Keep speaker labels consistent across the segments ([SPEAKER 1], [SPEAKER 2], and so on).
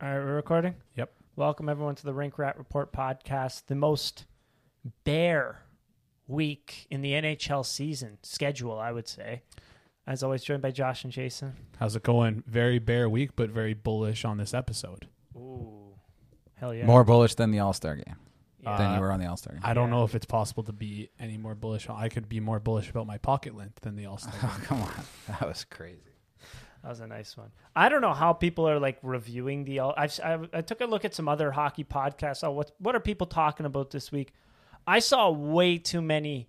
[SPEAKER 1] All right, we're recording.
[SPEAKER 2] Yep.
[SPEAKER 1] Welcome everyone to the Rink Rat Report podcast, the most bare week in the NHL season schedule, I would say. As always, joined by Josh and Jason.
[SPEAKER 2] How's it going? Very bare week, but very bullish on this episode.
[SPEAKER 1] Ooh, hell yeah!
[SPEAKER 3] More bullish than the All Star game
[SPEAKER 1] Yeah.
[SPEAKER 3] than
[SPEAKER 2] Uh,
[SPEAKER 3] you were on the All Star game.
[SPEAKER 2] I don't
[SPEAKER 1] Yeah.
[SPEAKER 2] know if it's possible to be any more bullish. I could be more bullish about my pocket length than the All Star.
[SPEAKER 3] oh, come on, that was crazy.
[SPEAKER 1] That was a nice one. I don't know how people are like reviewing the. I've, I, I took a look at some other hockey podcasts. Oh, what what are people talking about this week? I saw way too many.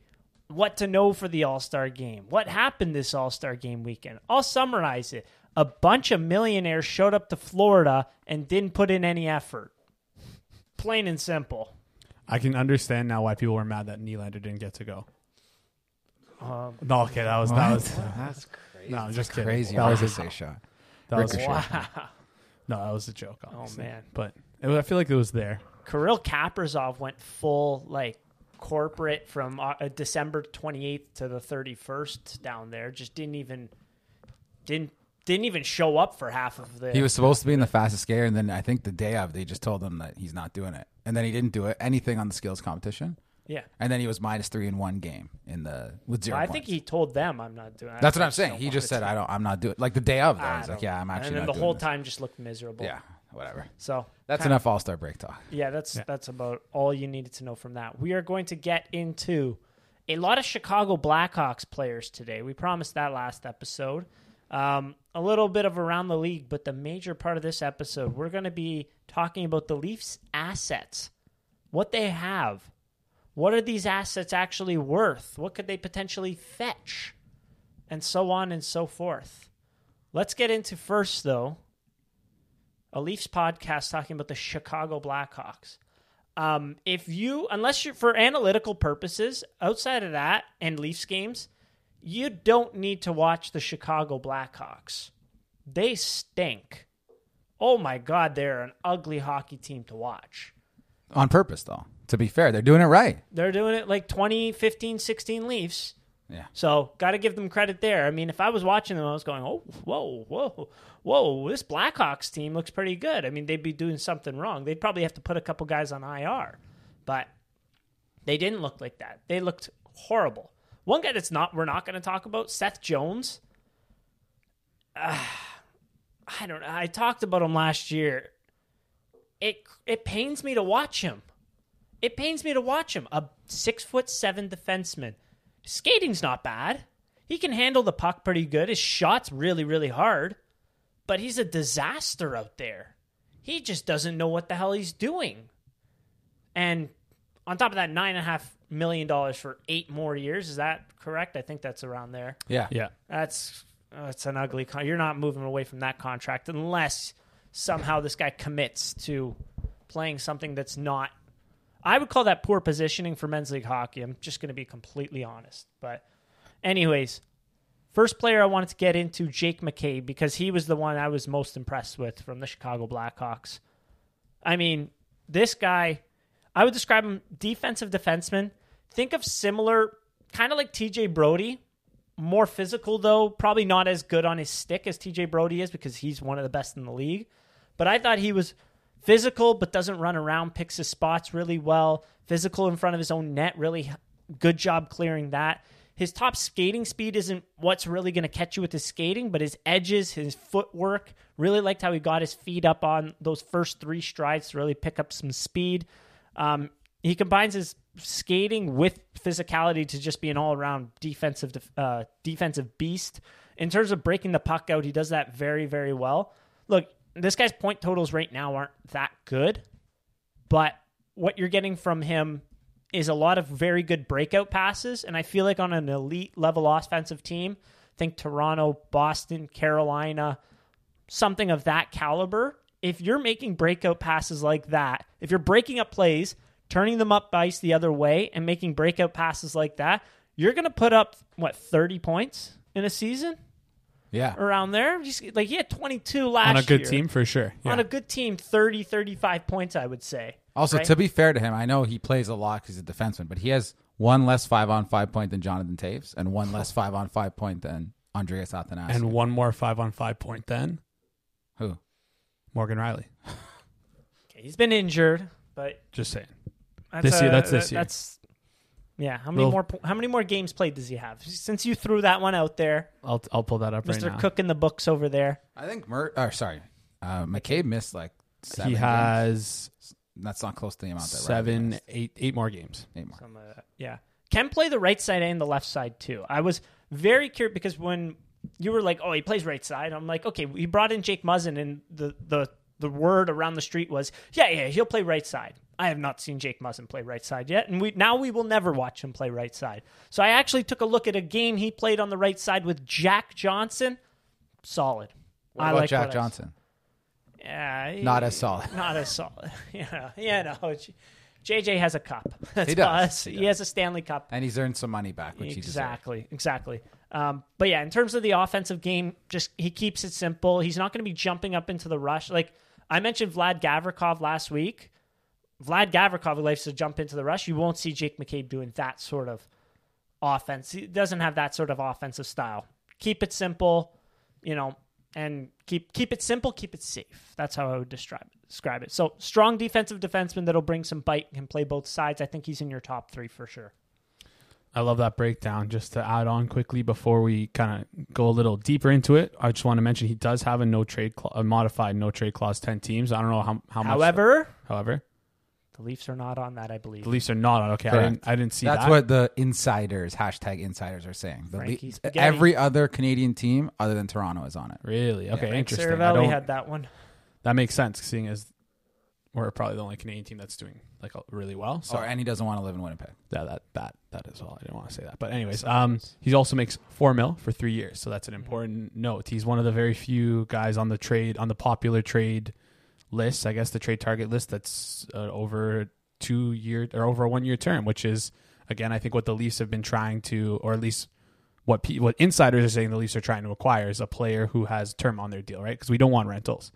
[SPEAKER 1] What to know for the All Star game? What happened this All Star game weekend? I'll summarize it. A bunch of millionaires showed up to Florida and didn't put in any effort. Plain and simple.
[SPEAKER 2] I can understand now why people were mad that Nylander didn't get to go.
[SPEAKER 1] Um,
[SPEAKER 2] No, okay, that was that was
[SPEAKER 3] That's crazy.
[SPEAKER 2] no, I'm just kidding.
[SPEAKER 3] crazy.
[SPEAKER 2] That was a,
[SPEAKER 3] safe shot.
[SPEAKER 2] that was a,
[SPEAKER 3] Ricochet.
[SPEAKER 1] wow.
[SPEAKER 2] no, that was a joke. Obviously.
[SPEAKER 1] Oh, man.
[SPEAKER 2] but it was, I feel like it was there.
[SPEAKER 1] Kirill Kaprizov went full like corporate from uh, uh, December 28th to the 31st down there. Just didn't even didn't didn't even show up for half of the.
[SPEAKER 3] He was supposed to be in the fastest skater, and then I think the day of, they just told him that he's not doing it, and then he didn't do it anything on the skills competition,
[SPEAKER 1] yeah.
[SPEAKER 3] and then he was minus three in one game in the with zero.
[SPEAKER 1] I
[SPEAKER 3] points.
[SPEAKER 1] think he told them, "I'm not doing."
[SPEAKER 3] That's what I'm saying. He just said, "I don't. I'm not doing." Like the day of, though,
[SPEAKER 1] I
[SPEAKER 3] he's
[SPEAKER 1] don't-
[SPEAKER 3] like, "Yeah, I'm actually."
[SPEAKER 1] And then
[SPEAKER 3] not
[SPEAKER 1] the
[SPEAKER 3] doing
[SPEAKER 1] whole
[SPEAKER 3] this."
[SPEAKER 1] time just looked miserable.
[SPEAKER 3] Yeah, whatever.
[SPEAKER 1] So
[SPEAKER 3] That's
[SPEAKER 1] kinda-
[SPEAKER 3] enough All Star break talk.
[SPEAKER 1] Yeah, that's
[SPEAKER 2] Yeah.
[SPEAKER 1] that's about all you needed to know from that. We are going to get into a lot of Chicago Blackhawks players today. We promised that last episode. Um, a little bit of around the league, but the major part of this episode, we're going to be talking about the Leafs' assets, what they have, what are these assets actually worth, what could they potentially fetch, and so on and so forth. Let's get into first though a Leafs podcast talking about the Chicago Blackhawks. Um, if you, unless you're for analytical purposes, outside of that and Leafs games, you don't need to watch the Chicago Blackhawks. They stink. Oh my God, they're an ugly hockey team to watch.
[SPEAKER 3] On purpose, though. To be fair, they're doing it right.
[SPEAKER 1] They're doing it like 2015, 16 Leafs.
[SPEAKER 3] Yeah.
[SPEAKER 1] So got to give them credit there. I mean, if I was watching them, I was going, oh, whoa, whoa, whoa, this Blackhawks team looks pretty good. I mean, they'd be doing something wrong. They'd probably have to put a couple guys on IR, but they didn't look like that. They looked horrible. One guy that's not we're not going to talk about Seth Jones. Ah, I don't. know. I talked about him last year. It it pains me to watch him. It pains me to watch him. A six foot seven defenseman. Skating's not bad. He can handle the puck pretty good. His shot's really, really hard. But he's a disaster out there. He just doesn't know what the hell he's doing. And on top of that, nine and a half million dollars for eight more years. Is that correct? I think that's around there.
[SPEAKER 3] Yeah.
[SPEAKER 2] Yeah,
[SPEAKER 1] That's that's an ugly. Con- You're not moving away from that contract unless somehow this guy commits to playing something that's not. I would call that poor positioning for men's league hockey. I'm just going to be completely honest. But, anyways, first player I wanted to get into Jake McCabe because he was the one I was most impressed with from the Chicago Blackhawks. I mean, this guy, I would describe him defensive defenseman. Think of similar, kind of like TJ Brody, more physical though, probably not as good on his stick as TJ Brody is because he's one of the best in the league. But I thought he was physical but doesn't run around, picks his spots really well, physical in front of his own net, really good job clearing that. His top skating speed isn't what's really going to catch you with his skating, but his edges, his footwork, really liked how he got his feet up on those first three strides to really pick up some speed. Um, he combines his skating with physicality to just be an all-around defensive def- uh, defensive beast. In terms of breaking the puck out, he does that very very well. Look, this guy's point totals right now aren't that good, but what you're getting from him is a lot of very good breakout passes and I feel like on an elite level offensive team, think Toronto, Boston, Carolina, something of that caliber, if you're making breakout passes like that, if you're breaking up plays, turning them up ice the other way, and making breakout passes like that, you're going to put up, what, 30 points in a season
[SPEAKER 3] Yeah.
[SPEAKER 1] around there? Just- Like he had 22 last year.
[SPEAKER 2] on a good team for sure. Yeah.
[SPEAKER 1] On a good team, 30, 35 points, I would say.
[SPEAKER 3] Also,
[SPEAKER 1] right?
[SPEAKER 3] to be fair to him, I know he plays a lot 'cause he's a defenseman, but he has one less five on five point than Jonathan Taves and one less five on five point than Andreas Athanasio.
[SPEAKER 2] and one more five on five point then
[SPEAKER 3] who?
[SPEAKER 2] Morgan Riley.
[SPEAKER 1] Okay, he's been injured, but
[SPEAKER 2] Just saying.
[SPEAKER 1] that's
[SPEAKER 2] This year-
[SPEAKER 1] a-
[SPEAKER 2] that's this year.
[SPEAKER 1] That's yeah. How many
[SPEAKER 2] Little-
[SPEAKER 1] more? po- How many more games played does he have? Since you threw that one out there,
[SPEAKER 2] I'll I'll pull that up
[SPEAKER 1] Mister
[SPEAKER 2] right now.
[SPEAKER 1] Cook in the books over there.
[SPEAKER 3] I think Mer. Or sorry, uh, McCabe missed like seven.
[SPEAKER 2] he
[SPEAKER 3] games.
[SPEAKER 2] has
[SPEAKER 3] That's not close to the amount that Riley
[SPEAKER 2] seven,
[SPEAKER 3] missed.
[SPEAKER 2] eight, eight more games.
[SPEAKER 3] Eight more.
[SPEAKER 1] Some, uh, yeah, can play the right side and the left side too. I was very curious because when you were like, "Oh, he plays right side," I'm like, "Okay." We brought in Jake Muzzin, and the the the word around the street was, "Yeah, yeah, he'll play right side." I have not seen Jake Muzzin play right side yet, and we now we will never watch him play right side. So I actually took a look at a game he played on the right side with Jack Johnson. Solid.
[SPEAKER 3] What
[SPEAKER 1] I
[SPEAKER 3] about
[SPEAKER 1] like
[SPEAKER 3] Jack
[SPEAKER 1] what I-
[SPEAKER 3] Johnson?
[SPEAKER 1] Yeah, he-
[SPEAKER 3] Not as solid.
[SPEAKER 1] not as solid. yeah, yeah, no. J- JJ has a cup. That's
[SPEAKER 3] He
[SPEAKER 1] about
[SPEAKER 3] does.
[SPEAKER 1] us.
[SPEAKER 3] He
[SPEAKER 1] He,
[SPEAKER 3] does.
[SPEAKER 1] has a Stanley Cup.
[SPEAKER 3] And he's earned some money back, which
[SPEAKER 1] Exactly, exactly. Um, but yeah, in terms of the offensive game, just he keeps it simple. He's not going to be jumping up into the rush. Like I mentioned, Vlad Gavrikov last week. Vlad Gavrikov likes to jump into the rush. You won't see Jake McCabe doing that sort of offense. He doesn't have that sort of offensive style. Keep it simple, you know, and keep keep it simple, keep it safe. That's how I would describe describe it. So strong defensive defenseman that'll bring some bite, can play both sides. I think he's in your top three for sure.
[SPEAKER 2] I love that breakdown. Just to add on quickly before we kind of go a little deeper into it, I just want to mention he does have a no trade, cla- a modified no trade clause. Ten teams. I don't know how how much.
[SPEAKER 1] However,
[SPEAKER 2] however,
[SPEAKER 1] the Leafs are not on that, I believe.
[SPEAKER 2] the Leafs are not on. Okay, I
[SPEAKER 3] Correct.
[SPEAKER 2] didn't I didn't see
[SPEAKER 3] That's
[SPEAKER 2] that.
[SPEAKER 3] what the insiders hashtag insiders are saying. The
[SPEAKER 1] Frankie
[SPEAKER 3] le-
[SPEAKER 1] Spaghetti.
[SPEAKER 3] every other Canadian team other than Toronto is on it.
[SPEAKER 2] really okay. interesting. I
[SPEAKER 1] Cervelli
[SPEAKER 2] don't-
[SPEAKER 1] had that one.
[SPEAKER 2] that makes sense, seeing as we're probably the only Canadian team that's doing like really well. So
[SPEAKER 1] Oh.
[SPEAKER 3] Or and he doesn't want to live in Winnipeg.
[SPEAKER 2] Yeah, that that that is all. I didn't want to say that, but anyways, um, he also makes four mil for three years, so that's an important note. He's one of the very few guys on the trade on the popular trade list, I guess the trade target list that's uh, over two year or over a one year term, which is again, I think what the Leafs have been trying to, or at least what pe- what insiders are saying the Leafs are trying to acquire is a player who has term on their deal, right? Because we don't want rentals,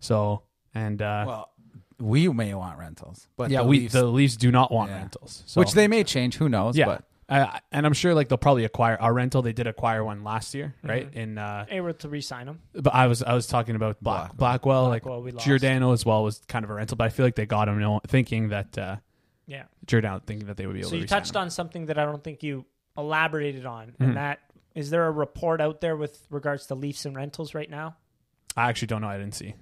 [SPEAKER 2] so and uh,
[SPEAKER 3] Well, we may want rentals, but
[SPEAKER 2] yeah,
[SPEAKER 3] the
[SPEAKER 2] we
[SPEAKER 3] Leafs-
[SPEAKER 2] the Leafs do not want
[SPEAKER 3] Yeah.
[SPEAKER 2] rentals, so.
[SPEAKER 3] which they may change. Who knows?
[SPEAKER 2] Yeah.
[SPEAKER 3] But
[SPEAKER 2] Uh, and I'm sure like they'll probably acquire our rental. They did acquire one last year,
[SPEAKER 3] Mm-hmm.
[SPEAKER 2] right? In uh,
[SPEAKER 1] Able to re-sign him.
[SPEAKER 2] but I was I was talking about Black, Blackwell,
[SPEAKER 1] Blackwell, we
[SPEAKER 2] like
[SPEAKER 1] lost.
[SPEAKER 2] Giordano as well was kind of a rental, but I feel like they got him no- thinking that uh,
[SPEAKER 1] Yeah.
[SPEAKER 2] Giordano thinking that they would be able
[SPEAKER 1] So
[SPEAKER 2] to.
[SPEAKER 1] you
[SPEAKER 2] re-sign
[SPEAKER 1] touched
[SPEAKER 2] him. Hmm.
[SPEAKER 1] on something that I don't think you elaborated on, and that is there a report out there with regards to Leafs and rentals right now?
[SPEAKER 2] I actually don't know. I didn't see.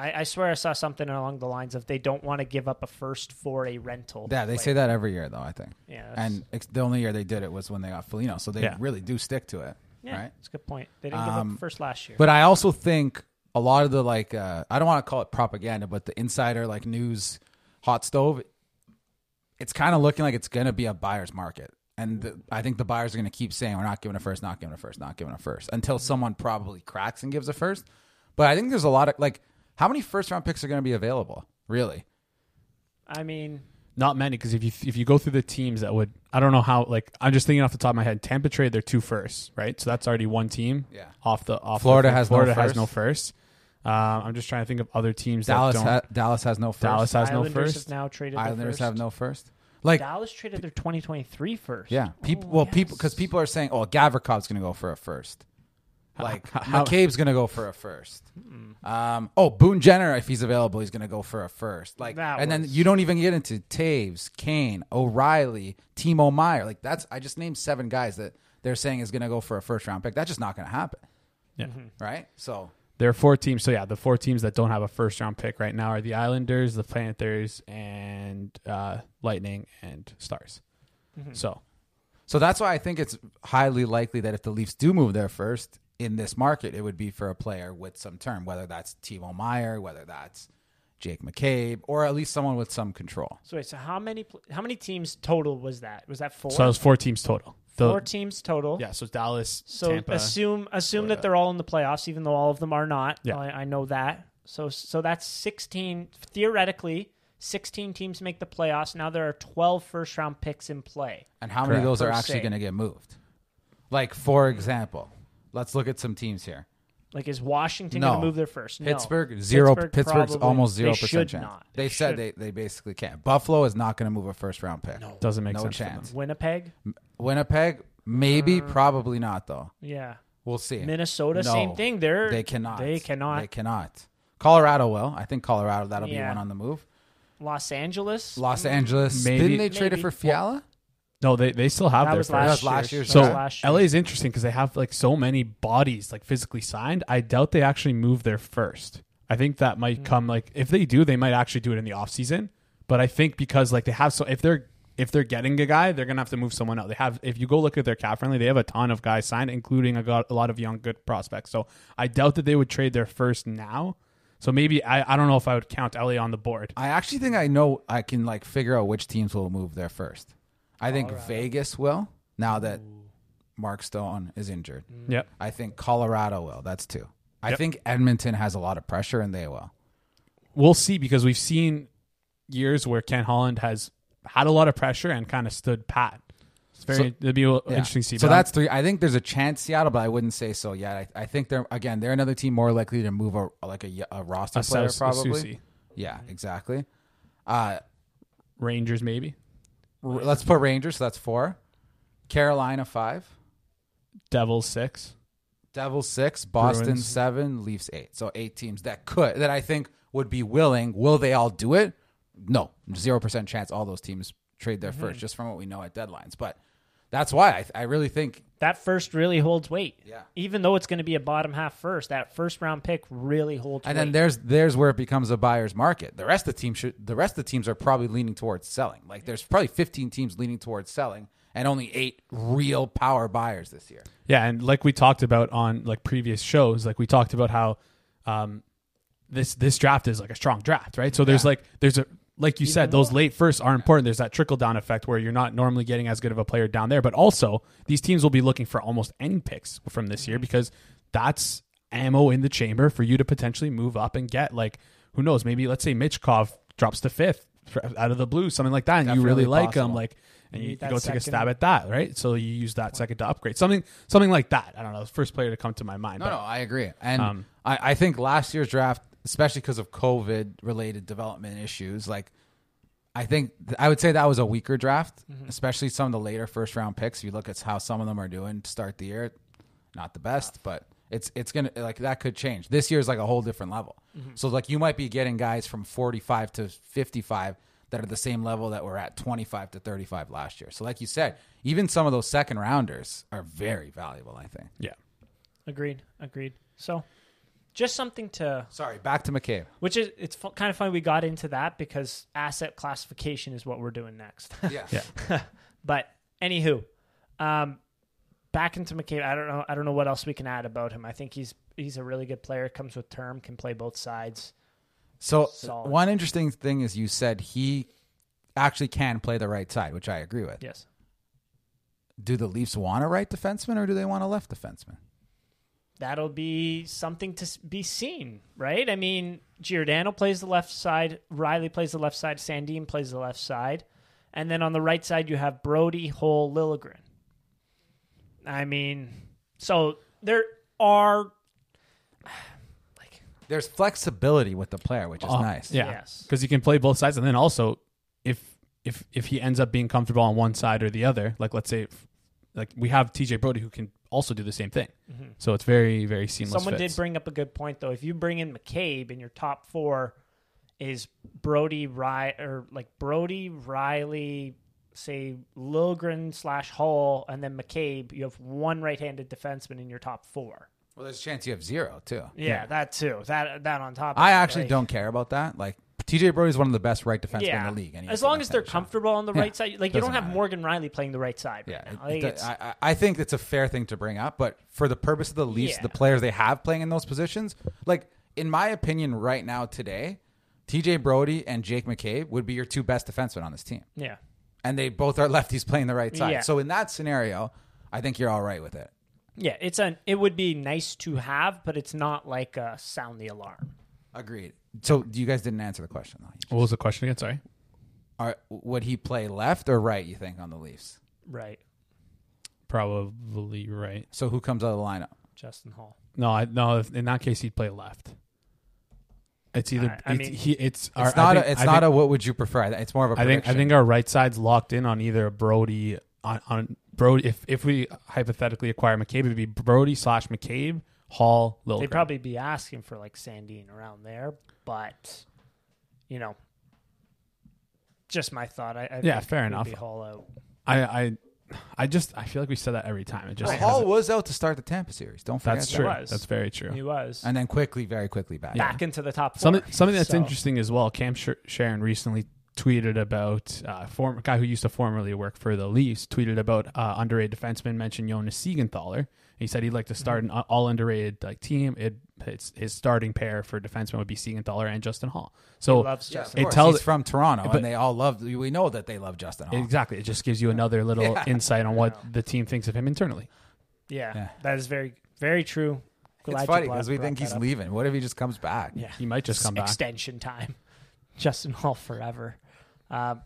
[SPEAKER 1] I, I swear I saw something along the lines of they don't want to give up a first for a rental.
[SPEAKER 3] yeah, they
[SPEAKER 1] Like,
[SPEAKER 3] say that every year, though. I think.
[SPEAKER 1] Yeah, that's-
[SPEAKER 3] And ex- the only year they did it was when they got Felino, so they
[SPEAKER 2] Yeah.
[SPEAKER 3] really do stick to it,
[SPEAKER 1] yeah,
[SPEAKER 3] right?
[SPEAKER 1] It's a good point. They didn't give up
[SPEAKER 3] Um,
[SPEAKER 1] the first last year.
[SPEAKER 3] But I also think a lot of the like uh, I don't want to call it propaganda, but the insider like news hot stove, it's kind of looking like it's gonna be a buyer's market, and the, I think the buyers are gonna keep saying we're not giving a first, not giving a first, not giving a first until someone probably cracks and gives a first. But I think there's a lot of like how many first round picks are gonna be available really?
[SPEAKER 1] I mean,
[SPEAKER 2] Not many because if you if you go through the teams that would I don't know how like I'm just thinking off the top of my head Tampa trade their two firsts right so that's already one team
[SPEAKER 3] Yeah.
[SPEAKER 2] off the off the
[SPEAKER 3] Florida
[SPEAKER 2] thing.
[SPEAKER 3] has no
[SPEAKER 2] Florida has
[SPEAKER 3] first.
[SPEAKER 2] no first um, I'm just trying to think of other teams
[SPEAKER 3] Dallas
[SPEAKER 2] that don't
[SPEAKER 3] ha- Dallas has no first.
[SPEAKER 2] Dallas has
[SPEAKER 1] Islanders
[SPEAKER 2] no
[SPEAKER 1] have
[SPEAKER 2] first
[SPEAKER 1] now traded. their
[SPEAKER 3] Islanders
[SPEAKER 1] first.
[SPEAKER 3] have no first. Like
[SPEAKER 1] Dallas traded their 2023 first.
[SPEAKER 3] Yeah, people.
[SPEAKER 1] Oh,
[SPEAKER 3] well, people because people are saying, "Oh, Gavrikov's going to go for a first. Like
[SPEAKER 2] How-
[SPEAKER 3] McCabe's going to go for a first. Um, oh, Boone Jenner, if he's available, he's going to go for a first. Like,
[SPEAKER 1] That
[SPEAKER 3] and then
[SPEAKER 1] was-
[SPEAKER 3] you don't even get into Taves, Kane, O'Reilly, Timo Meyer. Like that's I just named seven guys that they're saying is going to go for a first round pick. That's just not going to happen,
[SPEAKER 2] yeah.
[SPEAKER 1] Mm-hmm.
[SPEAKER 3] right? So
[SPEAKER 2] There are four teams. So yeah, the four teams that don't have a first round pick right now are the Islanders, the Panthers, and uh, Lightning and Stars.
[SPEAKER 3] Mm-hmm.
[SPEAKER 2] So
[SPEAKER 3] So that's why I think it's highly likely that if the Leafs do move there first in this market, it would be for a player with some term, whether that's Timo Meyer, whether that's Jake McCabe, or at least someone with some control.
[SPEAKER 1] So wait, so how many pl- how many teams total was that? Was that four?
[SPEAKER 2] so that was four teams total. The-
[SPEAKER 1] four teams total.
[SPEAKER 2] yeah. So Dallas,
[SPEAKER 1] So
[SPEAKER 2] Tampa.
[SPEAKER 1] assume assume that they're all in the playoffs, even though all of them are not.
[SPEAKER 2] Yeah.
[SPEAKER 1] I, I know that. So so that's sixteen theoretically. Sixteen teams make the playoffs. Now there are 12 first round picks in play.
[SPEAKER 3] And how many of
[SPEAKER 1] Correct.
[SPEAKER 3] those are
[SPEAKER 1] Per
[SPEAKER 3] actually
[SPEAKER 1] se.
[SPEAKER 3] going to get moved? Like, for example, let's look at some teams here.
[SPEAKER 1] Like is Washington
[SPEAKER 3] No.
[SPEAKER 1] going to move there first? No.
[SPEAKER 3] Pittsburg, zero.
[SPEAKER 1] Pittsburg
[SPEAKER 3] Pittsburgh's
[SPEAKER 1] probably-
[SPEAKER 3] almost zero
[SPEAKER 1] they
[SPEAKER 3] percent
[SPEAKER 1] should
[SPEAKER 3] chance.
[SPEAKER 1] not.
[SPEAKER 3] They, said
[SPEAKER 1] should-
[SPEAKER 3] they, they basically can't. Buffalo is not going to move a first round pick. No,
[SPEAKER 2] doesn't make
[SPEAKER 3] no
[SPEAKER 2] sense. for them.
[SPEAKER 3] chance.
[SPEAKER 1] Winnipeg.
[SPEAKER 3] Winnipeg, maybe, probably not though.
[SPEAKER 1] Yeah.
[SPEAKER 3] We'll see.
[SPEAKER 1] Uh, Minnesota,
[SPEAKER 3] No,
[SPEAKER 1] same thing. They're
[SPEAKER 3] they cannot.
[SPEAKER 1] They cannot.
[SPEAKER 3] They cannot. Colorado will. I think Colorado that'll be
[SPEAKER 1] Yeah.
[SPEAKER 3] one on the move.
[SPEAKER 1] Los Angeles.
[SPEAKER 3] Los Angeles.
[SPEAKER 2] Maybe-
[SPEAKER 3] Didn't they trade it
[SPEAKER 1] Maybe.
[SPEAKER 3] for Fiala?
[SPEAKER 2] No, they, they still have
[SPEAKER 1] that
[SPEAKER 2] their
[SPEAKER 1] was last,
[SPEAKER 2] first.
[SPEAKER 3] That was
[SPEAKER 1] year's.
[SPEAKER 3] last year's
[SPEAKER 2] So
[SPEAKER 1] That was last
[SPEAKER 3] draft.
[SPEAKER 1] year.
[SPEAKER 2] LA is interesting because they have like so many bodies like physically signed. I doubt they actually move their first. I think that
[SPEAKER 1] Hmm.
[SPEAKER 2] might come like if they do, they might actually do it in the off season. But I think because like they have so if they're if they're getting a guy, they're gonna have to move someone out. They have if you go look at their cap friendly, they have a ton of guys signed, including a, got, a lot of young good prospects. So I doubt that they would trade their first now. So maybe I, I don't know if I would count LA on the board.
[SPEAKER 3] I actually think I know I can like figure out which teams will move there first. I think Vegas will now that Mark Stone is injured.
[SPEAKER 1] Mm.
[SPEAKER 2] Yep.
[SPEAKER 3] I think Colorado will. That's two. I
[SPEAKER 2] Yep.
[SPEAKER 3] think Edmonton has a lot of pressure and they will.
[SPEAKER 2] we'll see because we've seen years where Ken Holland has had a lot of pressure and kind of stood pat. It's very it'd be
[SPEAKER 3] Yeah.
[SPEAKER 2] interesting to see.
[SPEAKER 3] So
[SPEAKER 2] but I'm-
[SPEAKER 3] that's three. I think there's a chance Seattle, but I wouldn't say so yet. I, I think they're again they're another team more likely to move a like a, a roster
[SPEAKER 2] a
[SPEAKER 3] player
[SPEAKER 2] Sous- a
[SPEAKER 3] probably.
[SPEAKER 2] Susi.
[SPEAKER 3] Yeah, exactly. Uh,
[SPEAKER 2] Rangers maybe
[SPEAKER 3] r- let's put Rangers. So that's four. Carolina five.
[SPEAKER 2] Devils six.
[SPEAKER 3] Devils six, Boston
[SPEAKER 2] Bruins.
[SPEAKER 3] seven, Leafs eight. So eight teams that could that I think would be willing. Will they all do it? No, zero percent chance. All those teams trade their first, just from what we know at deadlines. But that's why I, I really think
[SPEAKER 1] that first really holds weight.
[SPEAKER 3] Yeah.
[SPEAKER 1] Even though it's going to be a bottom half first, that first round pick really holds
[SPEAKER 3] And
[SPEAKER 1] weight.
[SPEAKER 3] then there's there's where it becomes a buyer's market. The rest of the team should the rest of the teams are probably leaning towards selling. Like there's probably 15 teams leaning towards selling and only 8 real power buyers this year.
[SPEAKER 2] Yeah, and like we talked about on like previous shows, like we talked about how um, this this draft is like a strong draft, right? So there's like there's a like you said, those late firsts are important. There's that trickle down effect where you're not normally getting as good of a player down there, but also these teams will be looking for almost any picks from this year because that's ammo in the chamber for you to potentially move up and get like who knows, maybe let's say Mitchkov drops to fifth fr- out of the blue, something like that, and you
[SPEAKER 3] Definitely
[SPEAKER 2] really like him,
[SPEAKER 3] possible.
[SPEAKER 2] like and you,
[SPEAKER 1] need
[SPEAKER 2] you
[SPEAKER 1] that
[SPEAKER 2] go take
[SPEAKER 1] second-
[SPEAKER 2] a stab at that, right? So you use that second to upgrade something, something like that. I don't know. First player to come to my mind.
[SPEAKER 3] No, no, I agree. And I, I think last year's draft, especially because of COVID related development issues, like I think I would say that was a weaker draft, especially some of the later first round picks. You look at how some of them are doing to start the year, not the best, but it's it's gonna like that could change. This year's like a whole different level. So like you might be getting guys from forty five to fifty five that are the same level that were at twenty five to thirty five last year. So like you said, even some of those second rounders are very valuable. I think.
[SPEAKER 2] Yeah.
[SPEAKER 1] agreed, agreed. So just something to
[SPEAKER 3] Sorry, back to McCabe.
[SPEAKER 1] which is it's fu- kind of funny we got into that because asset classification is what we're doing next.
[SPEAKER 3] Yeah.
[SPEAKER 2] Yeah.
[SPEAKER 1] but anywho, um, back into McCabe. I don't know. I don't know what else we can add about him. I think he's he's a really good player. Comes with term, can play both sides.
[SPEAKER 3] So
[SPEAKER 1] Solid.
[SPEAKER 3] one interesting thing is you said he actually can play the right side, which I agree with.
[SPEAKER 1] Yes.
[SPEAKER 3] Do the Leafs want a right defenseman or do they want a left defenseman?
[SPEAKER 1] that'll be something to s- be seen, right? I mean, Giordano plays the left side, Riley plays the left side, Sandine plays the left side, and then on the right side you have Brody, Hole, Lilligren. I mean, so there are like
[SPEAKER 3] There's flexibility with the player, which is
[SPEAKER 1] Uh,
[SPEAKER 3] nice.
[SPEAKER 2] Uh, Yeah.
[SPEAKER 1] Yes.
[SPEAKER 2] Because you can play both sides, and then also if if if he ends up being comfortable on one side or the other, like let's say, if- like we have TJ Brody who can also do the same thing. So it's very very seamless.
[SPEAKER 1] Mm-hmm. someone
[SPEAKER 2] fits.
[SPEAKER 1] did bring up a good point though. If you bring in McCabe and your top four is Brody Riley or like Brody Riley, say Lilgren slash Hull, and then McCabe, you have one right-handed defenseman in your top four.
[SPEAKER 3] Well, there's a chance you have zero too.
[SPEAKER 1] Yeah, that too. That that on top. Of
[SPEAKER 3] I
[SPEAKER 1] it,
[SPEAKER 3] actually
[SPEAKER 1] like-
[SPEAKER 3] don't care about that. Like TJ Brody's one of the best right defensemen
[SPEAKER 1] Yeah,
[SPEAKER 3] in the league. and he gets
[SPEAKER 1] as
[SPEAKER 3] the
[SPEAKER 1] long
[SPEAKER 3] left
[SPEAKER 1] as they're
[SPEAKER 3] hand shot.
[SPEAKER 1] comfortable on the right side, like you don't
[SPEAKER 3] doesn't
[SPEAKER 1] have
[SPEAKER 3] matter.
[SPEAKER 1] Morgan Riley playing the right side.
[SPEAKER 3] Yeah,
[SPEAKER 1] right now.
[SPEAKER 3] it-
[SPEAKER 1] Like,
[SPEAKER 3] it-
[SPEAKER 1] it's-
[SPEAKER 3] I, I I think it's a fair thing to bring up, but for the purpose of the Leafs,
[SPEAKER 1] Yeah.
[SPEAKER 3] the players they have playing in those positions, like in my opinion, right now today, TJ Brody and Jake McCabe would be your two best defensemen on this team,
[SPEAKER 1] yeah,
[SPEAKER 3] and they both are lefties playing the right side.
[SPEAKER 1] Yeah.
[SPEAKER 3] So in that scenario, I think you're all right with it.
[SPEAKER 1] yeah. It's an. It would be nice to have, but it's not like a sound the alarm.
[SPEAKER 3] Agreed. So you guys didn't answer the question. Though.
[SPEAKER 2] What was the question again? Sorry.
[SPEAKER 3] Are, would he play left or right? You think on the Leafs?
[SPEAKER 1] Right,
[SPEAKER 2] Probably right.
[SPEAKER 3] So who comes out of the lineup?
[SPEAKER 1] Justin Hall.
[SPEAKER 2] No, I, no. In that case, he'd play left. It's either
[SPEAKER 1] I- I
[SPEAKER 2] it's,
[SPEAKER 1] mean-
[SPEAKER 2] he, it's,
[SPEAKER 3] It's not. a, it's not a. What would you prefer? It's more of a.
[SPEAKER 2] I think I
[SPEAKER 3] prediction.
[SPEAKER 2] think our right side's locked in on either Brody on, on Brody if if we hypothetically acquire McCabe it'd be Brody slash McCabe Hall, Lilligren.
[SPEAKER 1] They'd probably be asking for like Sandine around there, but you know, just my thought. I, I
[SPEAKER 2] Yeah,
[SPEAKER 1] think
[SPEAKER 2] fair
[SPEAKER 1] it would
[SPEAKER 2] enough.
[SPEAKER 1] Be Hall out.
[SPEAKER 2] I, I, I just I feel like we said that every time. It just
[SPEAKER 3] Well,
[SPEAKER 2] hasn't-
[SPEAKER 3] Hall was out to start the Tampa series. Don't forget
[SPEAKER 2] That's
[SPEAKER 3] that.
[SPEAKER 2] true.
[SPEAKER 1] was.
[SPEAKER 2] That's very true.
[SPEAKER 1] He was
[SPEAKER 3] And then quickly, very quickly back.
[SPEAKER 1] back into the top four.
[SPEAKER 2] Something something that's
[SPEAKER 1] So,
[SPEAKER 2] interesting as well. Cam Sh- Sharon recently tweeted about uh, former guy who used to formerly work for the Leafs tweeted about uh, underrated defenseman mentioned Jonas Siegenthaler. He said he'd like to start an uh, all underrated like team. It it's his starting pair for defenseman would be Siegenthaler and Justin Hall. So
[SPEAKER 1] Loves
[SPEAKER 3] Yeah, of
[SPEAKER 1] Justin.
[SPEAKER 2] It
[SPEAKER 3] course.
[SPEAKER 2] tells-
[SPEAKER 3] He's from Toronto,
[SPEAKER 2] but-
[SPEAKER 3] and they all love. We know that they love Justin Hall.
[SPEAKER 2] exactly, it just gives you another little
[SPEAKER 3] Yeah.
[SPEAKER 2] insight on what
[SPEAKER 1] Yeah.
[SPEAKER 2] the team thinks of him internally.
[SPEAKER 1] yeah,
[SPEAKER 3] Yeah.
[SPEAKER 1] that is very very true. Glad
[SPEAKER 3] it's
[SPEAKER 1] you
[SPEAKER 3] funny
[SPEAKER 1] brought-
[SPEAKER 3] because we
[SPEAKER 1] brought
[SPEAKER 3] think
[SPEAKER 1] that
[SPEAKER 3] he's
[SPEAKER 1] up.
[SPEAKER 3] leaving. What if he just comes back?
[SPEAKER 1] Yeah,
[SPEAKER 2] He might just come back.
[SPEAKER 1] extension time. Justin Hall forever. Um,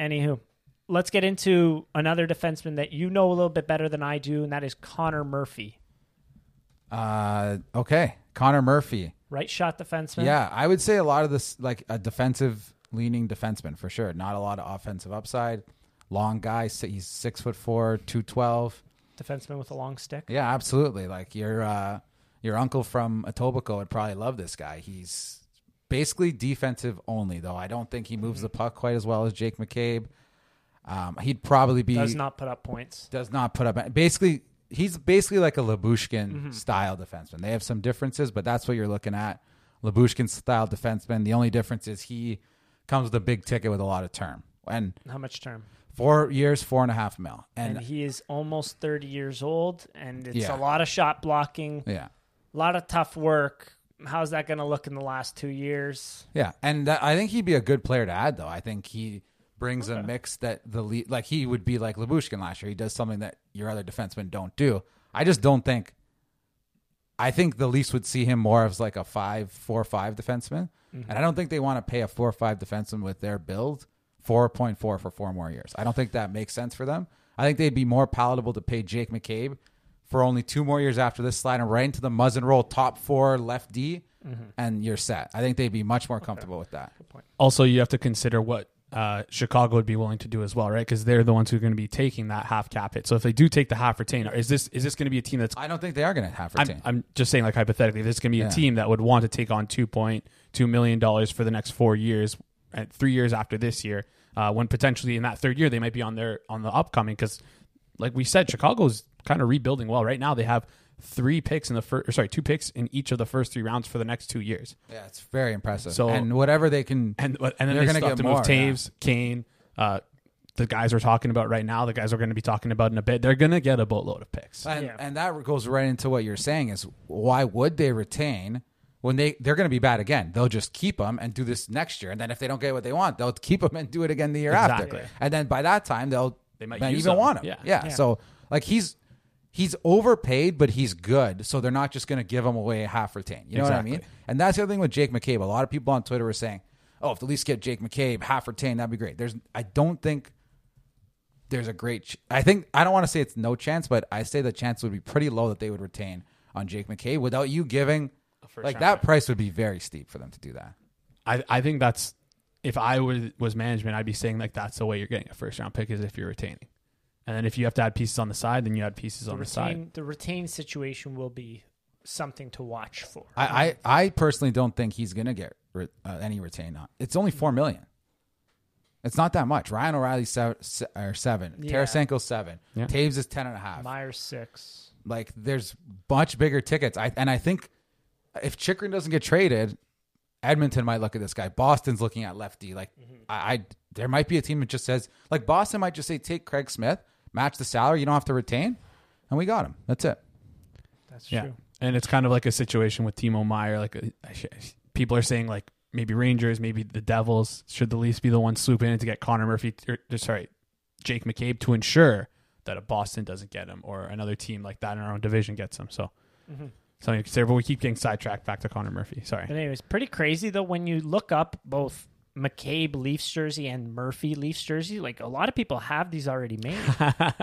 [SPEAKER 1] anywho, let's get into another defenseman that you know a little bit better than I do, and that is Connor Murphy,
[SPEAKER 3] Uh, okay, Connor Murphy.
[SPEAKER 1] right shot defenseman.
[SPEAKER 3] Yeah, I would say a lot of this, like a defensive leaning defenseman for sure. Not a lot of offensive upside. Long guy. si- He's six foot four, two twelve.
[SPEAKER 1] defenseman with a long stick.
[SPEAKER 3] Yeah, absolutely. Like your uh, your uncle from Etobicoke would probably love this guy. He's basically defensive only, though. I don't think he moves
[SPEAKER 1] Mm-hmm.
[SPEAKER 3] the puck quite as well as Jake McCabe. Um, he'd probably be
[SPEAKER 1] Does not put up points.
[SPEAKER 3] does not put up basically he's basically like a Labushkin
[SPEAKER 1] Mm-hmm.
[SPEAKER 3] style defenseman. They have some differences, but that's what you're looking at. Labushkin style defenseman. The only difference is he comes with a big ticket with a lot of term. And
[SPEAKER 1] How much term?
[SPEAKER 3] four years, four and a half mil. And,
[SPEAKER 1] And he is almost 30 years old, and it's
[SPEAKER 3] Yeah.
[SPEAKER 1] a lot of shot blocking,
[SPEAKER 3] yeah.
[SPEAKER 1] a lot of tough work. How's that going to look in the last two years?
[SPEAKER 3] Yeah. And that, I think he'd be a good player to add though. I think he brings a mix that the lead like he would be like Labushkin last year. He does something that your other defensemen don't do. I just don't think I think the Leafs would see him more as like a five, four, five defenseman, and I don't think they want to pay a four, five defenseman with their build four point four for four more years. I don't think that makes sense for them. I think they'd be more palatable to pay Jake McCabe for only two more years after this, sliding right into the muzzin roll top four left D, and you're set. I think they'd be much more comfortable with that.
[SPEAKER 2] also you have to consider what uh, Chicago would be willing to do as well, right? Because they're the ones who are going to be taking that half cap hit. So if they do take the half retainer, is this is this going to be a team that's?
[SPEAKER 3] I don't think they are going to have
[SPEAKER 2] I'm,
[SPEAKER 3] retain.
[SPEAKER 2] I'm just saying, like hypothetically, if this is going to be a team that would want to take on two point two million dollars for the next four years, and three years after this year, uh, when potentially in that third year they might be on their on the upcoming. Because, like we said, Chicago's kind of rebuilding well right now. They have three picks in the first, sorry, two picks in each of the first three rounds for the next two years.
[SPEAKER 3] yeah, it's very impressive.
[SPEAKER 2] So-
[SPEAKER 3] and whatever they can,
[SPEAKER 2] and and then they
[SPEAKER 3] They're gonna
[SPEAKER 2] still
[SPEAKER 3] get
[SPEAKER 2] have to
[SPEAKER 3] more,
[SPEAKER 2] move Taves, Kane, uh, the guys we're talking about right now, the guys we're going to be talking about in a bit. They're going to get a boatload of picks.
[SPEAKER 3] And,
[SPEAKER 1] Yeah.
[SPEAKER 3] and that goes right into what you're saying is why would they retain when they they're going to be bad again? They'll just keep them and do this next year, and then if they don't get what they want, they'll keep them and do it again the year
[SPEAKER 2] Exactly.
[SPEAKER 3] after, and then by that time they'll they
[SPEAKER 2] might
[SPEAKER 3] might,
[SPEAKER 2] use
[SPEAKER 3] even
[SPEAKER 2] them.
[SPEAKER 3] want him.
[SPEAKER 2] Yeah.
[SPEAKER 3] yeah. So like he's he's overpaid, but he's good, so they're not just going to give him away half retain. You know what I mean?
[SPEAKER 2] Exactly.
[SPEAKER 3] And that's the other thing with Jake McCabe. A lot of people on Twitter were saying, "Oh, if the Leafs get Jake McCabe half retain, that'd be great." There's I don't think there's a great. Ch- I think I don't want to say it's no chance, but I say the chance would be pretty low that they would retain on Jake McCabe without you giving. Like that price would be very steep for them to do that.
[SPEAKER 2] I I think that's if I was was management, I'd be saying like that's the way you're getting a first round pick is if you're retaining, and then if you have to add pieces on the side, then you add pieces on the side.
[SPEAKER 1] Retain, the retain situation will be something to watch for.
[SPEAKER 3] I I, I personally don't think he's gonna get re- uh, any retain on. It's only four million. It's not that much. Ryan O'Reilly's seven, se- or seven.
[SPEAKER 1] Yeah.
[SPEAKER 3] Tarasenko's seven.
[SPEAKER 2] Yeah.
[SPEAKER 3] Taves is ten and a half.
[SPEAKER 1] Myers six.
[SPEAKER 3] Like there's much bigger tickets. I and I think if Chikrin doesn't get traded, Edmonton might look at this guy. Boston's looking at lefty. Like
[SPEAKER 1] Mm-hmm.
[SPEAKER 3] I, I there might be a team that just says like Boston might just say take Craig Smith, match the salary, you don't have to retain, and we got him. That's it.
[SPEAKER 1] That's
[SPEAKER 2] Yeah,
[SPEAKER 1] true.
[SPEAKER 2] and it's kind of like a situation with Timo Meyer. Like uh, I sh- people are saying like maybe Rangers, maybe the Devils should the Leafs be the ones swooping in to get Connor Murphy or sorry Jake McCabe to ensure that a Boston doesn't get him or another team like that in our own division gets him. So
[SPEAKER 1] Mm-hmm.
[SPEAKER 2] something to consider. But we keep getting sidetracked back to Connor Murphy. Sorry.
[SPEAKER 1] But anyways, pretty crazy though when you look up both McCabe Leafs jersey and Murphy Leafs jersey. Like a lot of people have these already made. ha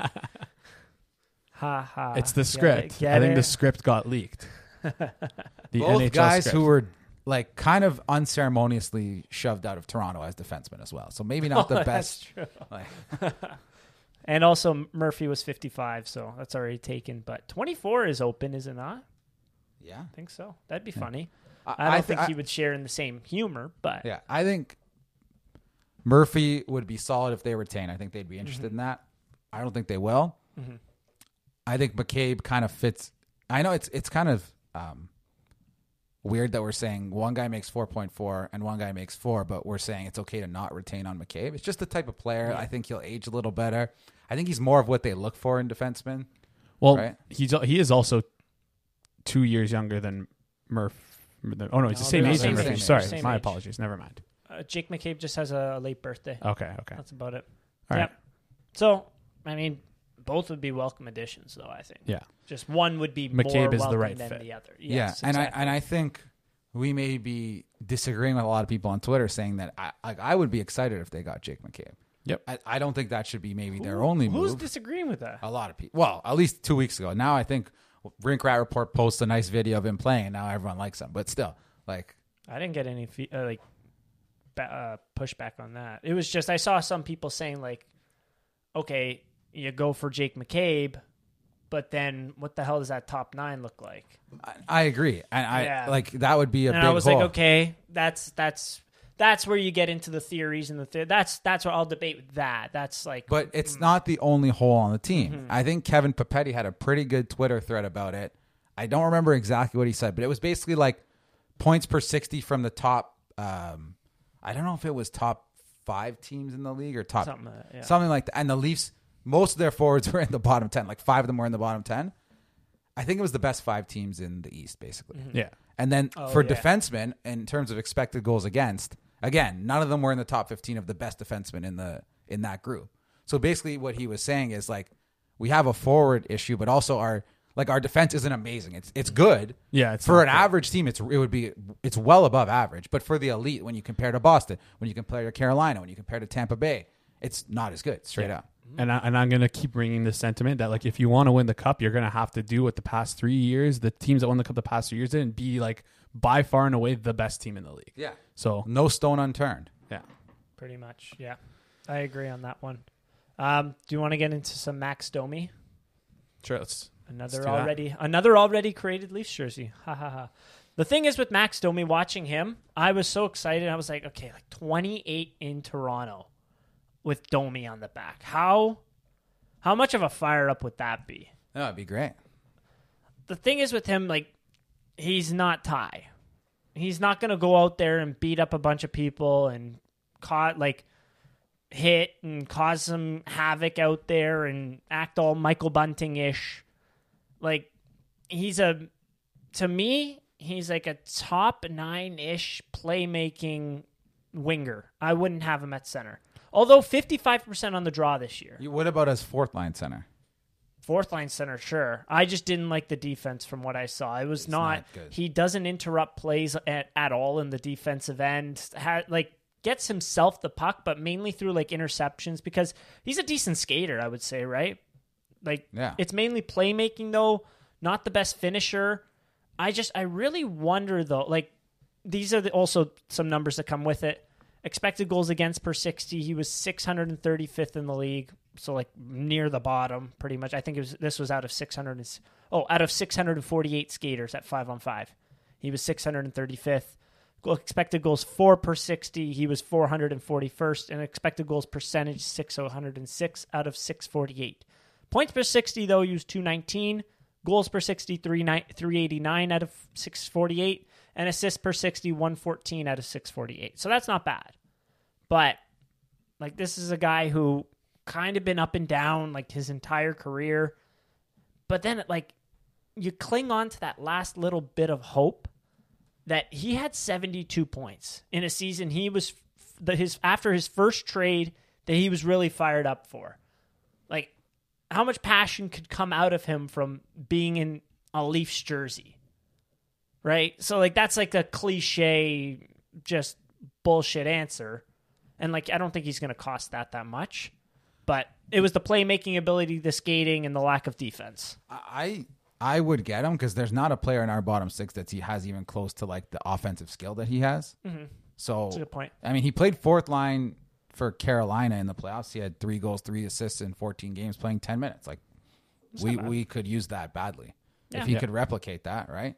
[SPEAKER 1] ha!
[SPEAKER 2] It's the
[SPEAKER 1] Get it,
[SPEAKER 2] script.
[SPEAKER 1] get
[SPEAKER 2] I think the
[SPEAKER 1] it?
[SPEAKER 2] script got leaked. The
[SPEAKER 3] Both
[SPEAKER 2] NHL
[SPEAKER 3] guys
[SPEAKER 2] script.
[SPEAKER 3] who were like kind of unceremoniously shoved out of Toronto as defensemen as well. So maybe not the
[SPEAKER 1] That's
[SPEAKER 3] best.
[SPEAKER 1] true.
[SPEAKER 3] Like,
[SPEAKER 1] And also Murphy was fifty-five, so that's already taken. But twenty-four is open, is it not?
[SPEAKER 3] Yeah.
[SPEAKER 1] I think so. That'd be funny.
[SPEAKER 3] I,
[SPEAKER 1] I don't
[SPEAKER 3] I thi-
[SPEAKER 1] think
[SPEAKER 3] I-
[SPEAKER 1] he would share in the same humor, but
[SPEAKER 3] Yeah, I think Murphy would be solid if they retain. I think they'd be interested in that. I don't think they will. I think McCabe kind of fits. I know it's it's kind of um, weird that we're saying one guy makes four point four and one guy makes four, but we're saying it's okay to not retain on McCabe. It's just the type of player. I think he'll age a little better. I think he's more of what they look for in defensemen.
[SPEAKER 2] Well,
[SPEAKER 3] Right.
[SPEAKER 2] he's he is also two years younger than Murph. Oh no, he's the
[SPEAKER 1] No,
[SPEAKER 2] same
[SPEAKER 1] they're
[SPEAKER 2] age
[SPEAKER 3] same
[SPEAKER 2] as Murphy.
[SPEAKER 3] age.
[SPEAKER 2] Sorry,
[SPEAKER 1] Same
[SPEAKER 2] my
[SPEAKER 1] age.
[SPEAKER 2] apologies. Never mind.
[SPEAKER 1] uh, Jake McCabe just has a late birthday.
[SPEAKER 3] Oh.
[SPEAKER 2] Okay, okay.
[SPEAKER 1] That's about it.
[SPEAKER 2] All right.
[SPEAKER 1] yep. So, I mean, both would be welcome additions, though. I think.
[SPEAKER 2] Yeah.
[SPEAKER 1] Just one would be
[SPEAKER 2] McCabe
[SPEAKER 1] more
[SPEAKER 2] is the
[SPEAKER 1] welcome
[SPEAKER 2] right
[SPEAKER 1] than
[SPEAKER 2] fit.
[SPEAKER 1] the other.
[SPEAKER 3] Yeah,
[SPEAKER 1] Yes,
[SPEAKER 3] and
[SPEAKER 1] exactly.
[SPEAKER 3] I and I think we may be disagreeing with a lot of people on Twitter saying that I like I would be excited if they got Jake McCabe.
[SPEAKER 2] Yep.
[SPEAKER 3] I, I don't think that should be maybe their only
[SPEAKER 1] Who's
[SPEAKER 3] move.
[SPEAKER 1] disagreeing with that?
[SPEAKER 3] a lot of people. Well, at least two weeks ago. Now I think Rink Rat Report posts a nice video of him playing, and now everyone likes him. But still, like
[SPEAKER 1] I didn't get any fe- uh, like ba- uh, pushback on that. It was just I saw some people saying like, okay, you go for Jake McCabe, but then what the hell does that top nine look like?
[SPEAKER 3] I, I agree, and I
[SPEAKER 1] Yeah.
[SPEAKER 3] like that would be a
[SPEAKER 1] and
[SPEAKER 3] big
[SPEAKER 1] I was
[SPEAKER 3] hole.
[SPEAKER 1] like, okay, that's that's that's where you get into the theories and the the that's that's where I'll debate with that. That's like,
[SPEAKER 3] But it's
[SPEAKER 1] Mm-hmm.
[SPEAKER 3] not the only hole on the team. I think Kevin Papetti had a pretty good Twitter thread about it. I don't remember exactly what he said, but it was basically like points per 60 from the top. Um, I don't know if it was top five teams in the league or top
[SPEAKER 1] Something like that, yeah.
[SPEAKER 3] something like that. And the Leafs, most of their forwards were in the bottom 10, like five of them were in the bottom 10. I think it was the best five teams in the East, basically.
[SPEAKER 1] Mm-hmm.
[SPEAKER 2] Oh, Yeah.
[SPEAKER 3] And then for
[SPEAKER 1] yeah.
[SPEAKER 3] defensemen, in terms of expected goals against, again, none of them were in the top 15 of the best defensemen in the in that group. So basically, what he was saying is like, we have a forward issue, but also our like our defense isn't amazing. It's it's good.
[SPEAKER 2] Yeah, it's
[SPEAKER 3] for
[SPEAKER 2] not
[SPEAKER 3] an average team, it's it would be it's well above average. But for the elite, when you compare to Boston, when you compare to Carolina, when you compare to Tampa Bay, it's not as good straight up.
[SPEAKER 2] And I, and I'm gonna keep bringing the sentiment that like if you want to win the cup, you're gonna have to do what the past three years, the teams that won the cup the past three years did, and be like by far and away the best team in the league.
[SPEAKER 3] Yeah,
[SPEAKER 2] So
[SPEAKER 3] no stone unturned.
[SPEAKER 2] yeah,
[SPEAKER 1] pretty much, yeah. I agree on that one. Um, do you want to get into some Max Domi?
[SPEAKER 2] sure. Let's
[SPEAKER 1] Another
[SPEAKER 2] do that.
[SPEAKER 1] already another already created Leafs jersey. Ha ha ha. The thing is with Max Domi watching him, I was so excited. I was like, okay, like 28 in Toronto with Domi on the back. How how much of a fire up would that be?
[SPEAKER 3] That would be great.
[SPEAKER 1] The thing is with him, like he's not Ty. He's not gonna go out there and beat up a bunch of people and caught like hit and cause some havoc out there and act all Michael Bunting ish. Like he's a to me, he's like a top nine ish playmaking winger. I wouldn't have him at center. Although fifty five percent on the draw this year.
[SPEAKER 3] You- What about as fourth line center?
[SPEAKER 1] Fourth line center, sure. I just didn't like the defense from what I saw. It was not,
[SPEAKER 3] not good.
[SPEAKER 1] he doesn't interrupt plays at, at all in the defensive end. Ha, like gets himself the puck, but mainly through like interceptions because he's a decent skater, I would say, right? Like
[SPEAKER 3] Yeah.
[SPEAKER 1] it's mainly playmaking though, not the best finisher. I just I really wonder though, like these are the, also some numbers that come with it. Expected goals against per 60, he was 635th in the league, so like near the bottom pretty much. I think it was this was out of 600 and s- oh, out of 648 skaters at 5 on 5. He was 635th. Goal- Expected goals 4 per 60, he was 441st and expected goals percentage 606 out of 648. Points per 60 though, he was 219 goals per 60 three nine- 389 out of 648 and assists per 60 114 out of 648 so that's not bad but like this is a guy who kind of been up and down like his entire career but then like you cling on to that last little bit of hope that he had 72 points in a season he was f- that his after his first trade that he was really fired up for like how much passion could come out of him from being in a Leafs jersey, right? So like that's like a cliche, just bullshit answer, and like I don't think he's going to cost that that much, but it was the playmaking ability, the skating, and the lack of defense.
[SPEAKER 3] I I would get him because there's not a player in our bottom six that he has even close to like the offensive skill that he has. So
[SPEAKER 1] Mm-hmm. That's a good point.
[SPEAKER 3] I mean, he played fourth line for Carolina in the playoffs. He had three goals, three assists in 14 games, playing 10 minutes. Like we we could use that badly if he could replicate that, right?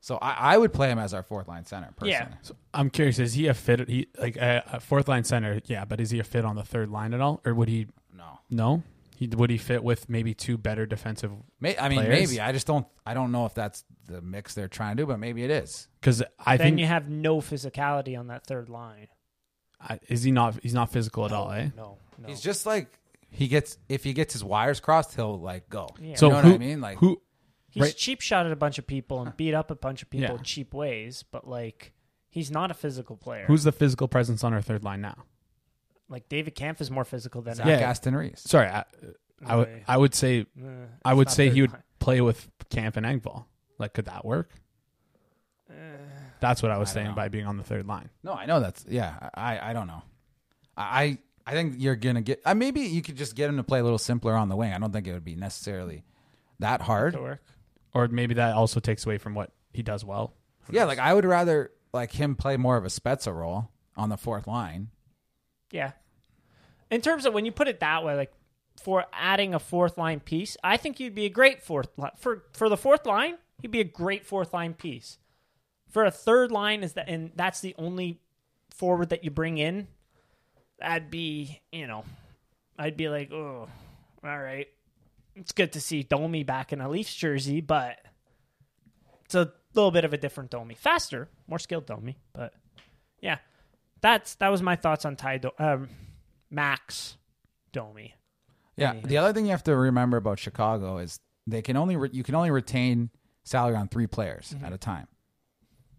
[SPEAKER 3] So I, I would play him as our fourth line center personally.
[SPEAKER 1] Yeah.
[SPEAKER 2] So I'm curious, is he a fit? He like a, a fourth line center, yeah, but is he a fit on the third line at all, or would he?
[SPEAKER 3] No.
[SPEAKER 2] No, he would he fit with maybe two better defensive?
[SPEAKER 3] May, I mean,
[SPEAKER 2] Players?
[SPEAKER 3] maybe I just don't. I don't know if that's the mix they're trying to do, but maybe it is.
[SPEAKER 2] Because I
[SPEAKER 1] then
[SPEAKER 2] think
[SPEAKER 1] you have no physicality on that third line.
[SPEAKER 2] I, is he not he's not physical at all, eh?
[SPEAKER 1] No, no.
[SPEAKER 3] He's just like he gets if he gets his wires crossed, he'll like go.
[SPEAKER 1] Yeah.
[SPEAKER 2] So
[SPEAKER 3] you know
[SPEAKER 2] who,
[SPEAKER 3] what I mean? Like
[SPEAKER 2] who?
[SPEAKER 1] He's
[SPEAKER 2] Right.
[SPEAKER 1] cheap shot at a bunch of people and beat up a bunch of people
[SPEAKER 2] Yeah.
[SPEAKER 1] in cheap ways, but like he's not a physical player.
[SPEAKER 2] Who's the physical presence on our third line now?
[SPEAKER 1] like David Kampf is more physical than
[SPEAKER 3] Zach
[SPEAKER 2] Yeah.
[SPEAKER 3] Aston Reese.
[SPEAKER 2] Sorry, I, I would
[SPEAKER 1] Okay.
[SPEAKER 2] I would say
[SPEAKER 1] I, uh,
[SPEAKER 2] I would
[SPEAKER 1] it's not
[SPEAKER 2] say
[SPEAKER 1] third
[SPEAKER 2] he would
[SPEAKER 1] line.
[SPEAKER 2] play with Camp and Engvall. Like, could that work?
[SPEAKER 1] Uh,
[SPEAKER 2] That's what I was
[SPEAKER 3] I don't
[SPEAKER 2] saying
[SPEAKER 3] know.
[SPEAKER 2] by being on the third line.
[SPEAKER 3] No, I know that's yeah. I I don't know. I I think you're gonna get. Uh, maybe you could just get him to play a little simpler on the wing. I don't think it would be necessarily that hard.
[SPEAKER 1] to work.
[SPEAKER 2] Or maybe that also takes away from what he does well.
[SPEAKER 3] Yeah, like I would rather like him play more of a Spezza role on the fourth line.
[SPEAKER 1] Yeah. In terms of when you put it that way, like for adding a fourth line piece, I think you'd be a great fourth line for for the fourth line. He'd be a great fourth line piece. For a third line is that, and that's the only forward that you bring in. I'd be, you know, I'd be like, oh, all right. It's good to see Domi back in a Leafs jersey, but it's a little bit of a different Domi, faster, more skilled Domi, but yeah that's that was my thoughts on Ty Do- um, Max Domi.
[SPEAKER 3] Yeah. The other thing you have to remember about Chicago is they can only re- you can only retain salary on three players
[SPEAKER 2] Mm-hmm.
[SPEAKER 3] at a time.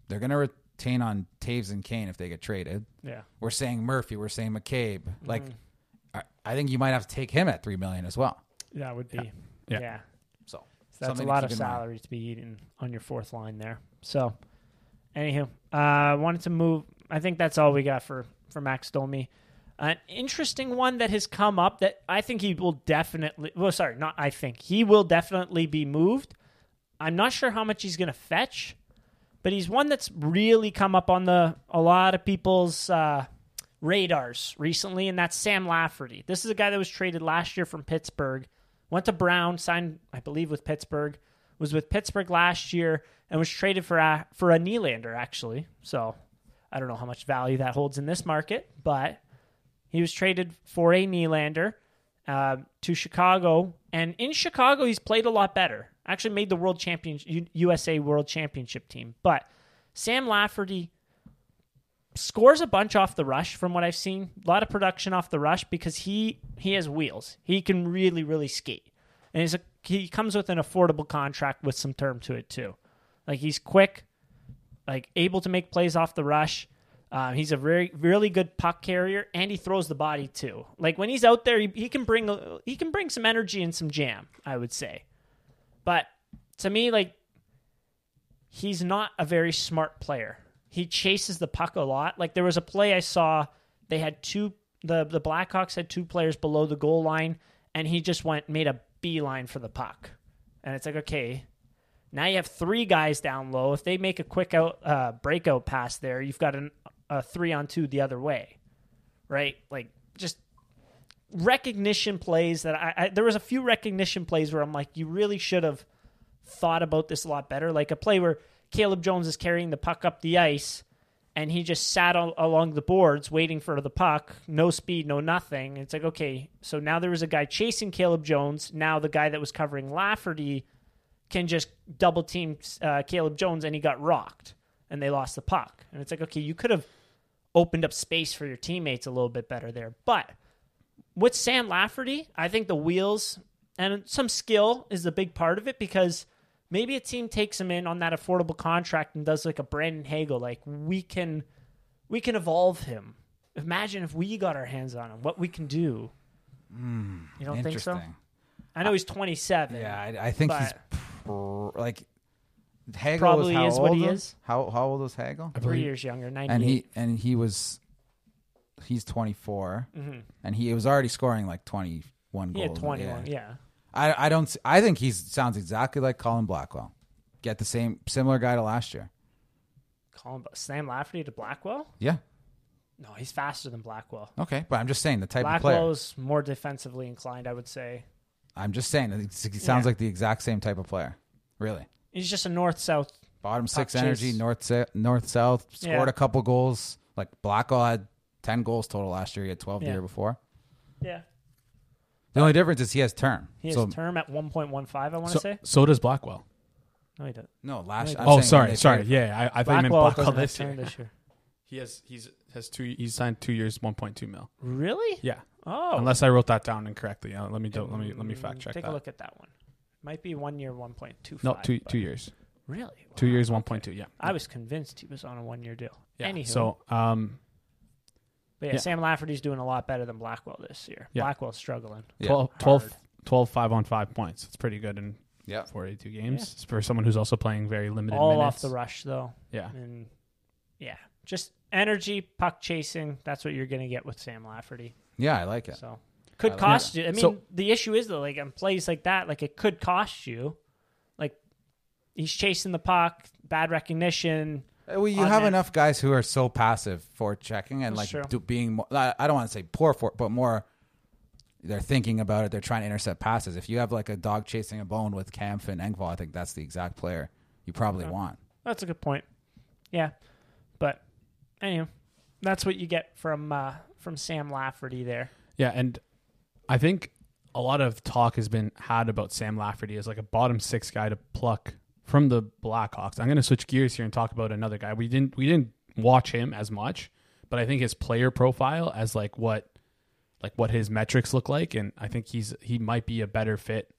[SPEAKER 3] They're going to retain on Taves and Kane if they get traded.
[SPEAKER 1] Yeah,
[SPEAKER 3] We're saying Murphy. We're saying McCabe.
[SPEAKER 1] Mm-hmm.
[SPEAKER 3] Like, I, I think you might have to take him at three million as well.
[SPEAKER 1] that would be yeah.
[SPEAKER 2] Yeah.
[SPEAKER 1] So
[SPEAKER 3] So
[SPEAKER 1] that's a
[SPEAKER 3] something to
[SPEAKER 1] lot
[SPEAKER 3] keep
[SPEAKER 1] of
[SPEAKER 3] in mind.
[SPEAKER 1] salary to be eaten on your fourth line there. So, anywho, uh, wanted to move. I think that's all we got for for Max Domi. An interesting one that has come up that I think he will definitely. Well, sorry, not I think he will definitely be moved. I'm not sure how much he's going to fetch, but he's one that's really come up on the a lot of people's uh, radars recently, and that's Sam Lafferty. This is a guy that was traded last year from Pittsburgh, went to Brown, signed, I believe, with Pittsburgh, was with Pittsburgh last year, and was traded for a, for a Nylander actually. So I don't know how much value that holds in this market, but he was traded for a Nylander uh, to Chicago, and in Chicago he's played a lot better. Actually, made the World Championship USA World Championship team, but Sam Lafferty scores a bunch off the rush from what I've seen. A lot of production off the rush because he he has wheels. He can really really skate, and he's a, he comes with an affordable contract with some term to it too. Like he's quick, like able to make plays off the rush. Um, he's a very really good puck carrier, and he throws the body too. Like when he's out there, he, he can bring a- he can bring some energy and some jam. I would say, but to me, like he's not a very smart player. He chases the puck a lot. Like there was a play I saw, they had two the the Blackhawks had two players below the goal line and he just went made a beeline for the puck. And it's like, okay, now you have three guys down low. If they make a quick out uh, breakout pass there, you've got an, a 3 on 2 the other way. Right? Like just recognition plays that I, I there was a few recognition plays where I'm like you really should have thought about this a lot better. Like a play where Caleb Jones is carrying the puck up the ice and he just sat al- along the boards waiting for the puck, no speed, no nothing. It's like, okay, so now there was a guy chasing Caleb Jones. Now the guy that was covering Lafferty can just double team uh, Caleb Jones and he got rocked and they lost the puck. And it's like, okay, you could have opened up space for your teammates a little bit better there. But with Sam Lafferty, I think the wheels and some skill is a big part of it because maybe a team takes him in on that affordable contract and does like a Brandon Hagel, like we can we can evolve him. Imagine if we got our hands on him, what we can do. you don't think
[SPEAKER 3] Hmm, interesting.
[SPEAKER 1] so? I know he's 27.
[SPEAKER 3] Yeah, I, I think he's pr- like Hagel
[SPEAKER 1] Probably
[SPEAKER 3] was how
[SPEAKER 1] is
[SPEAKER 3] old
[SPEAKER 1] what he
[SPEAKER 3] then?
[SPEAKER 1] is.
[SPEAKER 3] How how old was Hagel?
[SPEAKER 1] three years younger, 98.
[SPEAKER 3] And he and he was he's 24 and he was already scoring like twenty one
[SPEAKER 1] he
[SPEAKER 3] goals.
[SPEAKER 1] had 21. Mm-hmm. Yeah.
[SPEAKER 3] I I don't s- I think he sounds exactly like Colin Blackwell. Get the same similar guy to last year.
[SPEAKER 1] Colin, Sam Lafferty to Blackwell?
[SPEAKER 3] Yeah.
[SPEAKER 1] No, he's faster than Blackwell.
[SPEAKER 3] Okay, but I'm just saying the type of player.
[SPEAKER 1] Blackwell's more defensively inclined, I would say.
[SPEAKER 3] I'm just saying it sounds
[SPEAKER 1] Yeah.
[SPEAKER 3] like the exact same type of player. Really.
[SPEAKER 1] He's just a north south
[SPEAKER 3] Bottom six
[SPEAKER 1] chase.
[SPEAKER 3] energy, north se- north south scored
[SPEAKER 1] Yeah.
[SPEAKER 3] a couple goals. Like Blackwell had ten goals total last year. He had twelve the
[SPEAKER 1] Yeah.
[SPEAKER 3] year before.
[SPEAKER 1] Yeah.
[SPEAKER 3] The only difference is he has term.
[SPEAKER 1] He has
[SPEAKER 3] so,
[SPEAKER 1] term at 1.15, I want to
[SPEAKER 2] So,
[SPEAKER 1] say.
[SPEAKER 2] so does Blackwell.
[SPEAKER 1] No, he doesn't.
[SPEAKER 3] No, last. I'm saying
[SPEAKER 2] oh,
[SPEAKER 3] when
[SPEAKER 2] sorry,
[SPEAKER 3] they
[SPEAKER 2] sorry.
[SPEAKER 3] played-
[SPEAKER 2] Yeah, I, I thought you meant
[SPEAKER 1] Blackwell
[SPEAKER 2] Blackwell
[SPEAKER 1] doesn't have
[SPEAKER 2] this
[SPEAKER 1] term
[SPEAKER 2] year.
[SPEAKER 1] this year.
[SPEAKER 2] He has he's has two. He's signed two years, one point two mil.
[SPEAKER 1] Really?
[SPEAKER 2] Yeah,
[SPEAKER 1] Oh. Mm,
[SPEAKER 2] unless I wrote that down incorrectly. Uh, let me do, let me let me fact check
[SPEAKER 1] Take
[SPEAKER 2] that.
[SPEAKER 1] a look at that one. Might be one year, 1.25.
[SPEAKER 2] no, two
[SPEAKER 1] but-
[SPEAKER 2] two years,
[SPEAKER 1] Really?
[SPEAKER 2] two
[SPEAKER 1] Wow.
[SPEAKER 2] years, one point two. Yeah,
[SPEAKER 1] I was convinced he was on a one year deal.
[SPEAKER 2] yeah.
[SPEAKER 1] Anywho.
[SPEAKER 2] So um,
[SPEAKER 1] But yeah,
[SPEAKER 2] Yeah.
[SPEAKER 1] Sam Lafferty's doing a lot better than Blackwell this year.
[SPEAKER 2] Yeah.
[SPEAKER 1] Blackwell's struggling.
[SPEAKER 3] Yeah.
[SPEAKER 2] 12, 12, 12 five on five points. It's pretty good in
[SPEAKER 3] Yeah.
[SPEAKER 2] four eighty two games It's for someone who's also playing very limited
[SPEAKER 1] All
[SPEAKER 2] minutes.
[SPEAKER 1] off the rush though.
[SPEAKER 2] Yeah,
[SPEAKER 1] And yeah, just energy, puck chasing. That's what you're going to get with Sam Lafferty.
[SPEAKER 3] Yeah, I like it.
[SPEAKER 1] So
[SPEAKER 3] I
[SPEAKER 1] could
[SPEAKER 3] like
[SPEAKER 1] cost you. I mean,
[SPEAKER 2] Uh, So-
[SPEAKER 1] the issue is though, like on plays like that, like it could cost you. Like he's chasing the puck, bad recognition.
[SPEAKER 3] Uh, Well, you
[SPEAKER 1] on
[SPEAKER 3] have
[SPEAKER 1] that.
[SPEAKER 3] enough guys who are so passive for checking and
[SPEAKER 1] That's
[SPEAKER 3] like
[SPEAKER 1] true.
[SPEAKER 3] do, being. More, I I don't want to say poor for, it, but more. They're thinking about it. They're trying to intercept passes. If you have like a dog chasing a bone with Kampf and Engvall, I think that's the exact player you probably want.
[SPEAKER 1] That's a good point. Yeah, but anyhow, that's what you get from uh from Sam Lafferty there.
[SPEAKER 2] yeah, and I think a lot of talk has been had about Sam Lafferty as like a bottom six guy to pluck from the Blackhawks. I'm going to switch gears here and talk about another guy. We didn't we didn't watch him as much, but I think his player profile as like what like what his metrics look like, and I think he's he might be a better fit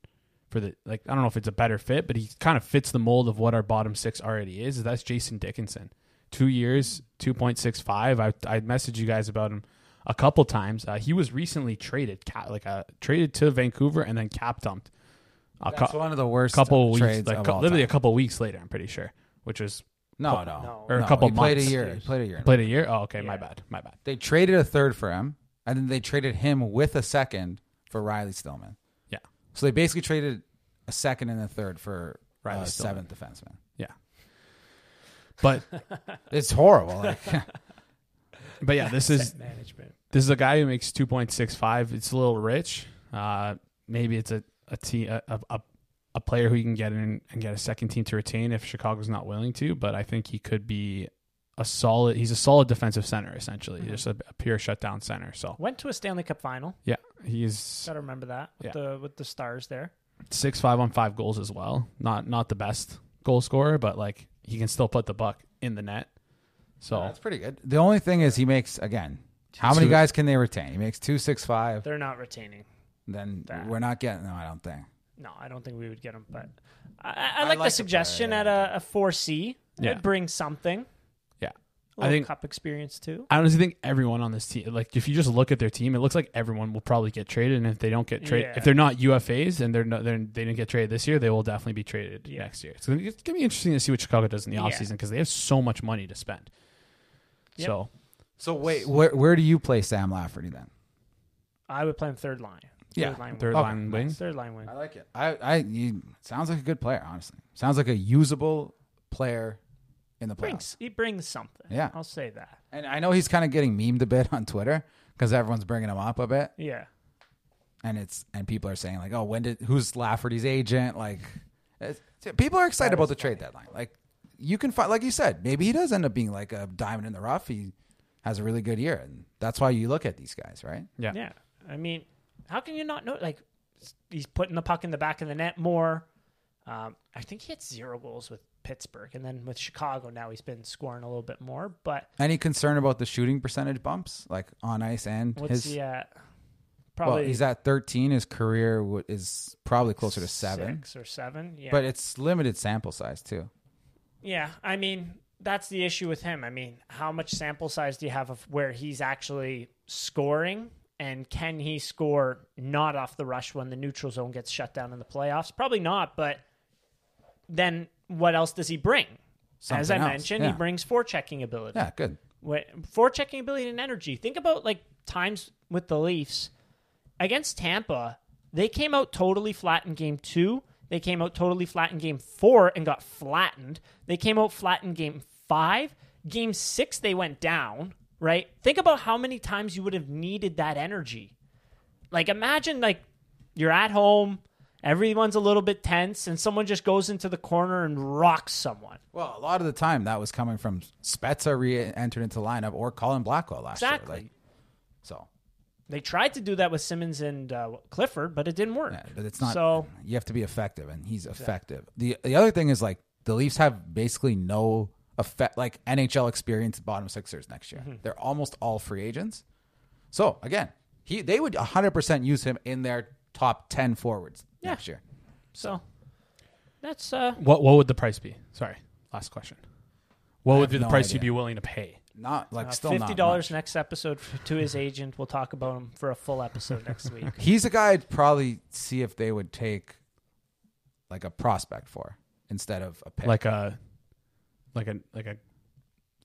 [SPEAKER 2] for the like I don't know if it's a better fit, but he kind of fits the mold of what our bottom six already is. That's Jason Dickinson, two years, two point six five. I I messaged you guys about him a couple times. Uh, he was recently traded, ca- like uh, traded to Vancouver and then cap dumped. A
[SPEAKER 3] That's
[SPEAKER 2] cou-
[SPEAKER 3] one of the worst
[SPEAKER 2] couple
[SPEAKER 3] trades
[SPEAKER 2] weeks, like
[SPEAKER 3] of
[SPEAKER 2] cou-
[SPEAKER 3] all
[SPEAKER 2] literally a
[SPEAKER 3] time.
[SPEAKER 2] couple weeks later. I'm pretty sure, which was
[SPEAKER 3] no, no,
[SPEAKER 1] No.
[SPEAKER 2] or a
[SPEAKER 3] No,
[SPEAKER 2] couple
[SPEAKER 3] he played a
[SPEAKER 2] months.
[SPEAKER 3] year. He played a year.
[SPEAKER 2] played a year. Oh, okay, my
[SPEAKER 1] Yeah.
[SPEAKER 2] bad, my bad.
[SPEAKER 3] They traded a third for him, and then they traded him with a second for Riley Stillman.
[SPEAKER 2] Yeah,
[SPEAKER 3] So they basically traded a second and a third for
[SPEAKER 2] Riley
[SPEAKER 3] Riley
[SPEAKER 2] Stillman.
[SPEAKER 3] seventh defenseman.
[SPEAKER 2] yeah. But
[SPEAKER 3] It's horrible. Like,
[SPEAKER 2] but yeah, this is
[SPEAKER 1] Management.
[SPEAKER 2] This is a guy who makes two point six five. It's a little rich. Uh, maybe it's a a, te- a, a a- a player who you can get in and get a second team to retain if Chicago's not willing to. But I think he could be a solid. He's a solid defensive center essentially, just a, a pure shutdown center. So
[SPEAKER 1] Went to a Stanley Cup final.
[SPEAKER 2] yeah, he's
[SPEAKER 1] Got to remember that with
[SPEAKER 2] Yeah.
[SPEAKER 1] the with the stars there.
[SPEAKER 2] six five on five goals as well. Not not the best goal scorer, but like he can still put the buck in the net. So
[SPEAKER 3] That's pretty good. The only thing is he makes again. How many
[SPEAKER 2] Two-
[SPEAKER 3] guys can they retain? He makes two six five.
[SPEAKER 1] They're not retaining.
[SPEAKER 3] Then
[SPEAKER 1] That.
[SPEAKER 3] we're not getting them. I don't think.
[SPEAKER 1] No, I don't think we would get him. But I, I, I like
[SPEAKER 3] like
[SPEAKER 1] the
[SPEAKER 3] the
[SPEAKER 1] suggestion
[SPEAKER 3] player,
[SPEAKER 1] at a, a 4C.
[SPEAKER 2] Yeah.
[SPEAKER 1] It brings something.
[SPEAKER 2] yeah,
[SPEAKER 1] A
[SPEAKER 2] I
[SPEAKER 1] little
[SPEAKER 2] think
[SPEAKER 1] cup experience too.
[SPEAKER 2] I honestly think everyone on this team, like if you just look at their team, it looks like everyone will probably get traded. And if they don't get traded,
[SPEAKER 1] Yeah.
[SPEAKER 2] if they're not UFAs and they're, no, they're they didn't get traded this year, they will definitely be traded
[SPEAKER 1] Yeah.
[SPEAKER 2] next year. So it's gonna be interesting to see what Chicago does in the
[SPEAKER 1] Yeah.
[SPEAKER 2] offseason because they have so much money to spend.
[SPEAKER 1] Yep.
[SPEAKER 2] So
[SPEAKER 3] So wait, where where do you play Sam Lafferty then?
[SPEAKER 1] I would play him third line.
[SPEAKER 3] Yeah,
[SPEAKER 1] third line
[SPEAKER 2] third
[SPEAKER 1] wing.
[SPEAKER 2] line wing,
[SPEAKER 1] Third line wing.
[SPEAKER 3] I like it. I I you, sounds like a good player. Honestly, sounds like a usable player in the playoffs.
[SPEAKER 1] Brings he brings something.
[SPEAKER 3] Yeah.
[SPEAKER 1] I'll say that.
[SPEAKER 3] And I know he's kind of getting memed a bit on Twitter because everyone's bringing him up a bit,
[SPEAKER 1] Yeah,
[SPEAKER 3] and it's and people are saying like, oh, when did who's Lafferty's agent? Like, it's, people are excited about the trade deadline. Like, you can find, like you said, maybe he does end up being like a diamond in the rough. He has a really good year, and that's why you look at these guys, right?
[SPEAKER 2] yeah.
[SPEAKER 1] yeah. I mean, how can you not know? Like he's putting the puck in the back of the net more. Um, I think he had zero goals with Pittsburgh, and then with Chicago now he's been scoring a little bit more. But
[SPEAKER 3] Any concern about the shooting percentage bumps, like on ice and
[SPEAKER 1] what's
[SPEAKER 3] his?
[SPEAKER 1] he at?
[SPEAKER 3] well,
[SPEAKER 1] Probably
[SPEAKER 3] he's at thirteen. His career w- is probably closer to seven,
[SPEAKER 1] six or seven. Yeah,
[SPEAKER 3] but it's limited sample size too.
[SPEAKER 1] Yeah, I mean that's the issue with him. I mean, how much sample size do you have of where he's actually scoring, and can he score not off the rush when the neutral zone gets shut down in the playoffs? Probably not. But then, what else does he bring? As I
[SPEAKER 3] Something else,
[SPEAKER 1] mentioned,
[SPEAKER 3] yeah.
[SPEAKER 1] he brings forechecking ability.
[SPEAKER 3] Yeah, good.
[SPEAKER 1] Wh- forechecking ability and energy. Think about like times with the Leafs against Tampa. They came out totally flat in game two. They came out totally flat in game four and got flattened. They came out flat in game five. Game six, they went down, right? Think about how many times you would have needed that energy. Like, imagine, like, you're at home Everyone's a little bit tense, and someone just goes into the corner and rocks someone.
[SPEAKER 3] Well, a lot of the time that was coming from Spezza re-entered into the lineup or Colin Blackwell last
[SPEAKER 1] Exactly.
[SPEAKER 3] year. Like, so
[SPEAKER 1] They tried to do that with Simmons and uh, Clifford, but it didn't work.
[SPEAKER 3] yeah, but it's not.
[SPEAKER 1] So
[SPEAKER 3] you have to be effective, and he's effective. the The other thing is like the Leafs have basically no effect, like NHL experience bottom sixers next year.
[SPEAKER 1] Mm-hmm.
[SPEAKER 3] They're almost all free agents. So again, he they would 100 percent use him in their top 10 forwards
[SPEAKER 1] Yeah.
[SPEAKER 3] next year.
[SPEAKER 1] so that's uh
[SPEAKER 2] What what would the price be? Sorry, last question. What would
[SPEAKER 3] have
[SPEAKER 2] be the
[SPEAKER 3] no
[SPEAKER 2] price
[SPEAKER 3] idea.
[SPEAKER 2] you'd be willing to pay?
[SPEAKER 3] Not like
[SPEAKER 1] Uh,
[SPEAKER 3] still
[SPEAKER 1] fifty
[SPEAKER 3] not much.
[SPEAKER 1] dollars next episode f- to his agent. We'll talk about him for a full episode next week.
[SPEAKER 3] He's a guy I'd probably see if they would take like a prospect for instead of a pick.
[SPEAKER 2] Like a, like a, like a,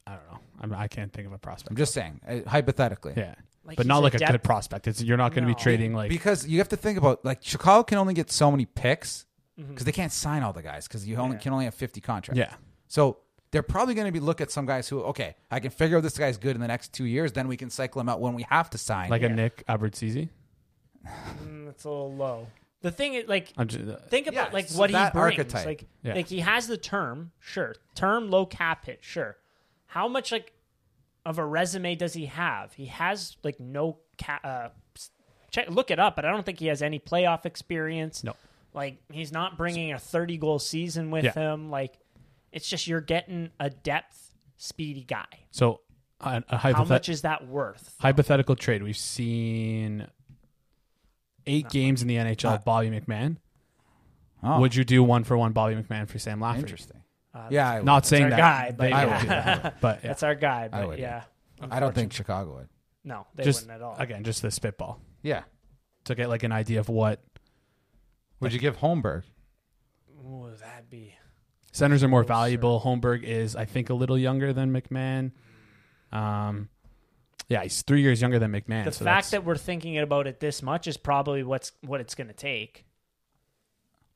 [SPEAKER 2] I don't know. I'm, I can't think of a prospect.
[SPEAKER 3] I'm just saying, uh, hypothetically.
[SPEAKER 2] yeah,
[SPEAKER 1] Like
[SPEAKER 2] but
[SPEAKER 1] he's
[SPEAKER 2] not
[SPEAKER 1] a
[SPEAKER 2] like a
[SPEAKER 1] depth-
[SPEAKER 2] good prospect. It's you're not going to
[SPEAKER 1] No.
[SPEAKER 2] be trading like
[SPEAKER 3] because you have to think about like Chicago can only get so many picks because they can't sign all the guys because you only
[SPEAKER 1] Mm-hmm. Yeah.
[SPEAKER 3] can only have 50 contracts.
[SPEAKER 2] yeah.
[SPEAKER 3] So they're probably going to be look at some guys who okay, I can figure out this guy's good in the next two years. Then we can cycle him out when we have to sign.
[SPEAKER 2] Like a Nick Abruzzese.
[SPEAKER 1] Mm, it's a little low. The thing is, like,
[SPEAKER 2] I'm uh, just,
[SPEAKER 1] think about
[SPEAKER 3] Yeah,
[SPEAKER 1] like
[SPEAKER 3] so
[SPEAKER 1] what he
[SPEAKER 3] that
[SPEAKER 1] brings.
[SPEAKER 3] archetype.
[SPEAKER 1] Like,
[SPEAKER 2] Yeah.
[SPEAKER 1] like he has the term, sure. Term low cap hit, sure. How much like of a resume does he have? He has like no cap. Uh, s- check, look it up, but I don't think he has any playoff experience.
[SPEAKER 2] No.
[SPEAKER 1] like he's not bringing a thirty goal season with
[SPEAKER 2] Yeah.
[SPEAKER 1] him. Like, it's just you're getting a depth speedy guy.
[SPEAKER 2] so a, a
[SPEAKER 1] How
[SPEAKER 2] hypothet-
[SPEAKER 1] much is that worth?
[SPEAKER 2] hypothetical trade. We've seen eight games in the NHL of Bobby McMahon.
[SPEAKER 3] Oh.
[SPEAKER 2] Would you do one for one Bobby McMahon for Sam Lafferty?
[SPEAKER 3] interesting.
[SPEAKER 1] Uh,
[SPEAKER 3] yeah, I,
[SPEAKER 2] Not saying
[SPEAKER 1] our
[SPEAKER 2] that
[SPEAKER 1] guy, but
[SPEAKER 2] they
[SPEAKER 1] yeah.
[SPEAKER 2] would do that, but yeah.
[SPEAKER 1] That's our guy, but
[SPEAKER 3] would,
[SPEAKER 1] yeah.
[SPEAKER 3] would. I don't think Chicago would.
[SPEAKER 1] No, they
[SPEAKER 2] just
[SPEAKER 1] wouldn't at all.
[SPEAKER 2] again just the spitball
[SPEAKER 3] Yeah.
[SPEAKER 2] to get like an idea of what
[SPEAKER 3] Would you give Holmberg?
[SPEAKER 1] Ooh, that'd be
[SPEAKER 2] centers
[SPEAKER 1] Oh,
[SPEAKER 2] are more valuable. Holmberg is I think a little younger than McMahon. Um, yeah, he's three years younger than McMahon.
[SPEAKER 1] the
[SPEAKER 2] so
[SPEAKER 1] fact
[SPEAKER 2] that's,
[SPEAKER 1] that we're thinking about it this much is probably what's what it's going to take.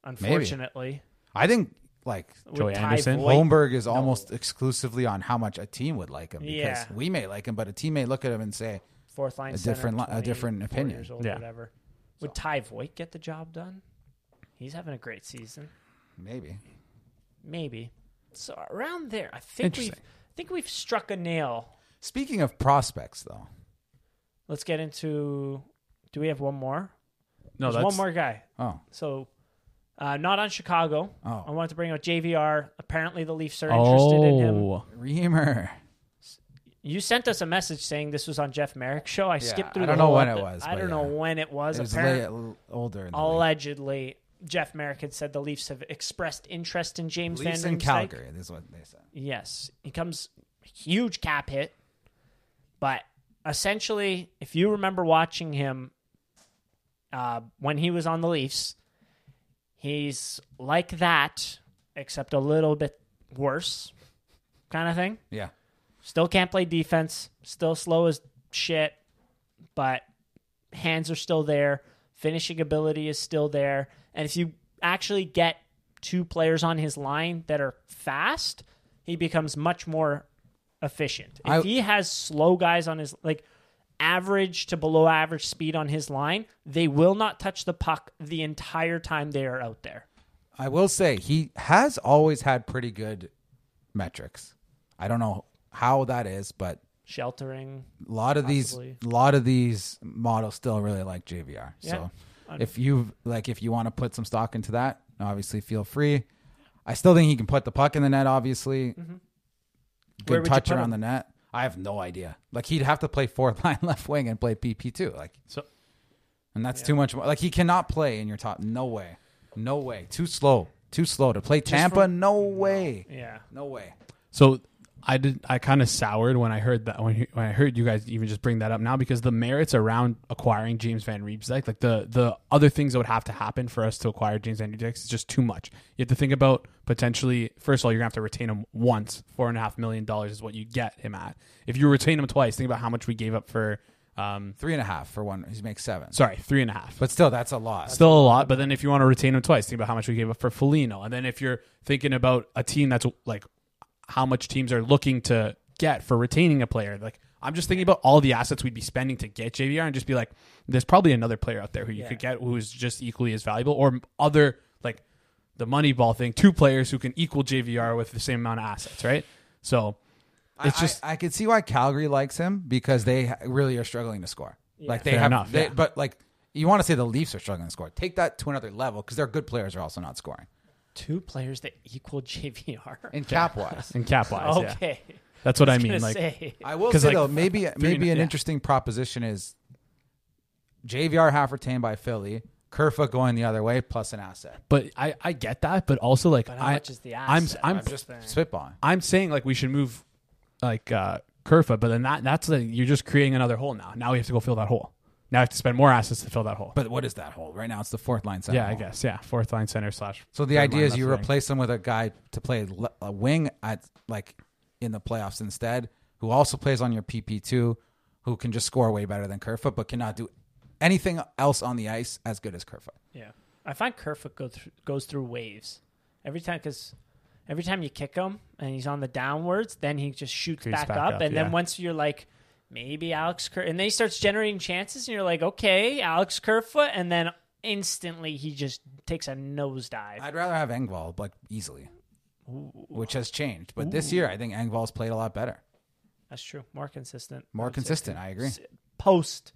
[SPEAKER 1] Unfortunately,
[SPEAKER 3] I think like
[SPEAKER 1] with
[SPEAKER 2] Joey
[SPEAKER 1] Ty
[SPEAKER 2] Anderson?
[SPEAKER 1] Voigt-
[SPEAKER 3] Holmberg is almost exclusively on how much a team would like him because
[SPEAKER 1] Yeah.
[SPEAKER 3] we may like him, but a team may look at him and say,
[SPEAKER 1] fourth line,
[SPEAKER 3] a
[SPEAKER 1] center,
[SPEAKER 3] different li- a
[SPEAKER 1] 20,
[SPEAKER 3] different
[SPEAKER 1] four
[SPEAKER 3] opinion.
[SPEAKER 1] years old,
[SPEAKER 2] Yeah.
[SPEAKER 1] whatever. Would Ty Voigt get the job done? He's having a great season,
[SPEAKER 3] maybe.
[SPEAKER 1] maybe. So around there, I think we've
[SPEAKER 2] Interesting.
[SPEAKER 1] I think we've struck a nail.
[SPEAKER 3] Speaking of prospects, though,
[SPEAKER 1] Let's get into. Do we have one more?
[SPEAKER 2] no,
[SPEAKER 1] There's
[SPEAKER 2] that's
[SPEAKER 1] one more guy.
[SPEAKER 3] oh,
[SPEAKER 1] So, uh, not on Chicago.
[SPEAKER 3] Oh.
[SPEAKER 1] I wanted to bring out JVR. Apparently, the Leafs are interested in him.
[SPEAKER 2] oh,
[SPEAKER 3] Reamer.
[SPEAKER 1] You sent us a message saying this was on Jeff Merrick's show. I skipped through.
[SPEAKER 3] I don't
[SPEAKER 1] the
[SPEAKER 3] know
[SPEAKER 1] whole
[SPEAKER 3] when it
[SPEAKER 1] epi-
[SPEAKER 3] was,
[SPEAKER 1] I
[SPEAKER 3] but
[SPEAKER 1] don't
[SPEAKER 3] yeah.
[SPEAKER 1] know when it was.
[SPEAKER 3] It was
[SPEAKER 1] Apparently,
[SPEAKER 3] lay- l- older. In the league.
[SPEAKER 1] allegedly, Jeff Merrick had said the Leafs have expressed interest in James
[SPEAKER 3] Leafs
[SPEAKER 1] Van
[SPEAKER 3] in
[SPEAKER 1] Riemsdyk.
[SPEAKER 3] Calgary. This is what they said.
[SPEAKER 1] Yes, he comes huge cap hit, but essentially, if you remember watching him uh, when he was on the Leafs, he's like that, except a little bit worse, kind of thing.
[SPEAKER 3] Yeah,
[SPEAKER 1] Still can't play defense. Still slow as shit. But hands are still there. Finishing ability is still there. And if you actually get two players on his line that are fast, he becomes much more efficient. If
[SPEAKER 3] I-
[SPEAKER 1] he has slow guys on his like average to below average speed on his line, they will not touch the puck the entire time they are out there.
[SPEAKER 3] I will say he has always had pretty good metrics. I don't know how that is, but
[SPEAKER 1] Sheltering.
[SPEAKER 3] a lot of
[SPEAKER 1] Possibly.
[SPEAKER 3] these, a lot of these models still really like JVR.
[SPEAKER 1] Yeah.
[SPEAKER 3] So if you like, if you want to put some stock into that, obviously feel free. I still think he can put the puck in the net. Obviously,
[SPEAKER 1] Mm-hmm. Where
[SPEAKER 3] good
[SPEAKER 1] would you
[SPEAKER 3] touch
[SPEAKER 1] put
[SPEAKER 3] around
[SPEAKER 1] him?
[SPEAKER 3] the net. I have no idea. Like he'd have to play fourth line left wing and play PP two. Like
[SPEAKER 2] so
[SPEAKER 3] And that's too much. mo- Like he cannot play in your top. No way. No way. Too slow. Too slow to play Tampa. no way.
[SPEAKER 1] Yeah.
[SPEAKER 3] No way.
[SPEAKER 2] So I did. I kind of soured when I heard that when, he- when I heard you guys even just bring that up now because the merits around acquiring James Van Riemsdyk, like the the other things that would have to happen for us to acquire James Van Riemsdyk, is just too much. You have to think about potentially. First of all, you're gonna have to retain him once. Four and a half million dollars is what you get him at. If you retain him twice, think about how much we gave up for. Um,
[SPEAKER 3] Three and a half for one. He makes seven.
[SPEAKER 2] sorry, three and a half.
[SPEAKER 3] But still, that's a lot.
[SPEAKER 2] Still a lot, but then if you want to retain him twice, think about how much we gave up for Felino. And then if you're thinking about a team that's like how much teams are looking to get for retaining a player, like I'm just thinking about all the assets we'd be spending to get JVR and just be like, there's probably another player out there who you
[SPEAKER 1] Yeah.
[SPEAKER 2] could get who is just equally as valuable or other like the money ball thing, two players who can equal JVR with the same amount of assets, right? So it's
[SPEAKER 3] I,
[SPEAKER 2] just
[SPEAKER 3] I, I could see why Calgary likes him because they ha- really are struggling to score. Like they
[SPEAKER 2] Fair
[SPEAKER 3] have,
[SPEAKER 2] enough,
[SPEAKER 3] they,
[SPEAKER 2] yeah.
[SPEAKER 3] but like you want to say the Leafs are struggling to score. Take that to another level because their good players are also not scoring.
[SPEAKER 1] Two players that equal JVR.
[SPEAKER 3] In cap wise,
[SPEAKER 2] in cap wise, yeah.
[SPEAKER 1] okay.
[SPEAKER 2] That's what I,
[SPEAKER 1] was
[SPEAKER 2] mean.
[SPEAKER 1] gonna
[SPEAKER 2] Like
[SPEAKER 1] say.
[SPEAKER 3] I will
[SPEAKER 2] 'Cause,
[SPEAKER 3] say
[SPEAKER 2] like,
[SPEAKER 3] though, maybe maybe an
[SPEAKER 2] yeah.
[SPEAKER 3] interesting proposition is JVR half retained by Philly, Kerfoot going the other way plus an asset.
[SPEAKER 2] but I, I get that, but also like
[SPEAKER 1] But how
[SPEAKER 2] I,
[SPEAKER 1] much is the
[SPEAKER 2] I'm
[SPEAKER 1] asset?
[SPEAKER 2] I'm
[SPEAKER 1] I'm just Thing.
[SPEAKER 3] Spitballing.
[SPEAKER 2] I'm saying like we should move like uh Kerfa, but then that that's like you're just creating another hole now. Now we have to go fill that hole. Now we have to spend more assets to fill that hole.
[SPEAKER 3] But what is that hole? Right now it's the fourth line center.
[SPEAKER 2] yeah, I
[SPEAKER 3] hole.
[SPEAKER 2] guess. Yeah. Fourth line center slash
[SPEAKER 3] So the
[SPEAKER 2] third
[SPEAKER 3] idea
[SPEAKER 2] line
[SPEAKER 3] is you
[SPEAKER 2] left wing.
[SPEAKER 3] replace him with a guy to play le- a wing at like in the playoffs instead, who also plays on your PP two, who can just score way better than Kerfoot, but cannot do anything else on the ice as good as Kerfoot.
[SPEAKER 1] Yeah, I find Kerfoot go through, goes through waves every time because every time you kick him and he's on the downwards, then he just shoots
[SPEAKER 2] Creeps
[SPEAKER 1] back,
[SPEAKER 2] back
[SPEAKER 1] up,
[SPEAKER 2] up,
[SPEAKER 1] and
[SPEAKER 2] yeah.
[SPEAKER 1] then once you're like. Maybe Alex Kerr, and then he starts generating chances, and you're like, okay, Alex Kerfoot, and then instantly he just takes a nosedive.
[SPEAKER 3] I'd rather have Engvall like easily, which has changed. But this year, I think Engvall's played a lot better,
[SPEAKER 1] That's true, more consistent,
[SPEAKER 3] more
[SPEAKER 1] I'd say.
[SPEAKER 3] consistent. I agree.
[SPEAKER 1] post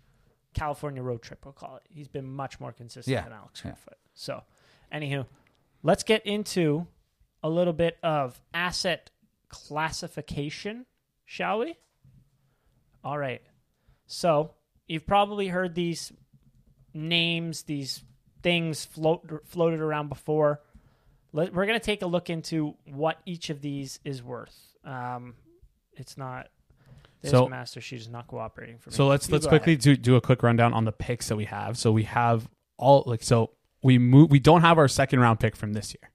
[SPEAKER 1] California road trip, we'll call it. He's been much more consistent
[SPEAKER 3] Yeah.
[SPEAKER 1] than Alex
[SPEAKER 3] Yeah.
[SPEAKER 1] Kerfoot. So, anywho, let's get into a little bit of asset classification, shall we? All right. So, you've probably heard these names, these things float floated around before. Let, we're going to take a look into what each of these is worth. Um, it's not. This
[SPEAKER 2] So-
[SPEAKER 1] master sheet is not cooperating for me.
[SPEAKER 2] So let's
[SPEAKER 1] You
[SPEAKER 2] let's
[SPEAKER 1] go
[SPEAKER 2] quickly
[SPEAKER 1] ahead.
[SPEAKER 2] do do a quick rundown on the picks that we have. So we have all like so we move we don't have our second round pick from this year.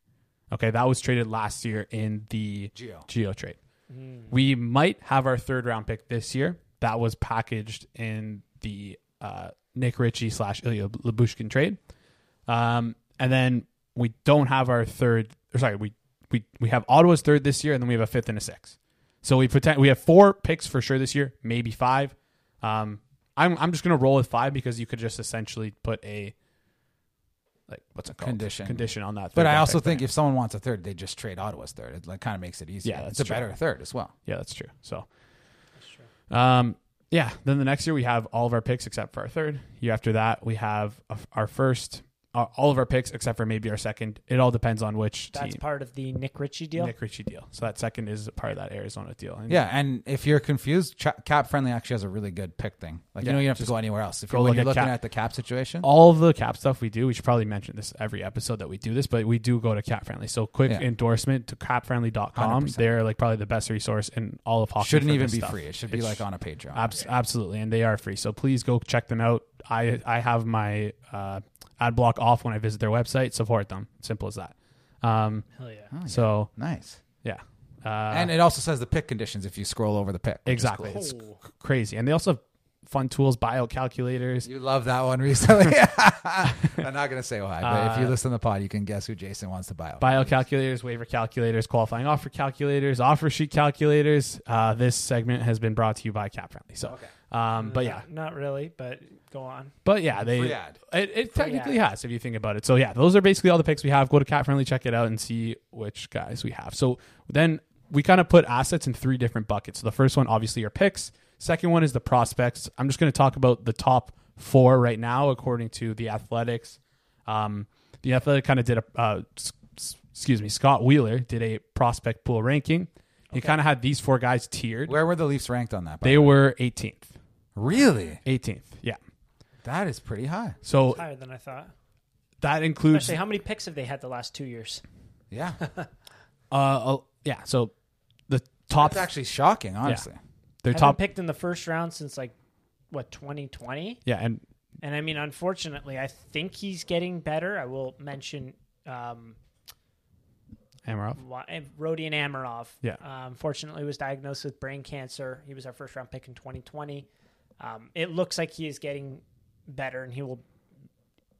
[SPEAKER 2] Okay, that was traded last year in the
[SPEAKER 3] Geo.
[SPEAKER 2] Geo trade. We might have our third round pick this year. That was packaged in the uh, Nick Ritchie slash Ilya Labushkin trade. Um, and then we don't have our third. Or sorry, we we we have Ottawa's third this year, and then we have a fifth and a sixth. So we pretend we have four picks for sure this year, maybe five. Um, I'm I'm just gonna roll with five because you could just essentially put a like what's it called
[SPEAKER 3] Condition.
[SPEAKER 2] condition on that.
[SPEAKER 3] But
[SPEAKER 2] third
[SPEAKER 3] I
[SPEAKER 2] round
[SPEAKER 3] also
[SPEAKER 2] pick, right?
[SPEAKER 3] think if someone wants a third, they just trade Ottawa's third. It like kind of makes it easier.
[SPEAKER 2] Yeah, that's
[SPEAKER 3] it's a
[SPEAKER 2] true.
[SPEAKER 3] better third as well.
[SPEAKER 2] yeah, that's true. So
[SPEAKER 1] true.
[SPEAKER 2] Um, yeah. Then the next year we have all of our picks except for our third. Year after that we have a- our first, uh, all of our picks except for maybe our second. It all depends on which
[SPEAKER 1] That's
[SPEAKER 2] team
[SPEAKER 1] part of the Nick Ritchie deal.
[SPEAKER 2] Nick Ritchie deal. So that second is a part of that Arizona deal. And
[SPEAKER 3] Yeah, and if you're confused, Cha- cap friendly actually has a really good pick thing. Like
[SPEAKER 2] Yeah,
[SPEAKER 3] you know, you don't have to
[SPEAKER 2] just
[SPEAKER 3] go anywhere else. If
[SPEAKER 2] go
[SPEAKER 3] you're, when
[SPEAKER 2] look
[SPEAKER 3] you're
[SPEAKER 2] at
[SPEAKER 3] looking
[SPEAKER 2] cap.
[SPEAKER 3] at the cap situation,
[SPEAKER 2] All of the cap stuff we do, we should probably mention this every episode that we do this, but we do go to Cap Friendly. So quick
[SPEAKER 3] Yeah.
[SPEAKER 2] endorsement to capfriendly.com.
[SPEAKER 3] 100%.
[SPEAKER 2] They're like probably the best resource in all of hockey.
[SPEAKER 3] shouldn't
[SPEAKER 2] for
[SPEAKER 3] even
[SPEAKER 2] this
[SPEAKER 3] be
[SPEAKER 2] stuff.
[SPEAKER 3] free. It should be
[SPEAKER 2] It's- uh,
[SPEAKER 3] like on a Patreon.
[SPEAKER 2] Abs- Absolutely, and they are free. So please go check them out. I I have my uh, ad block off when I visit their website. Support them. Simple as that. Um,
[SPEAKER 1] Hell yeah.
[SPEAKER 2] so
[SPEAKER 3] nice.
[SPEAKER 2] yeah, uh,
[SPEAKER 3] Oh, and it also says the pick conditions if you scroll over the pick. which is
[SPEAKER 2] exactly,
[SPEAKER 3] cool.
[SPEAKER 2] it's c- crazy. And they also have fun tools, bio calculators.
[SPEAKER 3] You love that one recently. I'm not going to say why, but
[SPEAKER 2] Uh,
[SPEAKER 3] if you listen to the pod, you can guess who Jason wants to buy.
[SPEAKER 2] Bio calculators, waiver calculators, qualifying offer calculators, offer sheet calculators. Uh, this segment has been brought to you by Cap Friendly. So, um, but yeah,
[SPEAKER 1] Not- Uh, not really, but go on.
[SPEAKER 2] But yeah, they
[SPEAKER 3] Free ad.
[SPEAKER 2] it, it technically
[SPEAKER 1] ad.
[SPEAKER 2] has if you think about it. So yeah, those are basically all the picks we have. Go to Cat Friendly, check it out, and see which guys we have. So then we kind of put assets in three different buckets. So the first one, obviously, are picks. Second one is the prospects. I'm just going to talk about the top four right now according to the Athletics. Um, the Athletic kind of did a uh, s- s- excuse me, Scott Wheeler did a prospect pool ranking. He kind of had these four guys tiered.
[SPEAKER 3] Where were the Leafs ranked on that? by
[SPEAKER 2] they
[SPEAKER 3] the way?
[SPEAKER 2] were 18th.
[SPEAKER 3] really
[SPEAKER 2] 18th, yeah.
[SPEAKER 3] that is pretty high.
[SPEAKER 2] So
[SPEAKER 1] Higher than I thought.
[SPEAKER 2] that includes
[SPEAKER 1] Actually, how many picks have they had the last two years?
[SPEAKER 3] Yeah,
[SPEAKER 2] Uh, uh, yeah. So the top,
[SPEAKER 3] that's actually shocking. Honestly,
[SPEAKER 2] their
[SPEAKER 1] Haven't
[SPEAKER 2] top,
[SPEAKER 1] picked in the first round since like what 2020.
[SPEAKER 2] yeah, and
[SPEAKER 1] And I mean, unfortunately, I think he's getting better. I will mention um,
[SPEAKER 2] Amarov.
[SPEAKER 1] Wa- eh, Rodian Amarov.
[SPEAKER 2] Yeah.
[SPEAKER 1] Um, fortunately, was diagnosed with brain cancer. He was our first round pick in 2020. Um, it looks like he is getting better, and he will.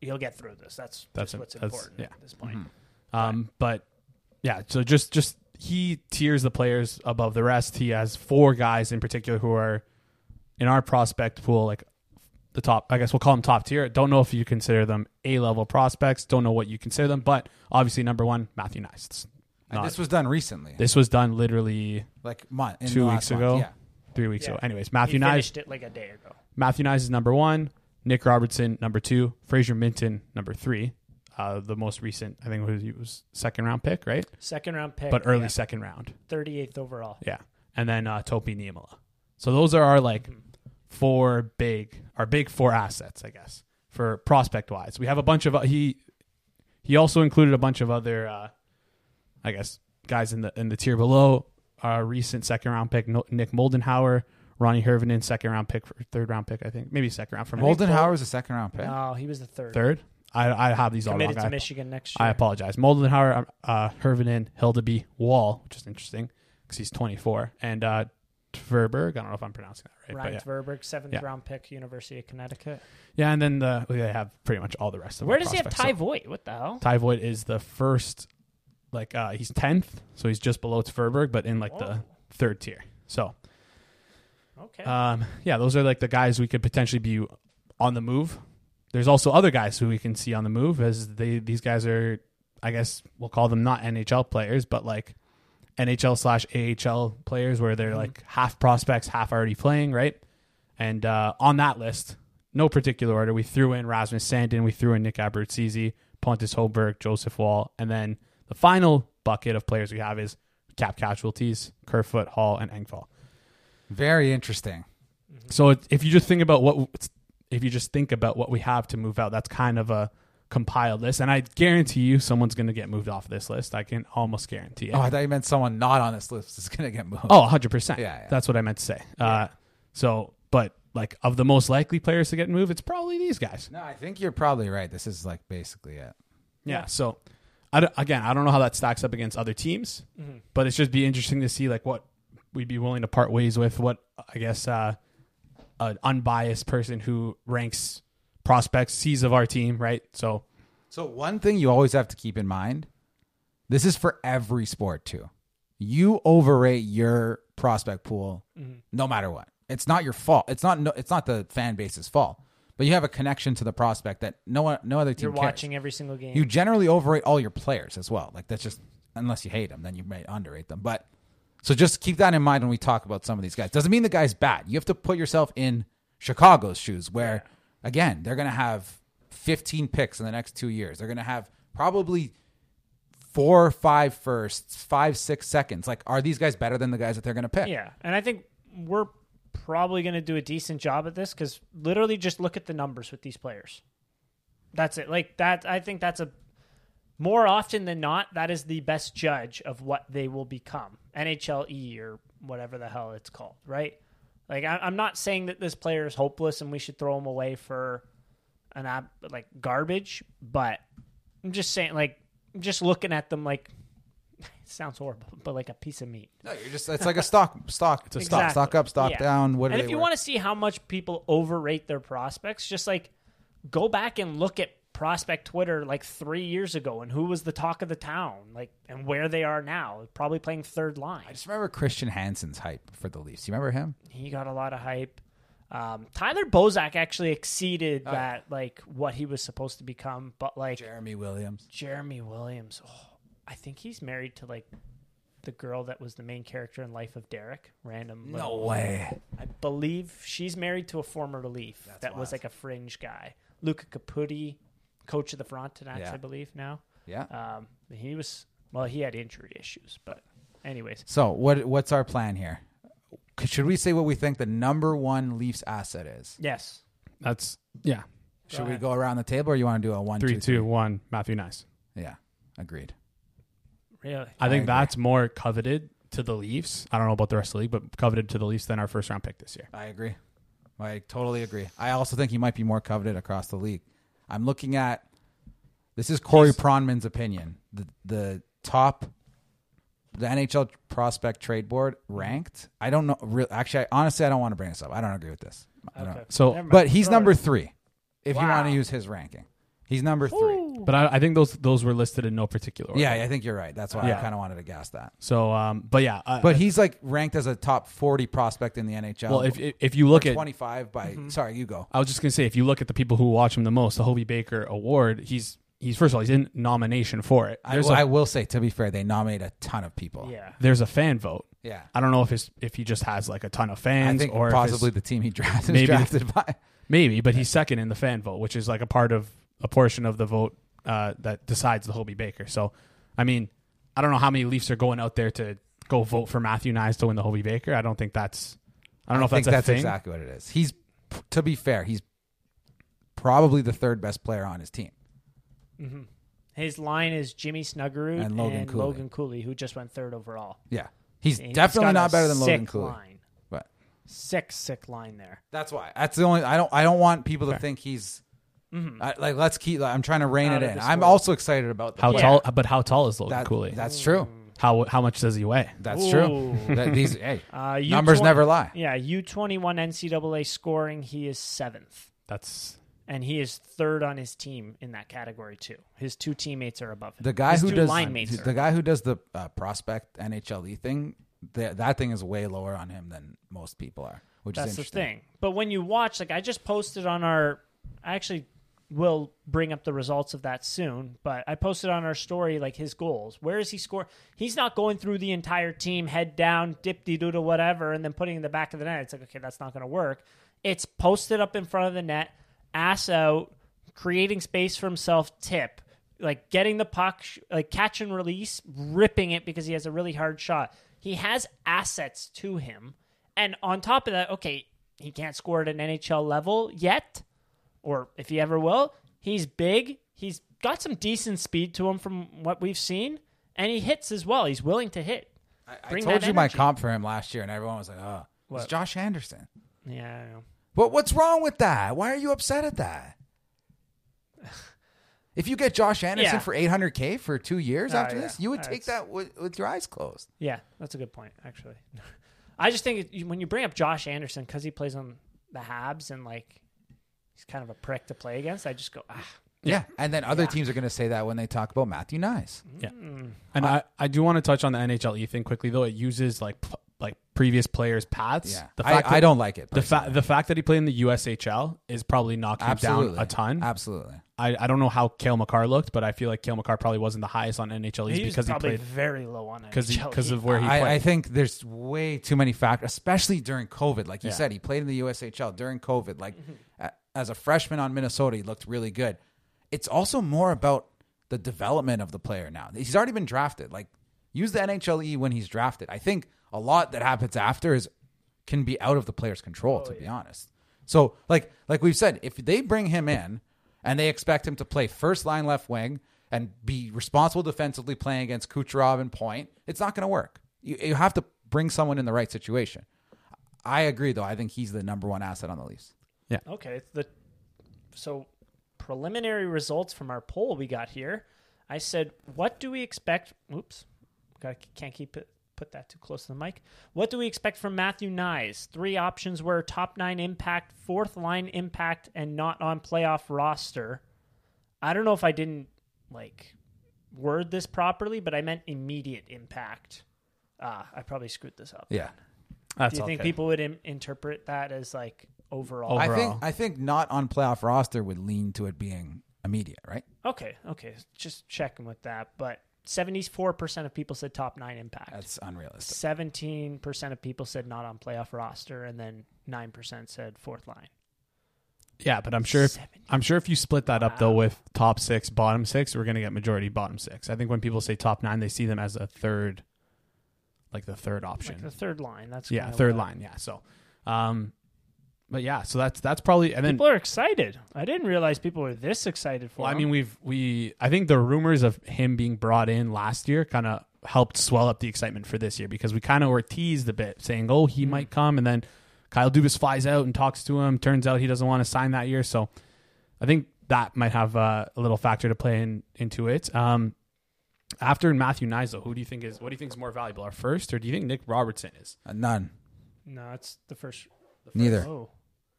[SPEAKER 1] He'll get through this. That's
[SPEAKER 2] That's
[SPEAKER 1] that's
[SPEAKER 2] im-
[SPEAKER 1] what's
[SPEAKER 2] that's-
[SPEAKER 1] important
[SPEAKER 2] yeah.
[SPEAKER 1] at this point.
[SPEAKER 2] Um, but yeah, so just just he tiers the players above the rest. He has four guys in particular who are in our prospect pool, like the top, I guess we'll call them top tier. Don't know if you consider them A level prospects. Don't know what you consider them, but obviously number one, Matthew Nice. It's
[SPEAKER 3] And
[SPEAKER 2] not-
[SPEAKER 3] this was done recently,
[SPEAKER 2] this was done literally
[SPEAKER 3] like month, in the
[SPEAKER 2] two
[SPEAKER 3] last
[SPEAKER 2] weeks ago,
[SPEAKER 3] Month. Yeah,
[SPEAKER 2] three weeks
[SPEAKER 1] Yeah.
[SPEAKER 2] ago. Anyways,
[SPEAKER 1] He
[SPEAKER 2] Matthew Nice,
[SPEAKER 1] finished it like a day ago.
[SPEAKER 2] Matthew Nice is number one. Nick Robertson number two. Fraser Minton number three. Uh, the most recent, I think, was, it was second round pick, right?
[SPEAKER 1] Second round pick,
[SPEAKER 2] But early second round.
[SPEAKER 1] thirty eighth overall.
[SPEAKER 2] Yeah. And then uh, Topi Niemela. So those are our like four big, our big four assets, I guess, for prospect wise. We have a bunch of uh, he. He also included a bunch of other, uh, I guess, guys in the in the tier below. Our recent second round pick, No- Nick Moldenhauer, Ronnie Hervinen, second round pick, for third round pick, I think, maybe second round from
[SPEAKER 3] Molden Howard's a second round pick.
[SPEAKER 1] No, he was the third.
[SPEAKER 2] third. I I have these all wrong.
[SPEAKER 1] Committed
[SPEAKER 2] I
[SPEAKER 1] to
[SPEAKER 2] apo-
[SPEAKER 1] Michigan next year.
[SPEAKER 2] I apologize. Moldenhauer, uh, Hervinen, Hildeby, Wall, which is interesting because he's 24, and uh, Tverberg. I don't know if I'm pronouncing that right.
[SPEAKER 1] Ryan
[SPEAKER 2] But yeah.
[SPEAKER 1] Tverberg, seventh
[SPEAKER 2] Yeah.
[SPEAKER 1] round pick, University of Connecticut.
[SPEAKER 2] yeah, and then the, they have pretty much all the rest of
[SPEAKER 1] Where
[SPEAKER 2] the
[SPEAKER 1] does he have
[SPEAKER 2] prospects.
[SPEAKER 1] Ty Voigt? What the hell?
[SPEAKER 2] So Ty Voigt is the first, like, uh, he's 10th, so he's just below Tverberg, but in like the
[SPEAKER 1] Whoa.
[SPEAKER 2] third tier. So,
[SPEAKER 1] Okay.
[SPEAKER 2] um, yeah, those are like the guys we could potentially be on the move. There's also other guys who we can see on the move as they these guys are, I guess we'll call them not NHL players, but like NHL slash AHL players where they're like half prospects, half already playing, right? And uh, on that list, no particular order, we threw in Rasmus Sandin, we threw in Nick Abertzizi, Pontus Holberg, Joseph Wall, and then the final bucket of players we have is cap casualties, Kerfoot, Hall, and Engvall.
[SPEAKER 3] Very interesting.
[SPEAKER 2] So it- if you just think about what if you just think about what we have to move out, that's kind of a compiled list, and I guarantee you someone's going to get moved off this list. I can almost guarantee it.
[SPEAKER 3] Oh, I thought you meant someone not on this list is gonna get moved.
[SPEAKER 2] Oh, 100%.
[SPEAKER 3] Yeah, yeah.
[SPEAKER 2] That's what I meant to say. Uh, so, but like of the most likely players to get moved, it's probably these guys.
[SPEAKER 3] No, I think you're probably right. This is like basically it.
[SPEAKER 2] Yeah. So, I don't- again, I don't know how that stacks up against other teams,
[SPEAKER 3] Mm-hmm.
[SPEAKER 2] but it's just be interesting to see like what we'd be willing to part ways with. What I guess uh, an unbiased person who ranks prospects sees of our team, right? So,
[SPEAKER 3] So one thing you always have to keep in mind, this is for every sport too. You overrate your prospect pool no matter what. It's not your fault. It's not no, it's not the fan base's fault. But you have a connection to the prospect that no one, no other team
[SPEAKER 1] You're
[SPEAKER 3] cares.
[SPEAKER 1] watching every single game.
[SPEAKER 3] You generally overrate all your players as well. Like that's just unless you hate them, then you may underrate them. But so just keep that in mind when we talk about some of these guys. Doesn't mean the guy's bad. You have to put yourself in Chicago's shoes, where again they're going to have 15 picks in the next two years. They're going to have probably four, or five firsts, five, six seconds. Like, are these guys better than the guys that they're going to pick?
[SPEAKER 1] Yeah, and I think we're probably going to do a decent job at this because literally just look at the numbers with these players. That's it. Like that, I think that's a more often than not that is the best judge of what they will become. NHLE E or whatever the hell it's called, right? Like I, I'm not saying that this player is hopeless and we should throw him away for an ab- like garbage, but I'm just saying like just looking at them like it sounds horrible, but like a piece of meat.
[SPEAKER 3] No, you're just it's like a stock, stock, it's a stock,
[SPEAKER 1] Exactly.
[SPEAKER 3] stock up, stock
[SPEAKER 1] Yeah.
[SPEAKER 3] down. What? do
[SPEAKER 1] and
[SPEAKER 3] they
[SPEAKER 1] if you
[SPEAKER 3] worth?
[SPEAKER 1] want to see how much people overrate their prospects, just like go back and look at prospect Twitter like three years ago and who was the talk of the town, like and where they are now, probably playing third line.
[SPEAKER 3] I just remember Christian Hansen's hype for the Leafs. You remember him?
[SPEAKER 1] He got a lot of hype. Um, Tyler Bozak actually exceeded
[SPEAKER 3] Oh,
[SPEAKER 1] that, like what he was supposed to become, but like
[SPEAKER 3] Jeremy Williams.
[SPEAKER 1] Jeremy Williams, oh, I think he's married to like the girl that was the main character in Life of Derek. Random.
[SPEAKER 3] No
[SPEAKER 1] little-
[SPEAKER 3] way.
[SPEAKER 1] I believe she's married to a former relief that was like a fringe guy. Luca Caputi, coach of the Frontenacs,
[SPEAKER 3] Yeah.
[SPEAKER 1] I believe now.
[SPEAKER 3] Yeah.
[SPEAKER 1] Um, he was well, he had injury issues, but anyways,
[SPEAKER 3] So what what's our plan here? Should we say what we think the number one Leafs asset is?
[SPEAKER 1] yes,
[SPEAKER 2] That's yeah.
[SPEAKER 3] Should we go around the table, or you want to do a one, two,
[SPEAKER 2] Three,
[SPEAKER 3] three?
[SPEAKER 2] two, one. Matthew Nice.
[SPEAKER 3] Yeah, agreed.
[SPEAKER 1] really,
[SPEAKER 2] I think
[SPEAKER 3] agree.
[SPEAKER 2] that's more coveted to the Leafs. I don't know about the rest of the league, but coveted to the Leafs than our first round pick this year.
[SPEAKER 3] I agree. I totally agree. I also think he might be more coveted across the league. I'm looking at this is Corey Pronman's opinion. The the top the NHL prospect trade board ranked. I don't know. Re- actually, I, honestly, I don't want to bring this up. I don't agree with this. I don't.
[SPEAKER 1] Okay.
[SPEAKER 2] So
[SPEAKER 1] Never mind.
[SPEAKER 3] But he's
[SPEAKER 1] Throw it
[SPEAKER 3] number
[SPEAKER 1] out.
[SPEAKER 3] three. If you
[SPEAKER 1] Wow.
[SPEAKER 3] want to use his ranking, he's number three.
[SPEAKER 2] But I, I think those those were listed in no particular order.
[SPEAKER 3] Yeah, I think you're right. That's why
[SPEAKER 2] Yeah.
[SPEAKER 3] I kind of wanted to gas that.
[SPEAKER 2] So, um, but yeah,
[SPEAKER 1] Uh,
[SPEAKER 2] I,
[SPEAKER 3] But he's like ranked as a top 40 prospect in the NHL.
[SPEAKER 2] well, if if if you look at
[SPEAKER 3] 25 by
[SPEAKER 1] Mm-hmm.
[SPEAKER 3] sorry, you go.
[SPEAKER 2] I was just gonna say, if you look at the people who watch him the most, the Hobie Baker Award, he's he's first of all he's in nomination for it.
[SPEAKER 3] I,
[SPEAKER 2] There's a
[SPEAKER 3] I will say, to be fair, they nominate a ton of people.
[SPEAKER 1] Yeah.
[SPEAKER 2] there's a fan vote.
[SPEAKER 3] Yeah.
[SPEAKER 2] I don't know if it's if he just has like a ton of
[SPEAKER 3] I
[SPEAKER 2] fans
[SPEAKER 3] think
[SPEAKER 2] or if it's-
[SPEAKER 3] possibly the team he drafted
[SPEAKER 2] maybe
[SPEAKER 3] is
[SPEAKER 2] the-
[SPEAKER 3] drafted by.
[SPEAKER 2] maybe, but he's second in the fan vote, which is like a part of a portion of the vote uh, that decides the Hobie Baker. So, I mean, I don't know how many Leafs are going out there to go vote for Matthew Nyes to win the Hobie Baker. I don't think that's I don't know if
[SPEAKER 3] think
[SPEAKER 2] that's a thing.
[SPEAKER 3] exactly what it is. He's to be fair, he's probably the third best player on his team.
[SPEAKER 1] His line is Jimmy Snuggerud
[SPEAKER 3] And Logan Cooley.
[SPEAKER 1] Logan Cooley, who just went third overall.
[SPEAKER 3] Yeah, he's
[SPEAKER 1] And he's got
[SPEAKER 3] definitely not
[SPEAKER 1] a
[SPEAKER 3] better than Logan
[SPEAKER 1] sick
[SPEAKER 3] Cooley.
[SPEAKER 1] Line.
[SPEAKER 3] But
[SPEAKER 1] Sick, sick line there.
[SPEAKER 3] that's why. That's the only. I don't. I don't want people to think he's I- like. Let's keep. I'm trying to rein
[SPEAKER 1] Mm-hmm. Out
[SPEAKER 3] it
[SPEAKER 1] of
[SPEAKER 3] in.
[SPEAKER 1] this
[SPEAKER 3] I'm
[SPEAKER 1] world.
[SPEAKER 3] also excited about the
[SPEAKER 2] How
[SPEAKER 1] Yeah.
[SPEAKER 2] tall? But how tall is Logan
[SPEAKER 3] That-
[SPEAKER 2] Cooley?
[SPEAKER 3] That's true.
[SPEAKER 2] how how much does he weigh?
[SPEAKER 3] That's
[SPEAKER 1] Ooh.
[SPEAKER 3] true. That- these hey,
[SPEAKER 1] Uh, U
[SPEAKER 3] numbers
[SPEAKER 1] twen-
[SPEAKER 3] never lie.
[SPEAKER 1] Yeah, U twenty one NCAA scoring, he is seventh,
[SPEAKER 2] That's
[SPEAKER 1] and he is third on his team in that category too. His two teammates are above him.
[SPEAKER 3] The guy
[SPEAKER 1] his
[SPEAKER 3] who
[SPEAKER 1] two
[SPEAKER 3] does
[SPEAKER 1] line mates are-
[SPEAKER 3] the guy who does the uh, prospect NHLE E thing, th- that thing is way lower on him than most people are, which
[SPEAKER 1] That's
[SPEAKER 3] is
[SPEAKER 1] the
[SPEAKER 3] interesting.
[SPEAKER 1] thing. But when you watch, like I just posted on our, I actually will bring up the results of that soon. But I posted on our story like his goals. Where is he score? He's not going through the entire team head down, dip de doo whatever, and then putting it in the back of the net. It's like okay, that's not going to work. It's posted up in front of the net, ass out, creating space for himself, tip. Like getting the puck, sh- like catch and release, ripping it because he has a really hard shot. He has assets to him. And on top of that, okay, he can't score at an NHL level yet, or if he ever will. He's big. He's got some decent speed to him from what we've seen, and he hits as well. He's willing to hit.
[SPEAKER 3] I
[SPEAKER 1] Bring
[SPEAKER 3] told
[SPEAKER 1] that
[SPEAKER 3] you my
[SPEAKER 1] energy.
[SPEAKER 3] comp for him last year, and everyone was like, "Oh, it's
[SPEAKER 1] What?
[SPEAKER 3] Josh Anderson."
[SPEAKER 1] Yeah, I know.
[SPEAKER 3] But what's wrong with that? Why are you upset at that? If you get Josh Anderson
[SPEAKER 1] Yeah.
[SPEAKER 3] for 800k for two years
[SPEAKER 1] Oh,
[SPEAKER 3] after
[SPEAKER 1] yeah.
[SPEAKER 3] this, you would
[SPEAKER 1] Uh,
[SPEAKER 3] take
[SPEAKER 1] it's-
[SPEAKER 3] that with, with your eyes closed.
[SPEAKER 1] yeah. That's a good point, actually. I just think it- when you bring up Josh Anderson because he plays on the Habs and like he's kind of a prick to play against, I just go ah.
[SPEAKER 3] Yeah, and then other teams are going to say that when they talk about Matthew Nice.
[SPEAKER 1] Mm-hmm.
[SPEAKER 2] Yeah, and I, I do want to touch on the NHLE thing quickly though. It uses like p- like previous players' paths.
[SPEAKER 3] Yeah,
[SPEAKER 2] the
[SPEAKER 3] I,
[SPEAKER 2] fact
[SPEAKER 3] I
[SPEAKER 2] that,
[SPEAKER 3] don't like it.
[SPEAKER 2] the
[SPEAKER 3] personally.
[SPEAKER 2] fact the fact that he played in the USHL is probably knocked him
[SPEAKER 3] absolutely
[SPEAKER 2] down a ton.
[SPEAKER 3] Absolutely.
[SPEAKER 2] I, I don't know how Kale McCarr looked, but I feel like Kale McCarr probably wasn't the highest on NHLEs
[SPEAKER 1] He's
[SPEAKER 2] because he
[SPEAKER 1] probably
[SPEAKER 2] played
[SPEAKER 1] very low on it
[SPEAKER 2] because of where he played.
[SPEAKER 3] I, I think there's way too many factors, especially during COVID. Like you
[SPEAKER 2] Yeah.
[SPEAKER 3] said, he played in the USHL during COVID. Like a- as a freshman on Minnesota, he looked really good. It's also more about the development of the player now. He's already been drafted. Like use the NHLE E when he's drafted. I think a lot that happens after is can be out of the player's control, to be honest. So like like we've said, if they bring him in and they expect him to play first line left wing and be responsible defensively playing against Kucherov and Point, it's not going to work. You, you have to bring someone in the right situation. I agree, though. I think he's the number one asset on the Leafs.
[SPEAKER 1] Okay, it's the so preliminary results from our poll we got here. I said, "What do we expect?" Oops, got can't keep it. Put that too close to the mic. What do we expect from Matthew Nyes? Three options were top nine impact, fourth line impact, and not on playoff roster. I don't know if I didn't like word this properly, but I meant immediate impact. Ah, I probably screwed this up.
[SPEAKER 3] Yeah,
[SPEAKER 2] That's
[SPEAKER 1] Do you think
[SPEAKER 2] okay.
[SPEAKER 1] people would im- interpret that as like overall?
[SPEAKER 3] I think
[SPEAKER 2] Overall.
[SPEAKER 3] I think not on playoff roster would lean to it being immediate, right?
[SPEAKER 1] Okay, okay. Just checking with that. But 74% of people said top nine impact.
[SPEAKER 3] That's unrealistic.
[SPEAKER 1] 17% of people said not on playoff roster, and then 9% said fourth line.
[SPEAKER 2] Yeah, but I'm sure if,
[SPEAKER 1] Seventy.
[SPEAKER 2] I'm sure if you split that up though with top six, bottom six, we're gonna get majority bottom six. I think when people say top nine, they see them as a third, like the third option.
[SPEAKER 1] Like the third line. That's
[SPEAKER 2] yeah,
[SPEAKER 1] kinda
[SPEAKER 2] third
[SPEAKER 1] what-
[SPEAKER 2] line. Yeah, so, um, but yeah, so that's that's probably and then
[SPEAKER 1] People are excited. I didn't realize people were this excited for
[SPEAKER 2] Well, I
[SPEAKER 1] him.
[SPEAKER 2] mean, we've we I think the rumors of him being brought in last year kind of helped swell up the excitement for this year because we kind of were teased a bit, saying, "Oh, he might come," and then Kyle Dubas flies out and talks to him. Turns out he doesn't want to sign that year, so I think that might have uh, a little factor to play in, into it. Um, after Matthew Nizel, who do you think is what do you think is more valuable, our first, or do you think Nick Robertson is?
[SPEAKER 3] Uh, None.
[SPEAKER 1] no, it's the first. The first
[SPEAKER 3] Neither.
[SPEAKER 1] Oh,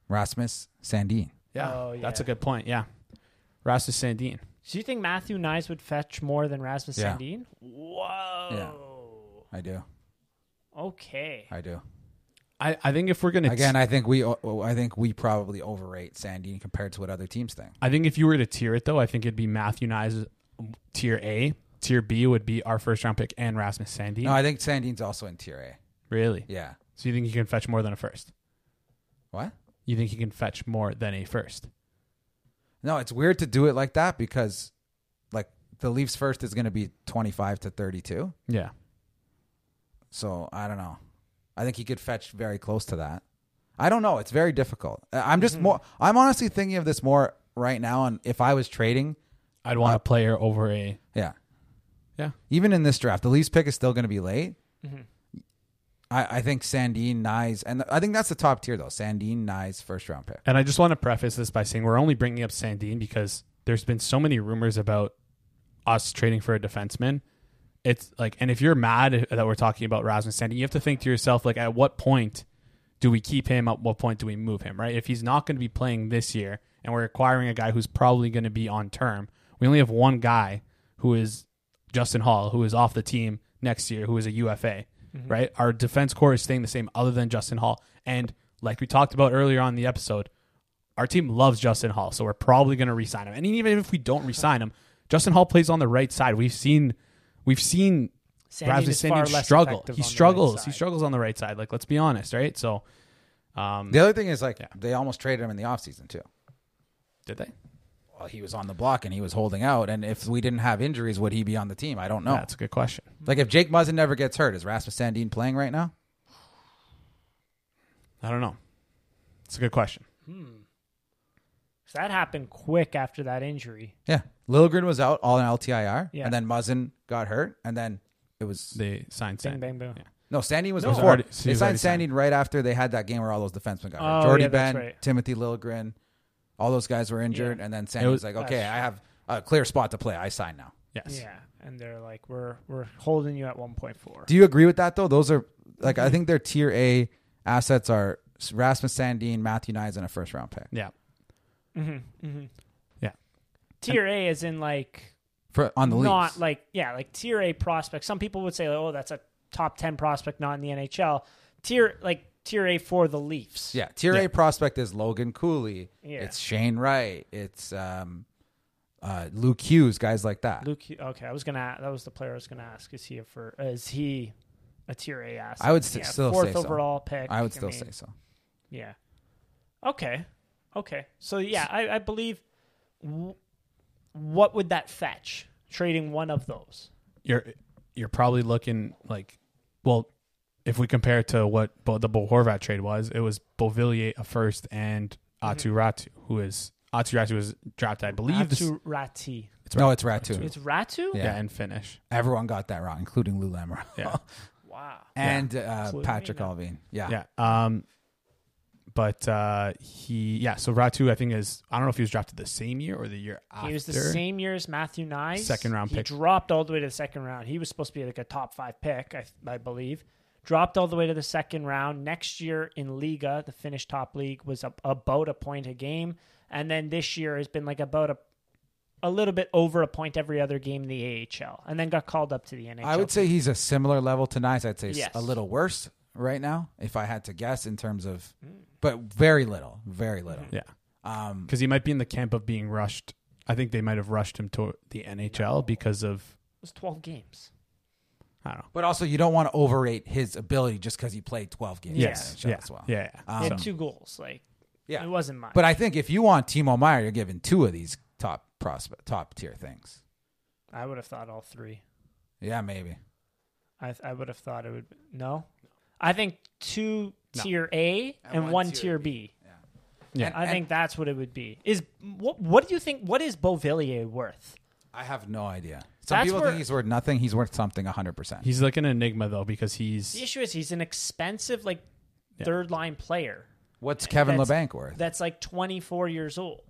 [SPEAKER 3] Rasmus Sandin.
[SPEAKER 1] Yeah. Oh,
[SPEAKER 2] that's
[SPEAKER 1] yeah.
[SPEAKER 2] a good point. Yeah, Rasmus Sandin.
[SPEAKER 1] So you think Matthew Nyes would fetch more than Rasmus
[SPEAKER 3] Yeah.
[SPEAKER 1] Sandin? Whoa.
[SPEAKER 3] I do.
[SPEAKER 1] Okay.
[SPEAKER 3] I do.
[SPEAKER 2] I, I think if we're gonna
[SPEAKER 3] Again, I think we I think we probably overrate Sandine compared to what other teams think.
[SPEAKER 2] I think if you were to tier it though, I think it'd be Matthew Nyes um, tier A. Tier B would be our first round pick and Rasmus Sandin.
[SPEAKER 3] No, I think Sandine's also in tier
[SPEAKER 2] really?
[SPEAKER 3] A. Yeah.
[SPEAKER 2] So you think he can fetch more than a first?
[SPEAKER 3] What?
[SPEAKER 2] You think he can fetch more than a first?
[SPEAKER 3] No, it's weird to do it like that because like the Leafs first is going to be 25 to 32.
[SPEAKER 2] Yeah.
[SPEAKER 3] So, I don't know. I think he could fetch very close to that. I don't know, it's very difficult. I- I'm just more I'm honestly thinking of this more right now and if I was trading,
[SPEAKER 2] I'd
[SPEAKER 3] Uh,
[SPEAKER 2] want a player over a
[SPEAKER 3] yeah.
[SPEAKER 2] Yeah.
[SPEAKER 3] Even in this draft, the Leafs pick is still going to be late. I, I think Sandine, Nyes, and I think that's the top tier though. Sandine, Nyes, first round pick.
[SPEAKER 2] And I just want to preface this by saying we're only bringing up Sandine because there's been so many rumors about us trading for a defenseman. It's like, and if you're mad that we're talking about Rasmus Sandin, you have to think to yourself, like, at what point do we keep him? At what point do we move him? Right? If he's not going to be playing this year, and we're acquiring a guy who's probably going to be on term, we only have one guy who is Justin Hall, who is off the team next year, who is a UFA.
[SPEAKER 1] Mm-hmm.
[SPEAKER 2] Right? Our defense core is staying the same, other than Justin Hall. And like we talked about earlier on in the episode, our team loves Justin Hall, so we're probably going to re-sign him. And even if we don't re-sign him, Justin Hall plays on the right side. We've seen, we've seen
[SPEAKER 1] Sandin
[SPEAKER 2] Rasmus
[SPEAKER 1] is far
[SPEAKER 2] Sandin
[SPEAKER 1] less
[SPEAKER 2] struggle.
[SPEAKER 1] effective on
[SPEAKER 2] He
[SPEAKER 1] the right
[SPEAKER 2] struggles. he
[SPEAKER 1] side.
[SPEAKER 2] struggles on the right side. Like let's be honest, right? So, um,
[SPEAKER 3] The other thing is like they almost traded him in the offseason too.
[SPEAKER 2] did they?
[SPEAKER 3] Well, he was on the block and he was holding out. And if we didn't have injuries, would he be on the team? I don't know.
[SPEAKER 2] That's a good question.
[SPEAKER 3] like if Jake Muzzin never gets hurt, is Rasmus Sandin playing right now?
[SPEAKER 2] I don't know. It's a good question.
[SPEAKER 1] So that happened quick after that injury.
[SPEAKER 3] Yeah, Lilligren was out all in LTIR,
[SPEAKER 1] Yeah.
[SPEAKER 3] and then Muzzin got hurt, and then it was
[SPEAKER 2] They signed
[SPEAKER 1] Bing,
[SPEAKER 2] Sandin.
[SPEAKER 1] bang, boom.
[SPEAKER 2] Yeah.
[SPEAKER 3] no Sandin was
[SPEAKER 1] No.
[SPEAKER 3] before.
[SPEAKER 2] Already- so he
[SPEAKER 3] they
[SPEAKER 2] was
[SPEAKER 3] signed
[SPEAKER 2] already
[SPEAKER 3] Sandin
[SPEAKER 2] signed.
[SPEAKER 3] right after they had that game where all those defensemen got hurt.
[SPEAKER 1] Oh,
[SPEAKER 3] Jordy
[SPEAKER 1] yeah, that's
[SPEAKER 3] Ben,
[SPEAKER 1] right.
[SPEAKER 3] Timothy Lilligren, all those guys were injured,
[SPEAKER 1] Yeah.
[SPEAKER 3] and then Sandin
[SPEAKER 2] was-
[SPEAKER 3] was, like, okay, I have a clear spot to play. I sign now.
[SPEAKER 2] Yes.
[SPEAKER 1] Yeah. And they're like, we're we're holding you at 1.4.
[SPEAKER 3] Do you agree with that though? Those are like I think their tier A assets are Rasmus Sandin, Matthew Nyes, and a first round pick.
[SPEAKER 2] Yeah.
[SPEAKER 1] Mm-hmm, tier A is in like
[SPEAKER 3] for on the
[SPEAKER 1] not
[SPEAKER 3] Leafs.
[SPEAKER 1] like yeah, like tier A prospect. Some people would say, oh, that's a top 10 prospect, not in the NHL. Tier like tier A for the Leafs.
[SPEAKER 3] yeah, tier
[SPEAKER 2] Yeah.
[SPEAKER 3] A prospect is Logan Cooley.
[SPEAKER 1] Yeah.
[SPEAKER 3] It's Shane Wright. It's um, uh, Luke Hughes, guys like that.
[SPEAKER 1] Luke. Okay, I was gonna. That was the player I was gonna ask. Is he a for? Is he a tier A asset?
[SPEAKER 3] I would st- still
[SPEAKER 1] fourth
[SPEAKER 3] say so.
[SPEAKER 1] overall pick.
[SPEAKER 3] I would still
[SPEAKER 1] mean,
[SPEAKER 3] say so.
[SPEAKER 1] Yeah. Okay. Okay. So yeah, I, I believe. W- what would that fetch? Trading one of those.
[SPEAKER 2] You're you're probably looking like, well, if we compare it to what Bo, the Bo Horvat trade was, it was Bovillier a first and
[SPEAKER 1] Mm-hmm.
[SPEAKER 2] Atu Ratu, who is Atu Ratu was drafted, I believe. this-
[SPEAKER 1] Ratu Rati.
[SPEAKER 3] no, it's Ratu.
[SPEAKER 1] It's Ratu.
[SPEAKER 2] yeah,
[SPEAKER 3] yeah.
[SPEAKER 2] and finish.
[SPEAKER 3] Everyone got that wrong, including Lou Lamoriello
[SPEAKER 2] Yeah.
[SPEAKER 1] Wow.
[SPEAKER 3] and uh,
[SPEAKER 1] Including
[SPEAKER 3] Patrick
[SPEAKER 1] me, no.
[SPEAKER 3] Alvin. Yeah.
[SPEAKER 2] Yeah. Um, but uh, he, yeah. So Ratu, I think is I don't know if he was drafted the same year or the year after.
[SPEAKER 1] He was the same year as Matthew Nye.
[SPEAKER 2] Second round
[SPEAKER 1] he
[SPEAKER 2] pick.
[SPEAKER 1] dropped all the way to the second round. He was supposed to be like a top five pick, I, I believe. Dropped all the way to the second round. Next year in Liga, the Finnish top league, was up about a point a game. And then this year has been like about a a little bit over a point every other game in the AHL. And then got called up to the NHL.
[SPEAKER 3] I would say he's a similar level to Nyes. I'd say s-
[SPEAKER 1] Yes.
[SPEAKER 3] a little worse right now, if I had to guess, in terms of, but very little, very little.
[SPEAKER 2] Yeah,
[SPEAKER 3] Um,
[SPEAKER 2] because he might be in the camp of being rushed. I think they might have rushed him to the NHL because of
[SPEAKER 1] it was 12 games.
[SPEAKER 2] I don't know.
[SPEAKER 3] But also, you don't want to overrate his ability just because he played 12 games
[SPEAKER 1] Yes.
[SPEAKER 3] in the NHL
[SPEAKER 2] yeah,
[SPEAKER 3] as well.
[SPEAKER 2] yeah, yeah.
[SPEAKER 1] He
[SPEAKER 3] Um,
[SPEAKER 1] had two goals. Like,
[SPEAKER 3] Yeah.
[SPEAKER 1] it wasn't much.
[SPEAKER 3] But I think if you want Timo Meyer, you're giving two of these top prospect, top tier things.
[SPEAKER 1] I would have thought all three.
[SPEAKER 3] Yeah, maybe.
[SPEAKER 1] I, I would have thought it would no. I think two
[SPEAKER 2] No.
[SPEAKER 1] tier A and, one, tier, B.
[SPEAKER 2] Yeah.
[SPEAKER 1] I think that's what it would be. Is what what do you think? What is Beauvillier worth?
[SPEAKER 3] I have no idea. Some
[SPEAKER 1] That's
[SPEAKER 3] people
[SPEAKER 1] where-
[SPEAKER 3] think he's worth nothing. He's worth something 100%.
[SPEAKER 2] He's like an enigma though because
[SPEAKER 1] The
[SPEAKER 2] he's
[SPEAKER 1] issue is he's an expensive like third line player
[SPEAKER 3] What's Kevin
[SPEAKER 1] That's-
[SPEAKER 3] LeBanc worth?
[SPEAKER 1] that's like 24 years old.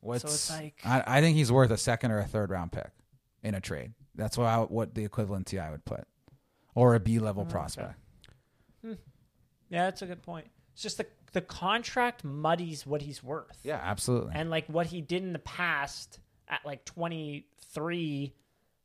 [SPEAKER 3] What's,
[SPEAKER 1] it's like-
[SPEAKER 3] I, I think he's worth a second or a third round pick in a trade. That's what, I, what the equivalency I would put. Or a B
[SPEAKER 1] Mm,
[SPEAKER 3] level prospect.
[SPEAKER 1] Yeah, that's a good point. It's just the the contract muddies what he's worth.
[SPEAKER 3] Yeah, absolutely.
[SPEAKER 1] And like what he did in the past at like 23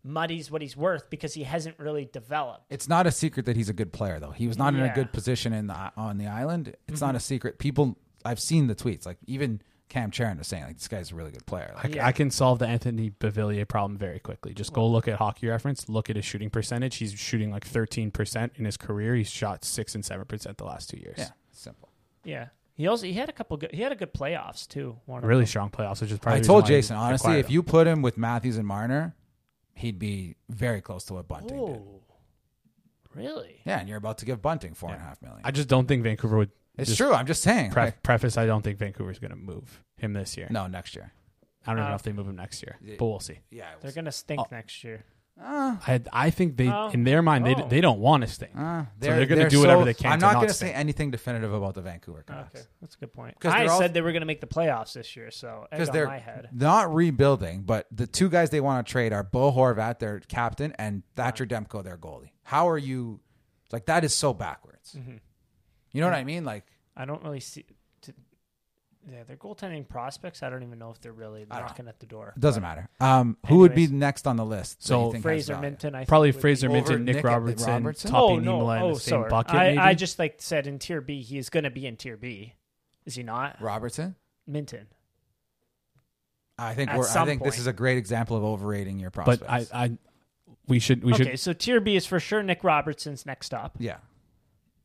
[SPEAKER 1] muddies what he's worth because he hasn't really developed.
[SPEAKER 3] It's not a secret that he's a good player, though. He was not in
[SPEAKER 1] Yeah. Mm-hmm.
[SPEAKER 3] a good position in the on the island. It's not a secret. People, I've seen the tweets. Like even Cam Charon was saying, like this guy's a really good player.
[SPEAKER 2] I,
[SPEAKER 3] Like,
[SPEAKER 2] c-
[SPEAKER 1] Yeah.
[SPEAKER 2] I can solve the Anthony Bevilier problem very quickly. Just go look at hockey reference, look at his shooting percentage. He's shooting like 13% in his career. He's shot 6 and 7% the last two years.
[SPEAKER 3] yeah, simple.
[SPEAKER 1] Yeah. He also he had a couple good he had a good playoffs too. One of
[SPEAKER 2] Really strong playoffs, which is probably
[SPEAKER 3] I
[SPEAKER 2] the
[SPEAKER 3] told
[SPEAKER 2] reason why
[SPEAKER 3] Jason
[SPEAKER 2] we
[SPEAKER 3] honestly,
[SPEAKER 2] acquired
[SPEAKER 3] if
[SPEAKER 2] him.
[SPEAKER 3] you put him with Matthews and Marner, he'd be very close to what Bunting
[SPEAKER 1] them.
[SPEAKER 3] did.
[SPEAKER 1] Oh. Really?
[SPEAKER 3] Yeah, and you're about to give Bunting four and a half million.
[SPEAKER 2] I just don't think Vancouver would.
[SPEAKER 3] it's
[SPEAKER 2] just
[SPEAKER 3] true. I'm just saying.
[SPEAKER 2] Pre-
[SPEAKER 3] like,
[SPEAKER 2] preface, I don't think Vancouver's going to move him this year.
[SPEAKER 3] no, next year.
[SPEAKER 2] I don't even
[SPEAKER 1] Uh,
[SPEAKER 2] know if they move him next year, but we'll see.
[SPEAKER 3] Yeah, it
[SPEAKER 1] They're
[SPEAKER 3] was-
[SPEAKER 1] going to
[SPEAKER 2] Oh.
[SPEAKER 1] stink next year.
[SPEAKER 2] I, I think they,
[SPEAKER 1] Oh.
[SPEAKER 2] in their mind, they,
[SPEAKER 1] Oh.
[SPEAKER 2] they don't want to stay.
[SPEAKER 3] uh,
[SPEAKER 2] they're gonna do whatever they can
[SPEAKER 3] I'm
[SPEAKER 2] to
[SPEAKER 3] not
[SPEAKER 2] not
[SPEAKER 3] going to
[SPEAKER 2] stay.
[SPEAKER 3] say anything definitive about the Vancouver Canucks.
[SPEAKER 1] Okay. That's a good point.
[SPEAKER 3] 'Cause
[SPEAKER 1] I
[SPEAKER 3] they're all-
[SPEAKER 1] said they were going to make the playoffs this year, so egg
[SPEAKER 3] because
[SPEAKER 1] on
[SPEAKER 3] they're
[SPEAKER 1] my head.
[SPEAKER 3] not rebuilding, but the two guys they want to trade are Bo Horvat, their captain, and Thatcher Demko, their goalie. How are you? Like that is so backwards.
[SPEAKER 1] Mm-hmm.
[SPEAKER 3] You know what I mean? Like
[SPEAKER 1] I don't really see to, yeah, their goaltending prospects. I don't even know if they're really
[SPEAKER 3] don't
[SPEAKER 1] knocking at the door.
[SPEAKER 3] it doesn't matter. Um, who would be
[SPEAKER 1] Anyways.
[SPEAKER 3] next on the list? that
[SPEAKER 2] So
[SPEAKER 3] you think has uh,
[SPEAKER 1] Fraser
[SPEAKER 3] value?
[SPEAKER 1] Minton, I think,
[SPEAKER 2] Probably
[SPEAKER 1] would be-
[SPEAKER 2] Fraser Minton, Nick,
[SPEAKER 3] Nick
[SPEAKER 2] Robertson,
[SPEAKER 3] Robertson?
[SPEAKER 2] Toppy
[SPEAKER 1] oh, no.
[SPEAKER 2] Niemela in
[SPEAKER 1] oh,
[SPEAKER 2] the same
[SPEAKER 1] sorry.
[SPEAKER 2] bucket.
[SPEAKER 1] I,
[SPEAKER 2] maybe?
[SPEAKER 1] I just like said in tier B, he is going to be in tier B. Is he not?
[SPEAKER 3] Robertson.
[SPEAKER 1] Minton.
[SPEAKER 3] I think
[SPEAKER 1] At
[SPEAKER 3] we're, I
[SPEAKER 1] some
[SPEAKER 3] think this
[SPEAKER 1] point.
[SPEAKER 3] is a great example of overrating your prospects.
[SPEAKER 2] but I, I, we should, we
[SPEAKER 1] Okay,
[SPEAKER 2] should.
[SPEAKER 1] so tier B is for sure Nick Robertson's next up.
[SPEAKER 3] yeah,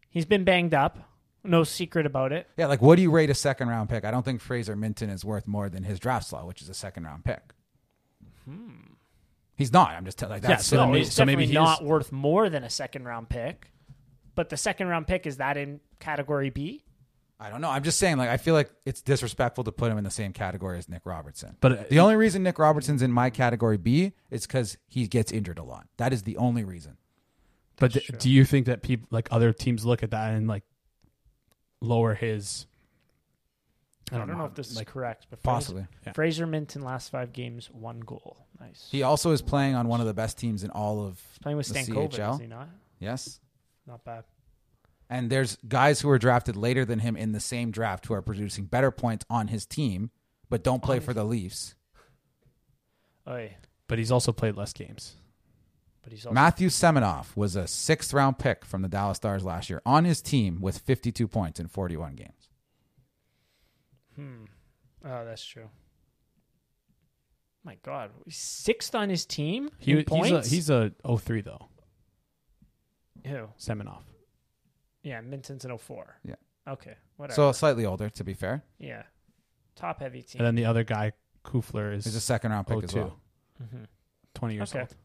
[SPEAKER 1] He's been banged up. No secret about it.
[SPEAKER 3] yeah. Like, what do you rate a second round pick? I don't think Fraser Minton is worth more than his draft slot, which is a second round pick. He's not. I'm just telling. Like, that's
[SPEAKER 1] Hmm.
[SPEAKER 2] so
[SPEAKER 1] no,
[SPEAKER 2] then may-
[SPEAKER 1] he's
[SPEAKER 2] so maybe
[SPEAKER 1] definitely
[SPEAKER 2] he is-
[SPEAKER 1] not worth more than a second round pick. But the second round pick is that in category B?
[SPEAKER 3] I don't know. I'm just saying, like, I feel like it's disrespectful to put him in the same category as Nick Robertson.
[SPEAKER 2] But, uh,
[SPEAKER 3] the only reason Nick Robertson's in my category B is because he gets injured a lot. That is the only reason.
[SPEAKER 2] But th- do you think that people, like other teams, look at that and like lower his?
[SPEAKER 1] I don't know if this is correct, but
[SPEAKER 3] Possibly.
[SPEAKER 2] Yeah.
[SPEAKER 1] Fraser Minton last five games, one goal. Nice.
[SPEAKER 3] He also is playing on one of the best teams in all of
[SPEAKER 1] Playing with
[SPEAKER 3] the
[SPEAKER 1] Stankovic, is
[SPEAKER 3] CHL.
[SPEAKER 1] he not?
[SPEAKER 3] Yes.
[SPEAKER 1] Not bad.
[SPEAKER 3] And there's guys who were drafted later than him in the same draft who are producing better points on his team, but don't play for the Leafs.
[SPEAKER 1] Oy,
[SPEAKER 2] But he's also played less games.
[SPEAKER 1] Oh, but he's also
[SPEAKER 3] Matthew Semenoff was a sixth round pick from the Dallas Stars last year on his team with 52 points in 41 games.
[SPEAKER 1] Oh, that's true. My God, he's sixth on his team
[SPEAKER 2] He
[SPEAKER 1] in
[SPEAKER 2] was-
[SPEAKER 1] points.
[SPEAKER 2] he's a he's a 03 though.
[SPEAKER 1] Ew.
[SPEAKER 2] Semenov.
[SPEAKER 1] yeah, Minton's an 04.
[SPEAKER 3] Yeah.
[SPEAKER 1] Okay, whatever.
[SPEAKER 3] So slightly older, to be fair.
[SPEAKER 1] yeah, top heavy team.
[SPEAKER 2] And then the other guy, Kufler,
[SPEAKER 3] He's a
[SPEAKER 2] is
[SPEAKER 3] second round
[SPEAKER 1] Oh,
[SPEAKER 3] pick as
[SPEAKER 2] 02,
[SPEAKER 3] well.
[SPEAKER 1] Mhm.
[SPEAKER 2] 20 years
[SPEAKER 1] Okay.
[SPEAKER 2] old.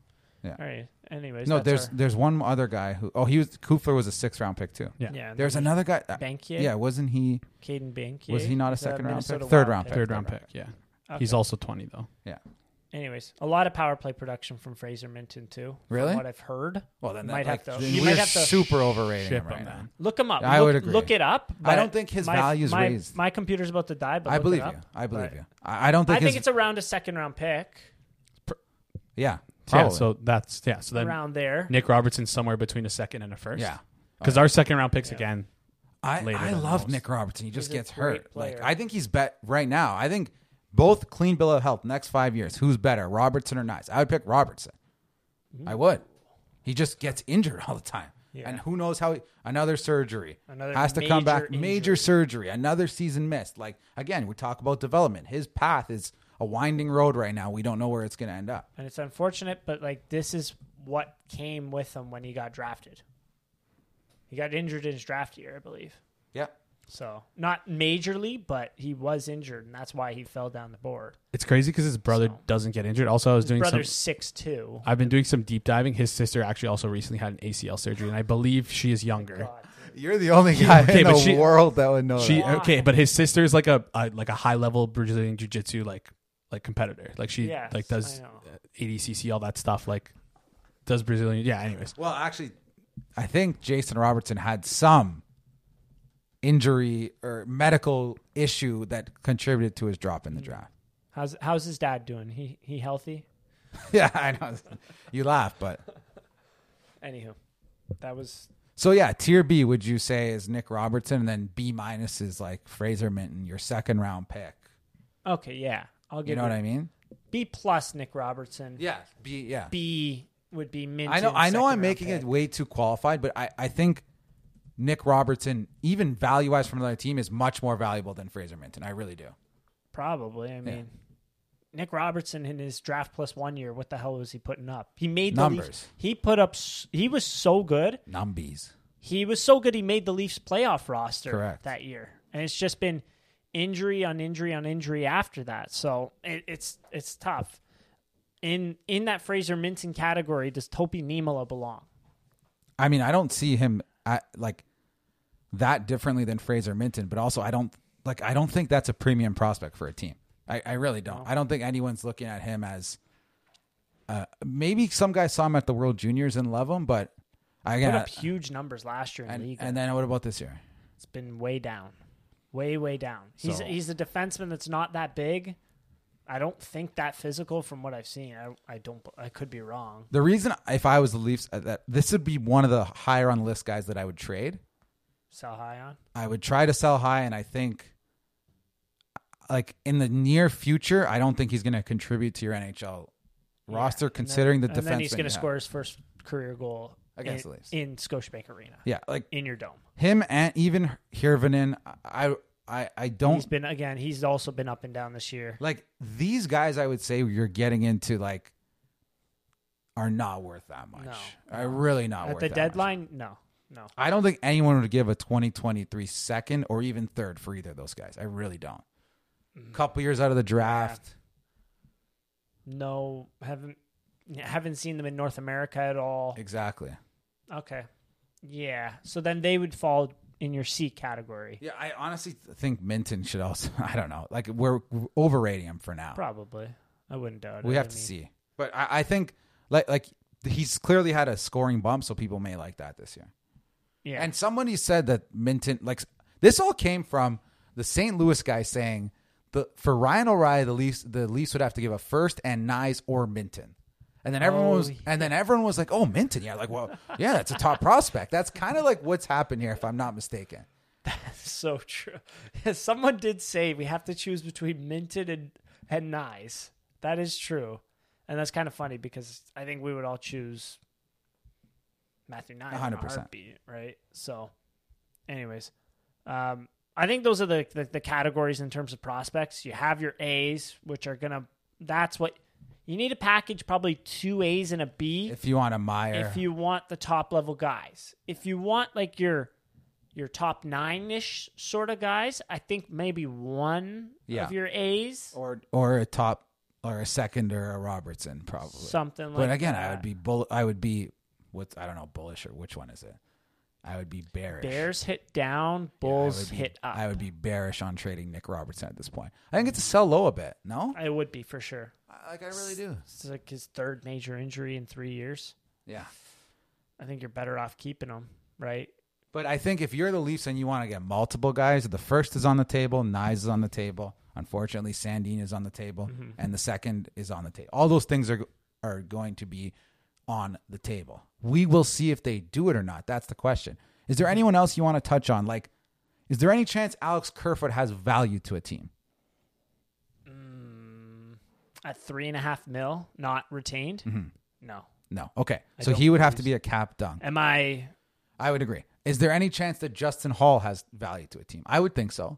[SPEAKER 1] All right. Anyways,
[SPEAKER 3] No,
[SPEAKER 1] that's
[SPEAKER 3] there's
[SPEAKER 1] our-
[SPEAKER 3] there's one other guy who oh he was Kufler was a sixth round pick too.
[SPEAKER 2] Yeah.
[SPEAKER 1] yeah. and
[SPEAKER 3] There's
[SPEAKER 1] then
[SPEAKER 3] another guy. uh,
[SPEAKER 1] Bankier.
[SPEAKER 3] yeah, wasn't he?
[SPEAKER 1] Caden Bankier.
[SPEAKER 3] Was he not a
[SPEAKER 1] He's
[SPEAKER 3] second round pick?
[SPEAKER 1] Minnesota
[SPEAKER 3] Third
[SPEAKER 1] Wild
[SPEAKER 3] round pick.
[SPEAKER 2] Third round
[SPEAKER 3] round
[SPEAKER 2] pick. Yeah.
[SPEAKER 1] Okay.
[SPEAKER 2] He's also 20 though.
[SPEAKER 1] Anyways, a lot of power play production from Fraser Minton too. from
[SPEAKER 3] Really?
[SPEAKER 1] what I've heard.
[SPEAKER 3] Well, then
[SPEAKER 1] Might
[SPEAKER 3] that,
[SPEAKER 1] have
[SPEAKER 3] like,
[SPEAKER 1] to-
[SPEAKER 3] then
[SPEAKER 1] you
[SPEAKER 3] we're
[SPEAKER 1] might have to
[SPEAKER 3] super overrating
[SPEAKER 2] Ship
[SPEAKER 3] him right
[SPEAKER 2] him,
[SPEAKER 3] now.
[SPEAKER 2] man.
[SPEAKER 1] Look him up.
[SPEAKER 3] I
[SPEAKER 1] Look-
[SPEAKER 3] would agree.
[SPEAKER 1] Look it up.
[SPEAKER 3] I don't
[SPEAKER 1] but
[SPEAKER 3] think his
[SPEAKER 1] my,
[SPEAKER 3] value's
[SPEAKER 1] my,
[SPEAKER 3] raised.
[SPEAKER 1] My computer's about to die, but
[SPEAKER 3] I
[SPEAKER 1] look it
[SPEAKER 3] believe
[SPEAKER 1] up.
[SPEAKER 3] you. I believe
[SPEAKER 1] But
[SPEAKER 3] you. I, I don't think.
[SPEAKER 1] I think
[SPEAKER 3] his,
[SPEAKER 1] it's around a second round pick,
[SPEAKER 3] yeah.
[SPEAKER 2] Yeah.
[SPEAKER 3] probably.
[SPEAKER 2] So that's yeah. So then
[SPEAKER 1] around there.
[SPEAKER 2] Nick Robertson's somewhere between a second and a first.
[SPEAKER 3] yeah.
[SPEAKER 2] Because our second round picks again.
[SPEAKER 3] I,
[SPEAKER 2] later
[SPEAKER 3] I
[SPEAKER 2] than
[SPEAKER 3] love
[SPEAKER 2] most.
[SPEAKER 3] Nick Robertson. He just
[SPEAKER 1] He's a
[SPEAKER 3] gets
[SPEAKER 1] great
[SPEAKER 3] hurt. Like
[SPEAKER 1] player.
[SPEAKER 3] I think he's bet right now. I think both clean bill of health next five years. Who's better, Robertson or Nice? I would pick Robertson. I would. He just gets injured all the time,
[SPEAKER 1] Yeah.
[SPEAKER 3] and who knows how? He, another surgery
[SPEAKER 1] Another
[SPEAKER 3] has to
[SPEAKER 1] major
[SPEAKER 3] come back.
[SPEAKER 1] injury.
[SPEAKER 3] Major surgery. Another season missed. Like again, we talk about development. His path is a winding road right now. We don't know where it's going to end up.
[SPEAKER 1] and it's unfortunate, but like this is what came with him when he got drafted. He got injured in his draft year, I believe.
[SPEAKER 3] Yep.
[SPEAKER 1] So not majorly, but he was injured, and that's why he fell down the board.
[SPEAKER 2] It's crazy because his brother
[SPEAKER 1] So-
[SPEAKER 2] doesn't get injured. Also, I was doing some
[SPEAKER 1] Brother's six two.
[SPEAKER 2] I've been doing some deep diving. His sister actually also recently had an ACL surgery, and I believe she is younger.
[SPEAKER 1] Oh,
[SPEAKER 3] You're the only guy
[SPEAKER 2] okay,
[SPEAKER 3] in
[SPEAKER 2] but
[SPEAKER 3] the
[SPEAKER 2] she-
[SPEAKER 3] world that would know.
[SPEAKER 2] She
[SPEAKER 3] that.
[SPEAKER 2] okay, but his sister is like a, a like a high level Brazilian jiu jitsu like like competitor. Like she
[SPEAKER 1] Yes,
[SPEAKER 2] like does
[SPEAKER 1] I know.
[SPEAKER 2] ADCC all that stuff. Like does Brazilian yeah. Anyways,
[SPEAKER 3] Well, actually, I think Jason Robertson had some injury or medical issue that contributed to his drop in the draft.
[SPEAKER 1] How's how's his dad doing? He he healthy?
[SPEAKER 3] yeah, I know. You laugh, but
[SPEAKER 1] Anywho, that was
[SPEAKER 3] so yeah, tier B would you say is Nick Robertson, and then B minus is like Fraser Minton, your second round pick.
[SPEAKER 1] okay. Yeah, I'll give
[SPEAKER 3] You know
[SPEAKER 1] you
[SPEAKER 3] what I mean?
[SPEAKER 1] B plus Nick Robertson.
[SPEAKER 3] Yeah, be yeah.
[SPEAKER 1] B would be minted.
[SPEAKER 3] I know I know
[SPEAKER 1] second
[SPEAKER 3] I'm
[SPEAKER 1] round
[SPEAKER 3] making
[SPEAKER 1] pick.
[SPEAKER 3] it way too qualified, but I, I think Nick Robertson, even value wise from another team, is much more valuable than Fraser Minton. I really do.
[SPEAKER 1] Probably. I mean, Nick Robertson in his draft plus one year, what the hell was he putting up? He made the
[SPEAKER 3] Numbers.
[SPEAKER 1] Leafs- He put up. s- He was so good.
[SPEAKER 3] Numbies.
[SPEAKER 1] He was so good. He made the Leafs playoff roster
[SPEAKER 3] Correct.
[SPEAKER 1] that year, and it's just been injury on injury on injury after that. So it, it's it's tough. In in that Fraser Minton category, does Topi Niemela belong?
[SPEAKER 3] I mean, I don't see him at, like that differently than Fraser Minton, but also I don't like I don't think that's a premium prospect for a team. I, I really don't. I don't think anyone's looking at him as uh, maybe some guy saw him at the World Juniors and love him, but I
[SPEAKER 1] Put
[SPEAKER 3] again,
[SPEAKER 1] up huge numbers last year in the
[SPEAKER 3] and,
[SPEAKER 1] league.
[SPEAKER 3] and then what about this year?
[SPEAKER 1] It's been way down, way way down. He's
[SPEAKER 3] So-
[SPEAKER 1] he's a defenseman that's not that big. I don't think that physical from what I've seen. I I don't. I could be wrong.
[SPEAKER 3] The reason if I was the Leafs uh, that this would be one of the higher on the list guys that I would trade.
[SPEAKER 1] Sell high on.
[SPEAKER 3] I would try to sell high and I think like in the near future, I don't think he's going to contribute to your NHL roster considering the
[SPEAKER 1] and then
[SPEAKER 3] defense.
[SPEAKER 1] he's going to score his first career goal
[SPEAKER 3] Against
[SPEAKER 1] in,
[SPEAKER 3] the Leafs.
[SPEAKER 1] in Scotiabank Arena
[SPEAKER 3] Yeah, like
[SPEAKER 1] in your dome.
[SPEAKER 3] him and even Hirvonen, I I I
[SPEAKER 1] He's
[SPEAKER 3] don't
[SPEAKER 1] been again. He's also been up and down this year.
[SPEAKER 3] like these guys I would say you're getting into like are not worth that much.
[SPEAKER 1] No.
[SPEAKER 3] Are really not
[SPEAKER 1] At
[SPEAKER 3] worth
[SPEAKER 1] the
[SPEAKER 3] that much.
[SPEAKER 1] deadline, no, no.
[SPEAKER 3] I don't think anyone would give a 2023 second or even third for either of those guys. I really don't.
[SPEAKER 1] Mm.
[SPEAKER 3] Couple years out of the draft.
[SPEAKER 1] no haven't haven't seen them in North America at all.
[SPEAKER 3] Exactly.
[SPEAKER 1] Okay, yeah. So then they would fall in your C category,
[SPEAKER 3] Yeah, I honestly th- think Minton should also. I don't know. Like we're we're overrating him for now.
[SPEAKER 1] probably. I wouldn't doubt it.
[SPEAKER 3] We
[SPEAKER 1] I
[SPEAKER 3] have to
[SPEAKER 1] mean,
[SPEAKER 3] see. But I, I think like like he's clearly had a scoring bump, so people may like that this year.
[SPEAKER 1] Yeah,
[SPEAKER 3] And somebody said that Minton like this all came from the St. Louis guy saying the for Ryan O'Reilly the Leafs the Leafs would have to give a first and Nyes or Minton. And then everyone
[SPEAKER 1] Oh,
[SPEAKER 3] was, and then everyone was like, "Oh, Minton, yeah, like, well, yeah, that's a top prospect." That's kind of like what's happened here, if I'm not mistaken.
[SPEAKER 1] so true. Someone did say we have to choose between minted and and nice. That is true, and that's kind of funny because I think we would all choose Matthew Nye. One
[SPEAKER 3] 100%.
[SPEAKER 1] hundred percent, right? So, anyways, um, I think those are the, the the categories in terms of prospects. You have your A's, which are gonna. That's what you need to package. Probably two A's and a B
[SPEAKER 3] If you want a Meyer,
[SPEAKER 1] if you want the top level guys. If you want like your your top nine ish sort of guys, I think maybe one
[SPEAKER 3] Yeah.
[SPEAKER 1] of your A's,
[SPEAKER 3] or or a top or a second or a Robertson probably.
[SPEAKER 1] something like.
[SPEAKER 3] but again,
[SPEAKER 1] that.
[SPEAKER 3] I would be bull. I would be what I don't know bullish or which one is it? I would be bearish.
[SPEAKER 1] Bears hit down,
[SPEAKER 3] I would
[SPEAKER 1] Bulls
[SPEAKER 3] be-
[SPEAKER 1] hit up.
[SPEAKER 3] I would be bearish on trading Nick Robertson at this point. I think it's a sell low a bit. No,
[SPEAKER 1] I would be for sure.
[SPEAKER 3] like I really do.
[SPEAKER 1] It's like his third major injury in three years.
[SPEAKER 3] Yeah,
[SPEAKER 1] I think you're better off keeping him, right?
[SPEAKER 3] but I think if you're the Leafs and you want to get multiple guys, the first is on the table, Nyes is on the table. Unfortunately, Sandine is on the table, and the second is on the table. All those things are are going to be on the table. We will see if they do it or not. That's the question. Is there anyone else you want to touch on? Like, is there any chance Alex Kerfoot has value to a team?
[SPEAKER 1] At three and a half mil, not retained.
[SPEAKER 3] Mm-hmm.
[SPEAKER 1] No.
[SPEAKER 3] No. Okay.
[SPEAKER 1] I
[SPEAKER 3] So
[SPEAKER 1] don't
[SPEAKER 3] he would have to be a cap dunk.
[SPEAKER 1] Am I?
[SPEAKER 3] I would agree. Is there any chance that Justin Hall has value to a team? I would think so.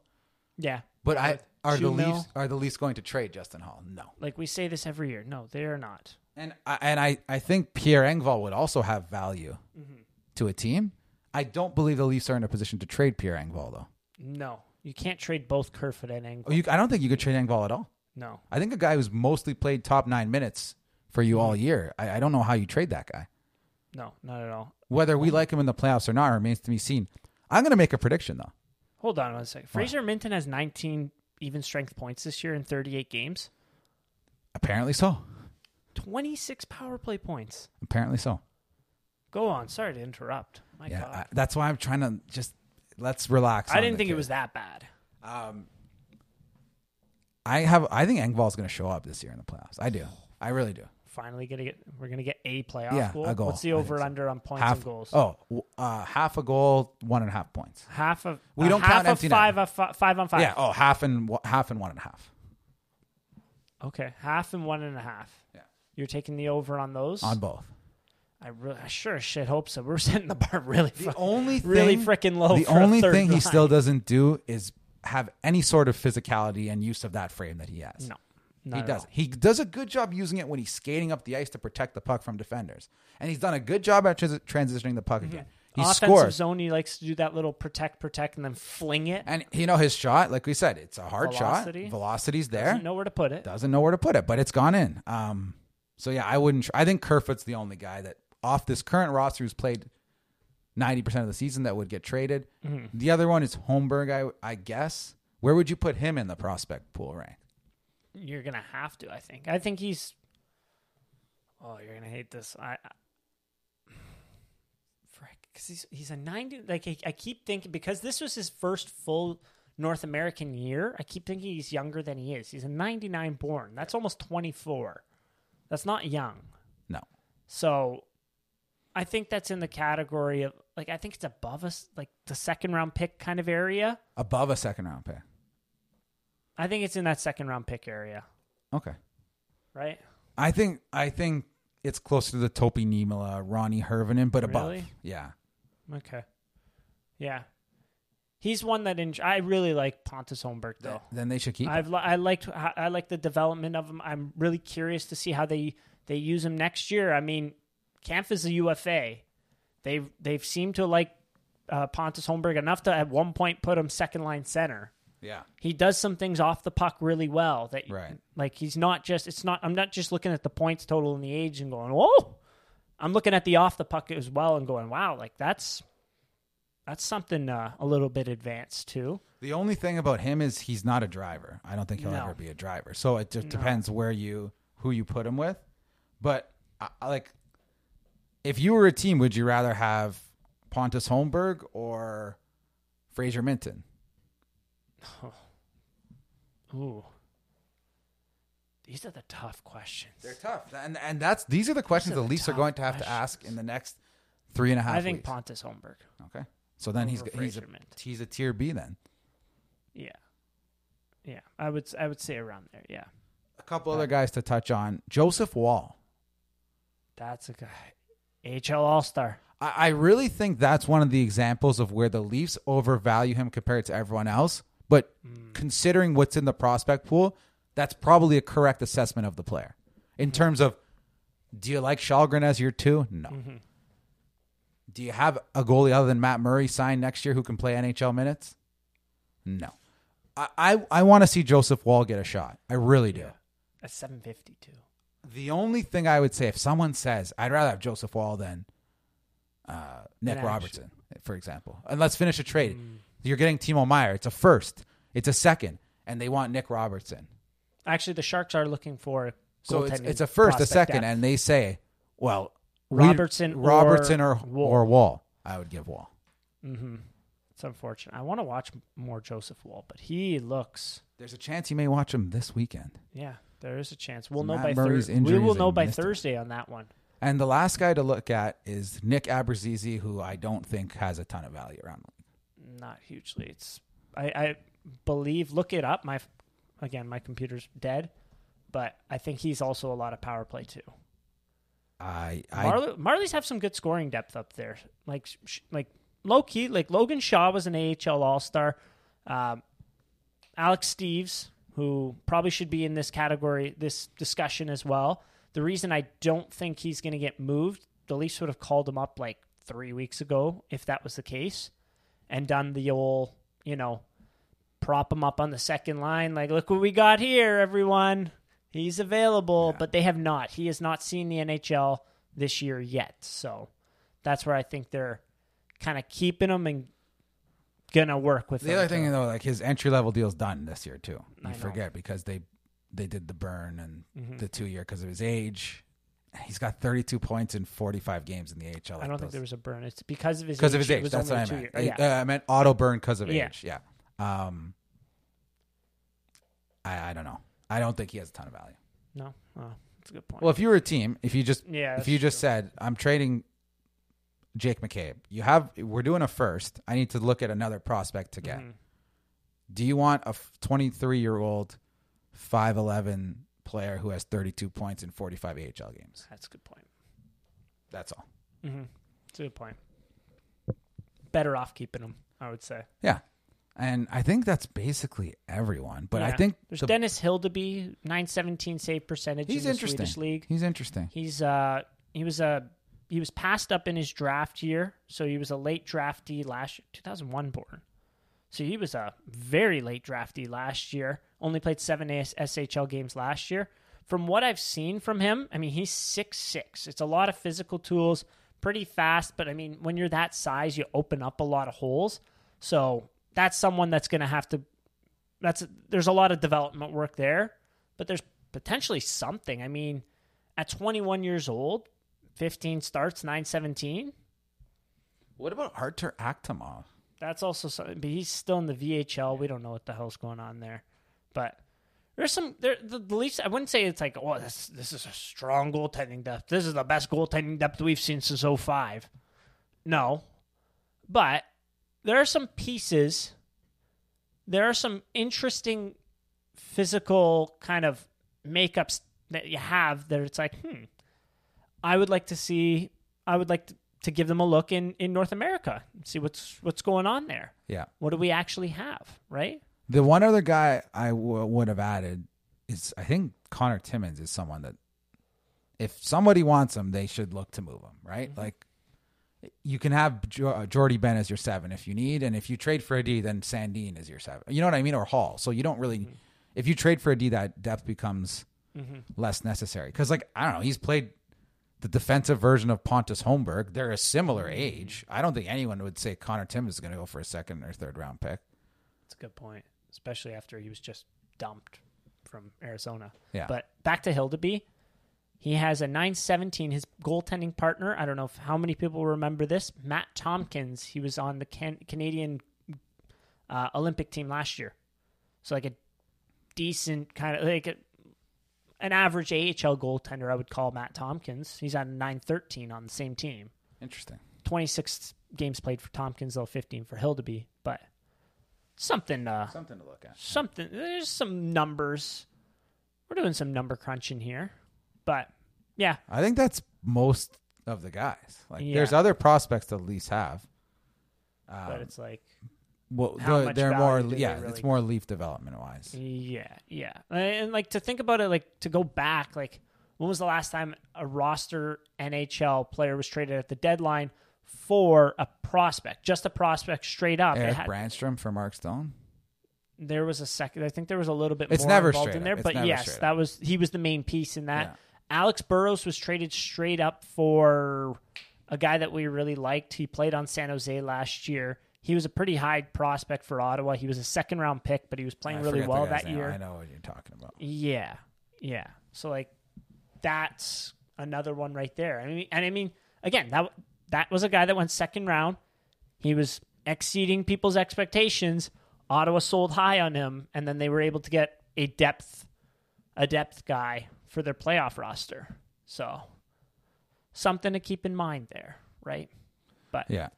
[SPEAKER 1] Yeah.
[SPEAKER 3] But I are the
[SPEAKER 1] two mil?
[SPEAKER 3] Leafs are the Leafs going to trade Justin Hall? No.
[SPEAKER 1] Like we say this every year. No, they are not.
[SPEAKER 3] And I, and I, I think Pierre Engvall would also have value
[SPEAKER 1] Mm-hmm.
[SPEAKER 3] to a team. I don't believe the Leafs are in a position to trade Pierre Engvall though.
[SPEAKER 1] No, you can't trade both Kerfoot and Engel.
[SPEAKER 3] Oh, you, I don't think you could trade Engvall at all.
[SPEAKER 1] No,
[SPEAKER 3] I think a guy who's mostly played top nine minutes for you all
[SPEAKER 1] Mm-hmm.
[SPEAKER 3] year. I, I don't know how you trade that guy.
[SPEAKER 1] no, not at all.
[SPEAKER 3] Whether we like him in the playoffs or not remains to be seen. I'm going to make a prediction though.
[SPEAKER 1] Hold on one second. Fraser Minton has 19 even strength points this year in 38 games,
[SPEAKER 3] Apparently so.
[SPEAKER 1] 26 power play points.
[SPEAKER 3] Apparently so.
[SPEAKER 1] Go on. Sorry to interrupt. My
[SPEAKER 3] Yeah,
[SPEAKER 1] God.
[SPEAKER 3] I, that's why I'm trying to just let's relax.
[SPEAKER 1] I,
[SPEAKER 3] on
[SPEAKER 1] didn't
[SPEAKER 3] the
[SPEAKER 1] think it
[SPEAKER 3] trade.
[SPEAKER 1] was that bad.
[SPEAKER 3] I have. I think Engvall's going to show up this year in the playoffs. I do. I really do.
[SPEAKER 1] Finally, gonna get we're gonna get a playoff
[SPEAKER 3] Yeah,
[SPEAKER 1] goal.
[SPEAKER 3] a goal.
[SPEAKER 1] What's the
[SPEAKER 3] I think
[SPEAKER 1] over
[SPEAKER 3] so.
[SPEAKER 1] under on points
[SPEAKER 3] Half
[SPEAKER 1] and goals?
[SPEAKER 3] Oh, w- uh, half a goal, one and a half points. oh,
[SPEAKER 1] Half of
[SPEAKER 3] We
[SPEAKER 1] a
[SPEAKER 3] don't
[SPEAKER 1] half
[SPEAKER 3] count
[SPEAKER 1] of
[SPEAKER 3] empty net.
[SPEAKER 1] five, of fi- five on five.
[SPEAKER 3] Yeah. Oh, half and wa- half and one and a half.
[SPEAKER 1] Okay, half and one and a half.
[SPEAKER 3] Yeah.
[SPEAKER 1] You're taking the over on those.
[SPEAKER 3] on both.
[SPEAKER 1] I, really, I sure as shit hope so. We're setting the bar really,
[SPEAKER 3] The
[SPEAKER 1] fuck-
[SPEAKER 3] only thing,
[SPEAKER 1] really freaking low.
[SPEAKER 3] the
[SPEAKER 1] for a
[SPEAKER 3] only
[SPEAKER 1] third
[SPEAKER 3] thing he
[SPEAKER 1] line.
[SPEAKER 3] still doesn't do is have any sort of physicality and use of that frame that he has.
[SPEAKER 1] No, not
[SPEAKER 3] he
[SPEAKER 1] at
[SPEAKER 3] does.
[SPEAKER 1] all.
[SPEAKER 3] He does a good job using it when he's skating up the ice to protect the puck from defenders, and he's done a good job at transi- transitioning the puck again. He
[SPEAKER 1] Mm-hmm. Offensive
[SPEAKER 3] scores,
[SPEAKER 1] zone, he likes to do that little protect, protect, and then fling it.
[SPEAKER 3] and you know his shot. Like we said, it's a hard
[SPEAKER 1] Velocity.
[SPEAKER 3] shot. Velocity's there.
[SPEAKER 1] Doesn't know where to put it.
[SPEAKER 3] doesn't know where to put it, but it's gone in. Um, so yeah, I wouldn't. Tr- I think Kerfoot's the only guy that off this current roster who's played ninety percent of the season that would get traded.
[SPEAKER 1] Mm-hmm.
[SPEAKER 3] The other one is Holmberg, I I guess. Where would you put him in the prospect pool rank?
[SPEAKER 1] You're gonna have to. I think. I think he's. Oh, you're gonna hate this. I. I frick, because he's he's a ninety. Like I, I keep thinking because this was his first full North American year. I keep thinking he's younger than he is. He's a ninety nine born. That's almost twenty four. That's not young.
[SPEAKER 3] No,
[SPEAKER 1] So, I think that's in the category of like I think it's above us, like the second round pick kind of area.
[SPEAKER 3] above a second round pick.
[SPEAKER 1] I think it's in that second round pick area,
[SPEAKER 3] Okay,
[SPEAKER 1] right?
[SPEAKER 3] I think I think it's closer to the Topi Nimala, Ronnie Hervinen, but above.
[SPEAKER 1] Really?
[SPEAKER 3] Yeah,
[SPEAKER 1] Okay. Yeah. He's one that in- I really like Pontus Holmberg though.
[SPEAKER 3] then they should keep. him.
[SPEAKER 1] I've li- I liked how- I like the development of him. I'm really curious to see how they they use him next year. I mean, Camp is a UFA. They've they've seemed to like uh, Pontus Holmberg enough to at one point put him second line center.
[SPEAKER 3] yeah,
[SPEAKER 1] He does some things off the puck really well. That
[SPEAKER 3] Right.
[SPEAKER 1] like he's not just it's not I'm not just looking at the points total and the age and going whoa. I'm looking at the off the puck as well and going wow like that's that's something uh, a little bit advanced too.
[SPEAKER 3] The only thing about him is he's not a driver. I don't think he'll
[SPEAKER 1] No.
[SPEAKER 3] ever be a driver. So it just depends where you who you put him with. But I, I like, if you were a team, would you rather have Pontus Holmberg or Fraser Minton?
[SPEAKER 1] Ooh. These are the tough questions.
[SPEAKER 3] They're tough, and and that's these are the questions
[SPEAKER 1] are
[SPEAKER 3] the
[SPEAKER 1] the
[SPEAKER 3] Leafs are
[SPEAKER 1] tough
[SPEAKER 3] going to have to ask in the next three and a half.
[SPEAKER 1] I think
[SPEAKER 3] weeks.
[SPEAKER 1] Pontus Holmberg.
[SPEAKER 3] okay. So then he's
[SPEAKER 1] over
[SPEAKER 3] he's a,
[SPEAKER 1] Fraser Minton.
[SPEAKER 3] he's a tier B then.
[SPEAKER 1] Yeah. Yeah. I would I would say around there. Yeah.
[SPEAKER 3] A couple other guys to touch on: Joseph Wall.
[SPEAKER 1] That's a guy. HL All-Star.
[SPEAKER 3] I, I really think that's one of the examples of where the Leafs overvalue him compared to everyone else. But considering what's in the prospect pool, that's probably a correct assessment of the player. In terms of, do you like Shalgren as your two? No. Do you have a goalie other than Matt Murray signed next year who can play NHL minutes? No. I, I, I want to see Joseph Wall get a shot. I really do.
[SPEAKER 1] At 752.
[SPEAKER 3] The only thing I would say, if someone says, "I'd rather have Joseph Wall than uh, Nick
[SPEAKER 1] Than Ash. Mm.
[SPEAKER 3] Robertson," for example, and let's finish a trade. You're getting Timo Meyer. It's a first. It's a second, and they want Nick Robertson.
[SPEAKER 1] Actually, the Sharks are looking for
[SPEAKER 3] So it's,
[SPEAKER 1] goaltending
[SPEAKER 3] it's a first, a
[SPEAKER 1] prospect
[SPEAKER 3] second,
[SPEAKER 1] depth.
[SPEAKER 3] and they say, "Well, we-
[SPEAKER 1] Robertson or
[SPEAKER 3] Robertson or
[SPEAKER 1] Wall.
[SPEAKER 3] or Wall." I would give Wall.
[SPEAKER 1] it's unfortunate. I want to watch more Joseph Wall, but he looks
[SPEAKER 3] There's a chance you may watch him this weekend.
[SPEAKER 1] yeah, there is a chance. We'll know
[SPEAKER 3] Matt
[SPEAKER 1] by
[SPEAKER 3] Murray's
[SPEAKER 1] Thursday. We
[SPEAKER 3] injury
[SPEAKER 1] will
[SPEAKER 3] is a
[SPEAKER 1] know by
[SPEAKER 3] mystery.
[SPEAKER 1] Thursday on that one.
[SPEAKER 3] And the last guy to look at is Nick Aberzizi, who I don't think has a ton of value around. the league.
[SPEAKER 1] not hugely. It's I, I believe look it up. My again, my computer's dead, but I think he's also a lot of power play too.
[SPEAKER 3] I, I
[SPEAKER 1] Marley, Marley's have some good scoring depth up there. Like sh- like low key, like Logan Shaw was an AHL All Star. Um, Alex Steves, who probably should be in this category, this discussion as well. The reason I don't think he's going to get moved, the Leafs would have called him up like three weeks ago if that was the case, and done the old you know prop him up on the second line, like look what we got here, everyone. He's available, but they have not. He has not seen the NHL this year yet. So that's where I think they're kind of keeping him and gonna work with
[SPEAKER 3] The
[SPEAKER 1] him
[SPEAKER 3] other
[SPEAKER 1] to-
[SPEAKER 3] thing though, like his entry level deal's done this year too.
[SPEAKER 1] I
[SPEAKER 3] You
[SPEAKER 1] know.
[SPEAKER 3] forget because they they did the burn and
[SPEAKER 1] Mm-hmm.
[SPEAKER 3] the two year because of his age. He's got 32 points in 45 games in the AHL.
[SPEAKER 1] I don't think there was a burn. It's because of his
[SPEAKER 3] because
[SPEAKER 1] age.
[SPEAKER 3] of his
[SPEAKER 1] It
[SPEAKER 3] age.
[SPEAKER 1] was
[SPEAKER 3] That's
[SPEAKER 1] only
[SPEAKER 3] what I
[SPEAKER 1] a
[SPEAKER 3] meant.
[SPEAKER 1] two-year-
[SPEAKER 3] Uh, I meant auto burn because of
[SPEAKER 1] Yeah.
[SPEAKER 3] age. Yeah. Um. I I don't know. I don't think he has a ton of value.
[SPEAKER 1] Yeah. No, oh, that's a good point.
[SPEAKER 3] Well, if you were a team, if you just
[SPEAKER 1] Yeah,
[SPEAKER 3] if
[SPEAKER 1] that's
[SPEAKER 3] you just
[SPEAKER 1] true.
[SPEAKER 3] said I'm trading Jake McCabe, you have we're doing a first. I need to look at another prospect to
[SPEAKER 1] Mm-hmm.
[SPEAKER 3] get. Do you want a 23 year old, 5'11 player who has 32 points in 45 AHL games.
[SPEAKER 1] That's a good point. Mm-hmm.
[SPEAKER 3] That's all.
[SPEAKER 1] It's a good point. Better off keeping him, I would say.
[SPEAKER 3] Yeah. And I think that's basically everyone. But I
[SPEAKER 1] Yeah.
[SPEAKER 3] think
[SPEAKER 1] there's
[SPEAKER 3] the-
[SPEAKER 1] Dennis Hildeby, nine seventeen save percentage
[SPEAKER 3] he's
[SPEAKER 1] in the
[SPEAKER 3] interesting.
[SPEAKER 1] Swedish league.
[SPEAKER 3] He's interesting.
[SPEAKER 1] He's uh he was uh, he was passed up in his draft year, so he was a late draftee last year, 2001 born. So he was a very late draftee last year. Only played seven AS- SHL games last year. From what I've seen from him, I mean he's six six. It's a lot of physical tools, pretty fast. But I mean, when you're that size, you open up a lot of holes. So that's someone that's going to have to that's there's a lot of development work there, but there's potentially something. I mean, at 21 years old, 15 starts, 917.
[SPEAKER 3] What about Artur Akhtamov?
[SPEAKER 1] That's also something, but he's still in the VHL. We don't know what the hell's going on there, but there's some there the, the Leafs. I wouldn't say it's like oh this this is a strong goaltending depth. This is the best goaltending depth we've seen since 05. No, but there are some pieces. There are some interesting physical kind of makeups that you have that it's like hmm. I would like to see. I would like to, to give them a look in in North America. See what's what's going on there.
[SPEAKER 3] Yeah.
[SPEAKER 1] What do we actually have? Right?
[SPEAKER 3] The one other guy I w- would have added is I think Connor Timmins is someone that if somebody wants him, they should look to move him, right? Like you can have jo- uh, Jordy Ben as your seven if you need, and if you trade for a D, then Sandine is your seven. You know what I mean? Or Hall. So you don't really, if you trade for a D, that depth becomes less necessary. Because like I don't know, he's played the defensive version of Pontus Holmberg. They're a similar age. I don't think anyone would say Connor Timmins is going to go for a second or third round pick.
[SPEAKER 1] That's a good point, especially after he was just dumped from Arizona.
[SPEAKER 3] Yeah.
[SPEAKER 1] But back to Hildeby, he has a 917. His goaltending partner, I don't know if, how many people remember this, Matt Tompkins. He was on the can- Canadian uh, Olympic team last year. So, like a decent kind of like a, an average AHL goaltender, I would call Matt Tompkins. He's on 913 on the same team.
[SPEAKER 3] Interesting.
[SPEAKER 1] 26 games played for Tompkins, though 15 for Hildeby. But something uh,
[SPEAKER 3] Something to look at.
[SPEAKER 1] something. There's some numbers. We're doing some number crunching here, but yeah,
[SPEAKER 3] I think that's most of the guys. Like,
[SPEAKER 1] Yeah.
[SPEAKER 3] there's other prospects that the Leafs have.
[SPEAKER 1] but it's like
[SPEAKER 3] Well,
[SPEAKER 1] How
[SPEAKER 3] they're,
[SPEAKER 1] much
[SPEAKER 3] they're
[SPEAKER 1] value
[SPEAKER 3] more,
[SPEAKER 1] do they
[SPEAKER 3] yeah,
[SPEAKER 1] really-
[SPEAKER 3] it's more Leaf development wise.
[SPEAKER 1] yeah, yeah, and like to think about it, like to go back, like when was the last time a roster NHL player was traded at the deadline for a prospect, just a prospect straight up? It
[SPEAKER 3] Eric
[SPEAKER 1] had-
[SPEAKER 3] Brandstrom for Mark Stone.
[SPEAKER 1] there was a second. I think there was a little bit
[SPEAKER 3] It's
[SPEAKER 1] more
[SPEAKER 3] never
[SPEAKER 1] involved
[SPEAKER 3] straight
[SPEAKER 1] in
[SPEAKER 3] up.
[SPEAKER 1] there,
[SPEAKER 3] It's
[SPEAKER 1] but
[SPEAKER 3] never
[SPEAKER 1] yes,
[SPEAKER 3] straight
[SPEAKER 1] that was he was the main piece in that.
[SPEAKER 3] Yeah.
[SPEAKER 1] Alex Burrows was traded straight up for a guy that we really liked. He played on San Jose last year. He was a pretty high prospect for Ottawa. He was a second round pick, but he was playing
[SPEAKER 3] I
[SPEAKER 1] really
[SPEAKER 3] forget the
[SPEAKER 1] well
[SPEAKER 3] guy's
[SPEAKER 1] that
[SPEAKER 3] name.
[SPEAKER 1] year.
[SPEAKER 3] I know what you're talking about.
[SPEAKER 1] Yeah. Yeah. So like that's another one right there. I mean and I mean again, that that was a guy that went second round. He was exceeding people's expectations. Ottawa sold high on him and then they were able to get a depth a depth guy for their playoff roster. So something to keep in mind there, right? But
[SPEAKER 3] Yeah.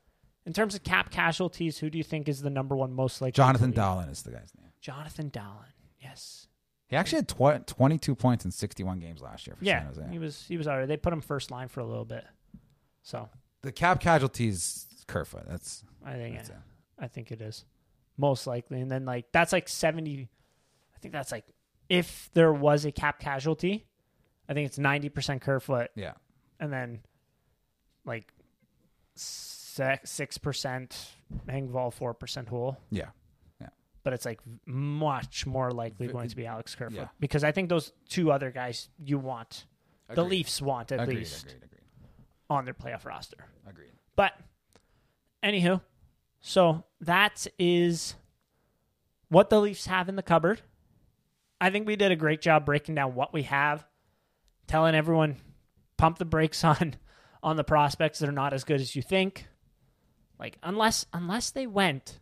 [SPEAKER 1] in terms of cap casualties, who do you think is the number one most likely?
[SPEAKER 3] Jonathan
[SPEAKER 1] to leave?
[SPEAKER 3] Dowlin is the guy's name.
[SPEAKER 1] Jonathan Dowlin. Yes.
[SPEAKER 3] He actually had tw- 22 points in 61 games last year for
[SPEAKER 1] Yeah,
[SPEAKER 3] San Jose.
[SPEAKER 1] he was he was already. They put him first line for a little bit, so
[SPEAKER 3] the cap casualties, Kerfoot. That's,
[SPEAKER 1] I think
[SPEAKER 3] that's it.
[SPEAKER 1] I think it is most likely. And then like that's like seventy. I think that's like if there was a cap casualty, I think it's ninety percent Kerfoot,
[SPEAKER 3] Yeah.
[SPEAKER 1] and then like six percent Engvall, four percent Hool.
[SPEAKER 3] Yeah.
[SPEAKER 1] But it's like much more likely
[SPEAKER 3] V-
[SPEAKER 1] going to be Alex Kerfoot
[SPEAKER 3] yeah.
[SPEAKER 1] because I think those two other guys you want, the
[SPEAKER 3] Agreed.
[SPEAKER 1] Leafs want at
[SPEAKER 3] agreed,
[SPEAKER 1] least
[SPEAKER 3] agreed, agreed,
[SPEAKER 1] on their playoff roster.
[SPEAKER 3] agreed.
[SPEAKER 1] But anywho, so that is what the Leafs have in the cupboard. I think we did a great job breaking down what we have, telling everyone pump the brakes on on the prospects that are not as good as you think. Like unless unless they went,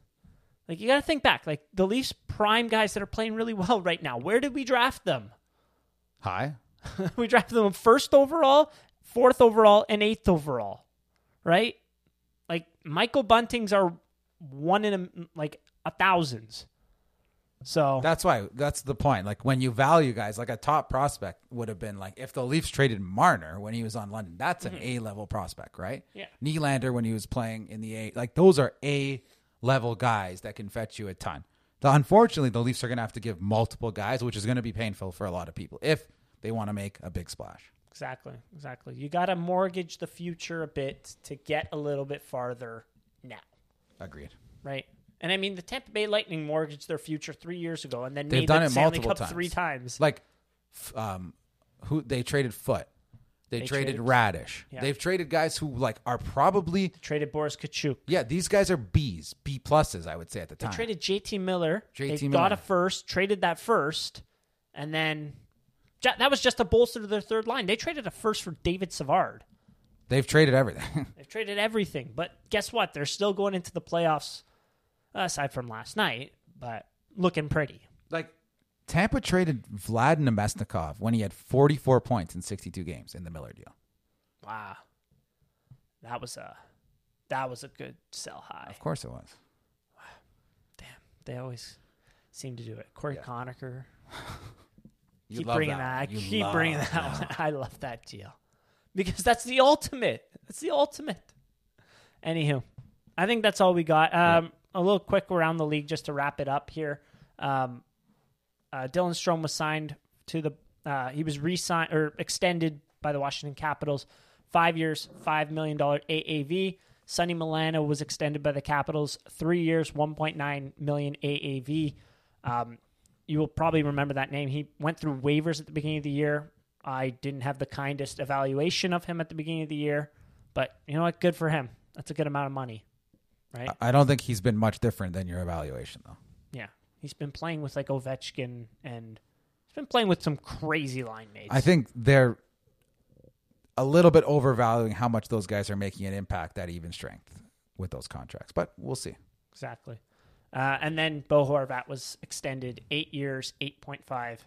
[SPEAKER 1] like you got to think back. Like the Leafs prime guys that are playing really well right now. Where did we draft them?
[SPEAKER 3] Hi.
[SPEAKER 1] we drafted them first overall, fourth overall, and eighth overall, right? Like Michael Buntings are one in a, like a thousands. So
[SPEAKER 3] That's why. That's the point. Like when you value guys, like a top prospect would have been like if the Leafs traded Marner when he was on London. That's an A level prospect, right?
[SPEAKER 1] Yeah.
[SPEAKER 3] Nylander when he was playing in the A, like those are A level guys that can fetch you a ton. The, unfortunately, the Leafs are going to have to give multiple guys, which is going to be painful for a lot of people if they want to make a big splash.
[SPEAKER 1] exactly, exactly. You got to mortgage the future a bit to get a little bit farther now,
[SPEAKER 3] Agreed.
[SPEAKER 1] right? And I mean, the Tampa Bay Lightning mortgaged their future three years ago, and then
[SPEAKER 3] They've
[SPEAKER 1] made
[SPEAKER 3] done
[SPEAKER 1] the
[SPEAKER 3] it
[SPEAKER 1] Stanley
[SPEAKER 3] multiple
[SPEAKER 1] Cup
[SPEAKER 3] times.
[SPEAKER 1] three times.
[SPEAKER 3] Like, f- um, who they traded Foot, they,
[SPEAKER 1] They
[SPEAKER 3] traded,
[SPEAKER 1] traded-
[SPEAKER 3] Radish.
[SPEAKER 1] Yeah.
[SPEAKER 3] They've traded guys who like are probably
[SPEAKER 1] Traded Boris Kachuk.
[SPEAKER 3] Yeah, these guys are Bs, B pluses, I would say at the time.
[SPEAKER 1] Traded JT Miller.
[SPEAKER 3] JT
[SPEAKER 1] they got
[SPEAKER 3] Miller.
[SPEAKER 1] a first, traded that first, and then ju- that was just a bolster to their third line. They traded a first for David Savard.
[SPEAKER 3] They've traded everything.
[SPEAKER 1] They've traded everything, but guess what? They're still going into the playoffs, uh, aside from last night, but looking pretty.
[SPEAKER 3] like Tampa traded Vlad Nemesnikov when he had 44 points in 62 games in the Miller deal.
[SPEAKER 1] Wow, that was a that was a good sell high.
[SPEAKER 3] Of course it was.
[SPEAKER 1] Damn, they always seem to do it. Corey Conacher.
[SPEAKER 3] You
[SPEAKER 1] keep
[SPEAKER 3] love
[SPEAKER 1] bringing
[SPEAKER 3] one.
[SPEAKER 1] that. I
[SPEAKER 3] You
[SPEAKER 1] keep
[SPEAKER 3] love
[SPEAKER 1] bringing that. One. I love that deal because that's the ultimate. That's the ultimate. Anywho, I think that's all we got. Um, A little quick around the league just to wrap it up here. Um, uh, Dylan Strom was signed to the. Uh, he was re-signed or extended by the Washington Capitals, five years, five million dollar AAV. Sonny Milano was extended by the Capitals, three years, one point nine million AAV. Um, you will probably remember that name. He went through waivers at the beginning of the year. I didn't have the kindest evaluation of him at the beginning of the year, but you know what? Good for him. That's a good amount of money, right?
[SPEAKER 3] I don't think he's been much different than your evaluation, though.
[SPEAKER 1] yeah, he's been playing with like Ovechkin and he's been playing with some crazy line mates.
[SPEAKER 3] I think they're a little bit overvaluing how much those guys are making an impact at even strength with those contracts, but we'll see.
[SPEAKER 1] exactly. Uh, and then Bo Horvat was extended eight years, eight point five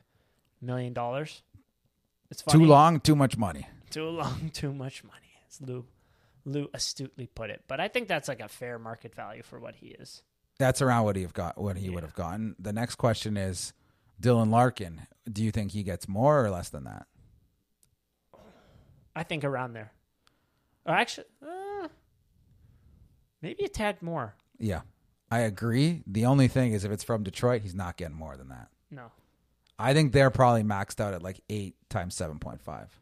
[SPEAKER 1] million dollars. It's funny.
[SPEAKER 3] Too long, too much money.
[SPEAKER 1] too long, too much money, as Lou Lou astutely put it. But I think that's like a fair market value for what he is.
[SPEAKER 3] That's around what he have got. What he would have gotten. The next question is, Dylan Larkin. Do you think he gets more or less than that?
[SPEAKER 1] I think around there, or actually, uh, maybe a tad more.
[SPEAKER 3] Yeah, I agree. The only thing is, if it's from Detroit, he's not getting more than that.
[SPEAKER 1] No,
[SPEAKER 3] I think they're probably maxed out at like eight times seven point five.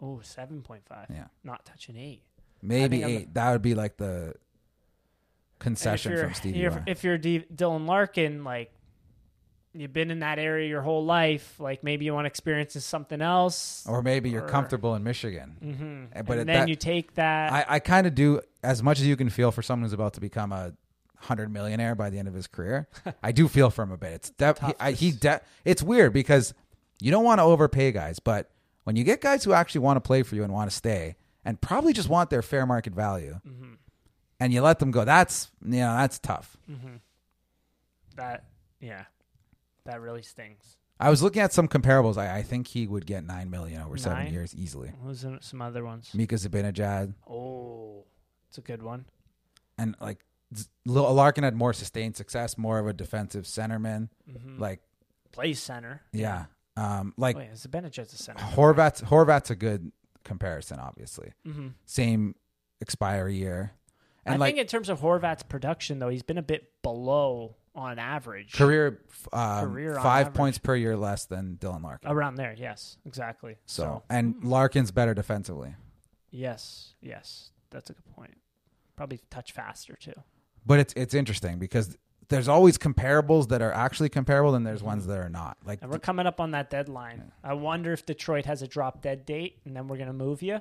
[SPEAKER 1] oh, seven point five.
[SPEAKER 3] Yeah.
[SPEAKER 1] not touching eight.
[SPEAKER 3] Maybe
[SPEAKER 1] I think I'm-
[SPEAKER 3] eight. that would be like the
[SPEAKER 1] And if
[SPEAKER 3] concession
[SPEAKER 1] you're-
[SPEAKER 3] from Stevie.
[SPEAKER 1] If,
[SPEAKER 3] Y.
[SPEAKER 1] if you're D- Dylan Larkin, like you've been in that area your whole life, like maybe you want to experience something else,
[SPEAKER 3] or maybe you're
[SPEAKER 1] or-
[SPEAKER 3] comfortable in Michigan. Mm-hmm. But at
[SPEAKER 1] and then
[SPEAKER 3] that,
[SPEAKER 1] you take that.
[SPEAKER 3] I, I kind of do as much as you can feel for someone who's about to become a hundred millionaire by the end of his career. I do feel for him a bit. It's de- he, I, he de- it's weird because you don't want to overpay guys, but when you get guys who actually want to play for you and want to stay and probably just want their fair market value, and you let them go, that's you know that's tough.
[SPEAKER 1] that yeah, that really stings.
[SPEAKER 3] I was looking at some comparables. I, I think he would get nine million over seven
[SPEAKER 1] Nine?
[SPEAKER 3] years easily.
[SPEAKER 1] Who's in some other ones?
[SPEAKER 3] Mika Zibanejad
[SPEAKER 1] Oh, it's a good one.
[SPEAKER 3] and like Z- Lil- Larkin had more sustained success, more of a defensive centerman,
[SPEAKER 1] Mm.
[SPEAKER 3] like.
[SPEAKER 1] Plays Mm-hmm. center.
[SPEAKER 3] Yeah. Um, like
[SPEAKER 1] Wait, it's a Benedict's a center.
[SPEAKER 3] Horvat's Horvat's a good comparison, obviously. Same expire year,
[SPEAKER 1] Mm-hmm.
[SPEAKER 3] and
[SPEAKER 1] I
[SPEAKER 3] like
[SPEAKER 1] think in terms of Horvat's production, though, he's been a bit below on average.
[SPEAKER 3] career, f- um,
[SPEAKER 1] Career on
[SPEAKER 3] five
[SPEAKER 1] average. Oh.
[SPEAKER 3] points per year less than Dylan Larkin.
[SPEAKER 1] Around there, yes, exactly.
[SPEAKER 3] so,
[SPEAKER 1] Hmm.
[SPEAKER 3] and Larkin's better defensively,
[SPEAKER 1] yes, yes, that's a good point. Probably touch faster too.
[SPEAKER 3] but it's it's interesting because there's always comparables that are actually comparable, and there's
[SPEAKER 1] Mm-hmm.
[SPEAKER 3] ones that are not. Like
[SPEAKER 1] And we're coming up on that deadline. I wonder if Detroit has a drop dead date, and then we're gonna move you.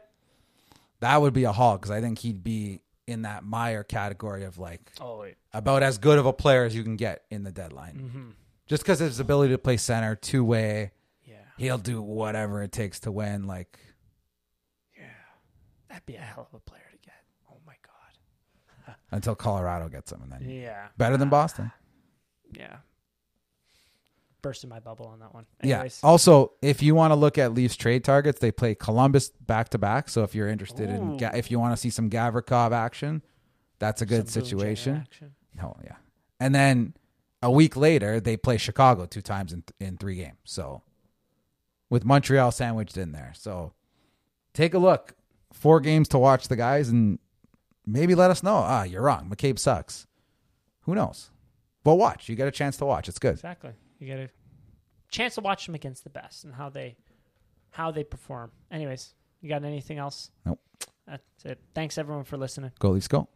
[SPEAKER 3] that would be a haul because I think he'd be in that Meyer category of like
[SPEAKER 1] Oh, wait.
[SPEAKER 3] about as good of a player as you can get in the deadline.
[SPEAKER 1] Mm. Mm-hmm.
[SPEAKER 3] Just because of his ability to play center, two way,
[SPEAKER 1] yeah,
[SPEAKER 3] he'll do whatever it takes to win. Like
[SPEAKER 1] that'd be a hell of a player to get. Oh my god.
[SPEAKER 3] until Colorado gets him, and then
[SPEAKER 1] Yeah,
[SPEAKER 3] better than Boston.
[SPEAKER 1] yeah. Bursting my bubble on that one. Uh,
[SPEAKER 3] Yeah.
[SPEAKER 1] Anyways,
[SPEAKER 3] Also, if you want to look at Leafs trade targets, they play Columbus back to back. So if you're interested in,
[SPEAKER 1] Ooh.
[SPEAKER 3] Ga- if you want to see some Gavrikov action, that's a good
[SPEAKER 1] some Boone Jenner
[SPEAKER 3] situation.
[SPEAKER 1] action.
[SPEAKER 3] No, yeah. And then a week later they play Chicago two times in in three games. So with Montreal sandwiched in there. So take a look. Four games to watch the guys and maybe let us know. Ah, you're wrong. McCabe sucks. Who knows? But watch. You get a chance to watch. It's good.
[SPEAKER 1] Exactly. You get a chance to watch them against the best and how they how they perform. Anyways, you got anything else?
[SPEAKER 3] Nope.
[SPEAKER 1] That's it. Thanks everyone for listening.
[SPEAKER 3] Go Leafs go.